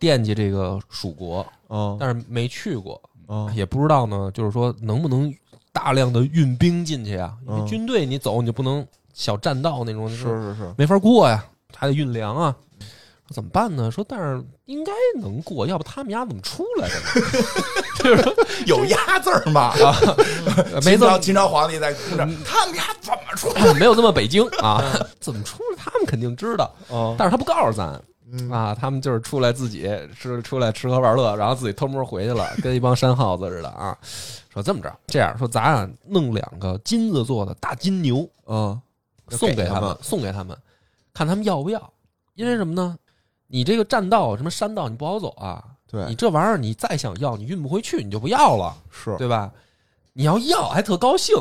Speaker 2: 惦记这个蜀国，
Speaker 1: 哦
Speaker 3: 啊
Speaker 2: 但是没去过，
Speaker 3: 啊
Speaker 2: 也不知道呢，就是说能不能大量的运兵进去啊？
Speaker 1: 哦
Speaker 2: 因
Speaker 3: 嗯
Speaker 2: 为军队你走你就不能小栈道那种，
Speaker 3: 是是是，
Speaker 2: 没法过呀，还得运粮啊。说怎么办呢？说但是应该能过，要不他们家怎么出 来的呢？
Speaker 1: 有“鸭”字儿吗？
Speaker 2: 呃
Speaker 1: 秦
Speaker 2: 没这
Speaker 1: 朝
Speaker 2: 么
Speaker 1: 秦朝皇帝在哭着，他们家怎么出？
Speaker 2: 没有这么 北京啊， 怎么出来？他们肯定知道，
Speaker 3: 啊
Speaker 2: 但是他不告诉咱
Speaker 3: 嗯
Speaker 2: 啊，他们就是出来自己吃出来吃喝玩乐，然后自己偷摸回去 了，跟一帮山耗子似的啊。说这么着，这样说咱啊弄两个金子做的大金牛，
Speaker 3: 啊
Speaker 2: 送
Speaker 3: 给
Speaker 2: 嗯给
Speaker 3: 他
Speaker 2: 他们
Speaker 3: 们，
Speaker 2: 送给他们，看他们要不要。因为什么呢？你这个栈道什么山道你不好走啊，
Speaker 3: 对
Speaker 2: 你这玩意儿你再想要，你运不回去，你就不要了，
Speaker 3: 是
Speaker 2: 对吧？你要要还特高兴，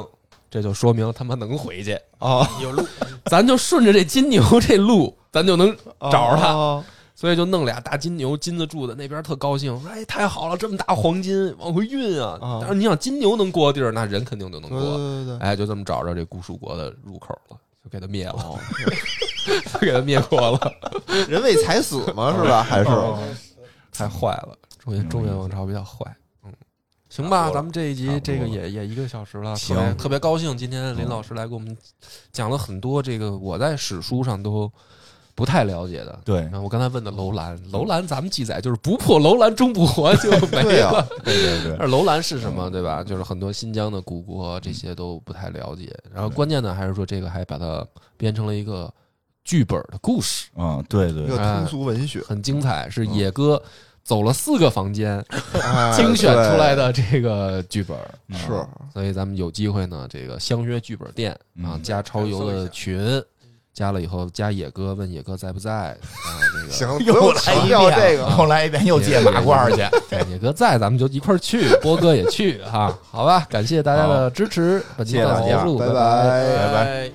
Speaker 2: 这就说明他妈能回去，
Speaker 3: 啊
Speaker 4: 有路，
Speaker 2: 咱就顺着这金牛这路， 咱就能找着他。
Speaker 3: 他
Speaker 2: 所以就弄俩大金牛，金子住的那边特高兴，说：“哎，太好了，这么大黄金往回运啊！”
Speaker 3: 啊嗯
Speaker 2: 但是你想金牛能过的地儿，那人肯定就能
Speaker 3: 对
Speaker 2: 过。
Speaker 3: 对对对，
Speaker 2: 哎，就这么找着这古蜀国的入口了，就给他灭了， 就给他灭国了，
Speaker 3: 哦人为财死嘛是吧？还是
Speaker 1: 哦
Speaker 2: 太坏了！中原中原王朝比较坏，嗯，行吧，咱们这一集这个也也一个小时了，
Speaker 1: 行
Speaker 2: 特别特别高兴，今天林老师来给我们讲了很多这个我在史书上都不太了解的。
Speaker 1: 对
Speaker 2: 你，看我刚才问的楼兰，楼兰咱们记载就是不破楼兰终不活 就没
Speaker 3: 对 啊
Speaker 2: 了。
Speaker 1: 对对对，
Speaker 2: 而楼兰是什么，对吧？就是很多新疆的古国这些都不太了解。然后关键呢，还是说这个还把它编成了一个剧本的故事，
Speaker 1: 嗯，对对
Speaker 3: 一
Speaker 1: 对
Speaker 3: 个通俗 文学
Speaker 2: 很精彩。是野哥走了四个房间
Speaker 3: 哎
Speaker 2: 精选出来
Speaker 3: 对
Speaker 2: 的这个剧本，
Speaker 1: 嗯
Speaker 3: 是啊
Speaker 2: 所以咱们有机会呢，这个相约剧本店啊
Speaker 1: 嗯，
Speaker 2: 加超游的群。加了以后，加野哥问野哥在不在啊？ 那个
Speaker 3: 行，不
Speaker 1: 又
Speaker 3: 用
Speaker 1: 来一
Speaker 3: 强
Speaker 1: 遍
Speaker 3: 调这个
Speaker 1: 啊，又来一遍，又借马褂儿去。 对，
Speaker 2: 哎野哥在，咱们就一块儿去，波哥也去哈，好吧？感谢大家的支持，本期
Speaker 1: 谢谢
Speaker 2: 到
Speaker 1: 大
Speaker 2: 此
Speaker 1: 家
Speaker 2: 结束，
Speaker 3: 拜
Speaker 2: 拜。
Speaker 3: 拜
Speaker 1: 拜拜
Speaker 4: 哎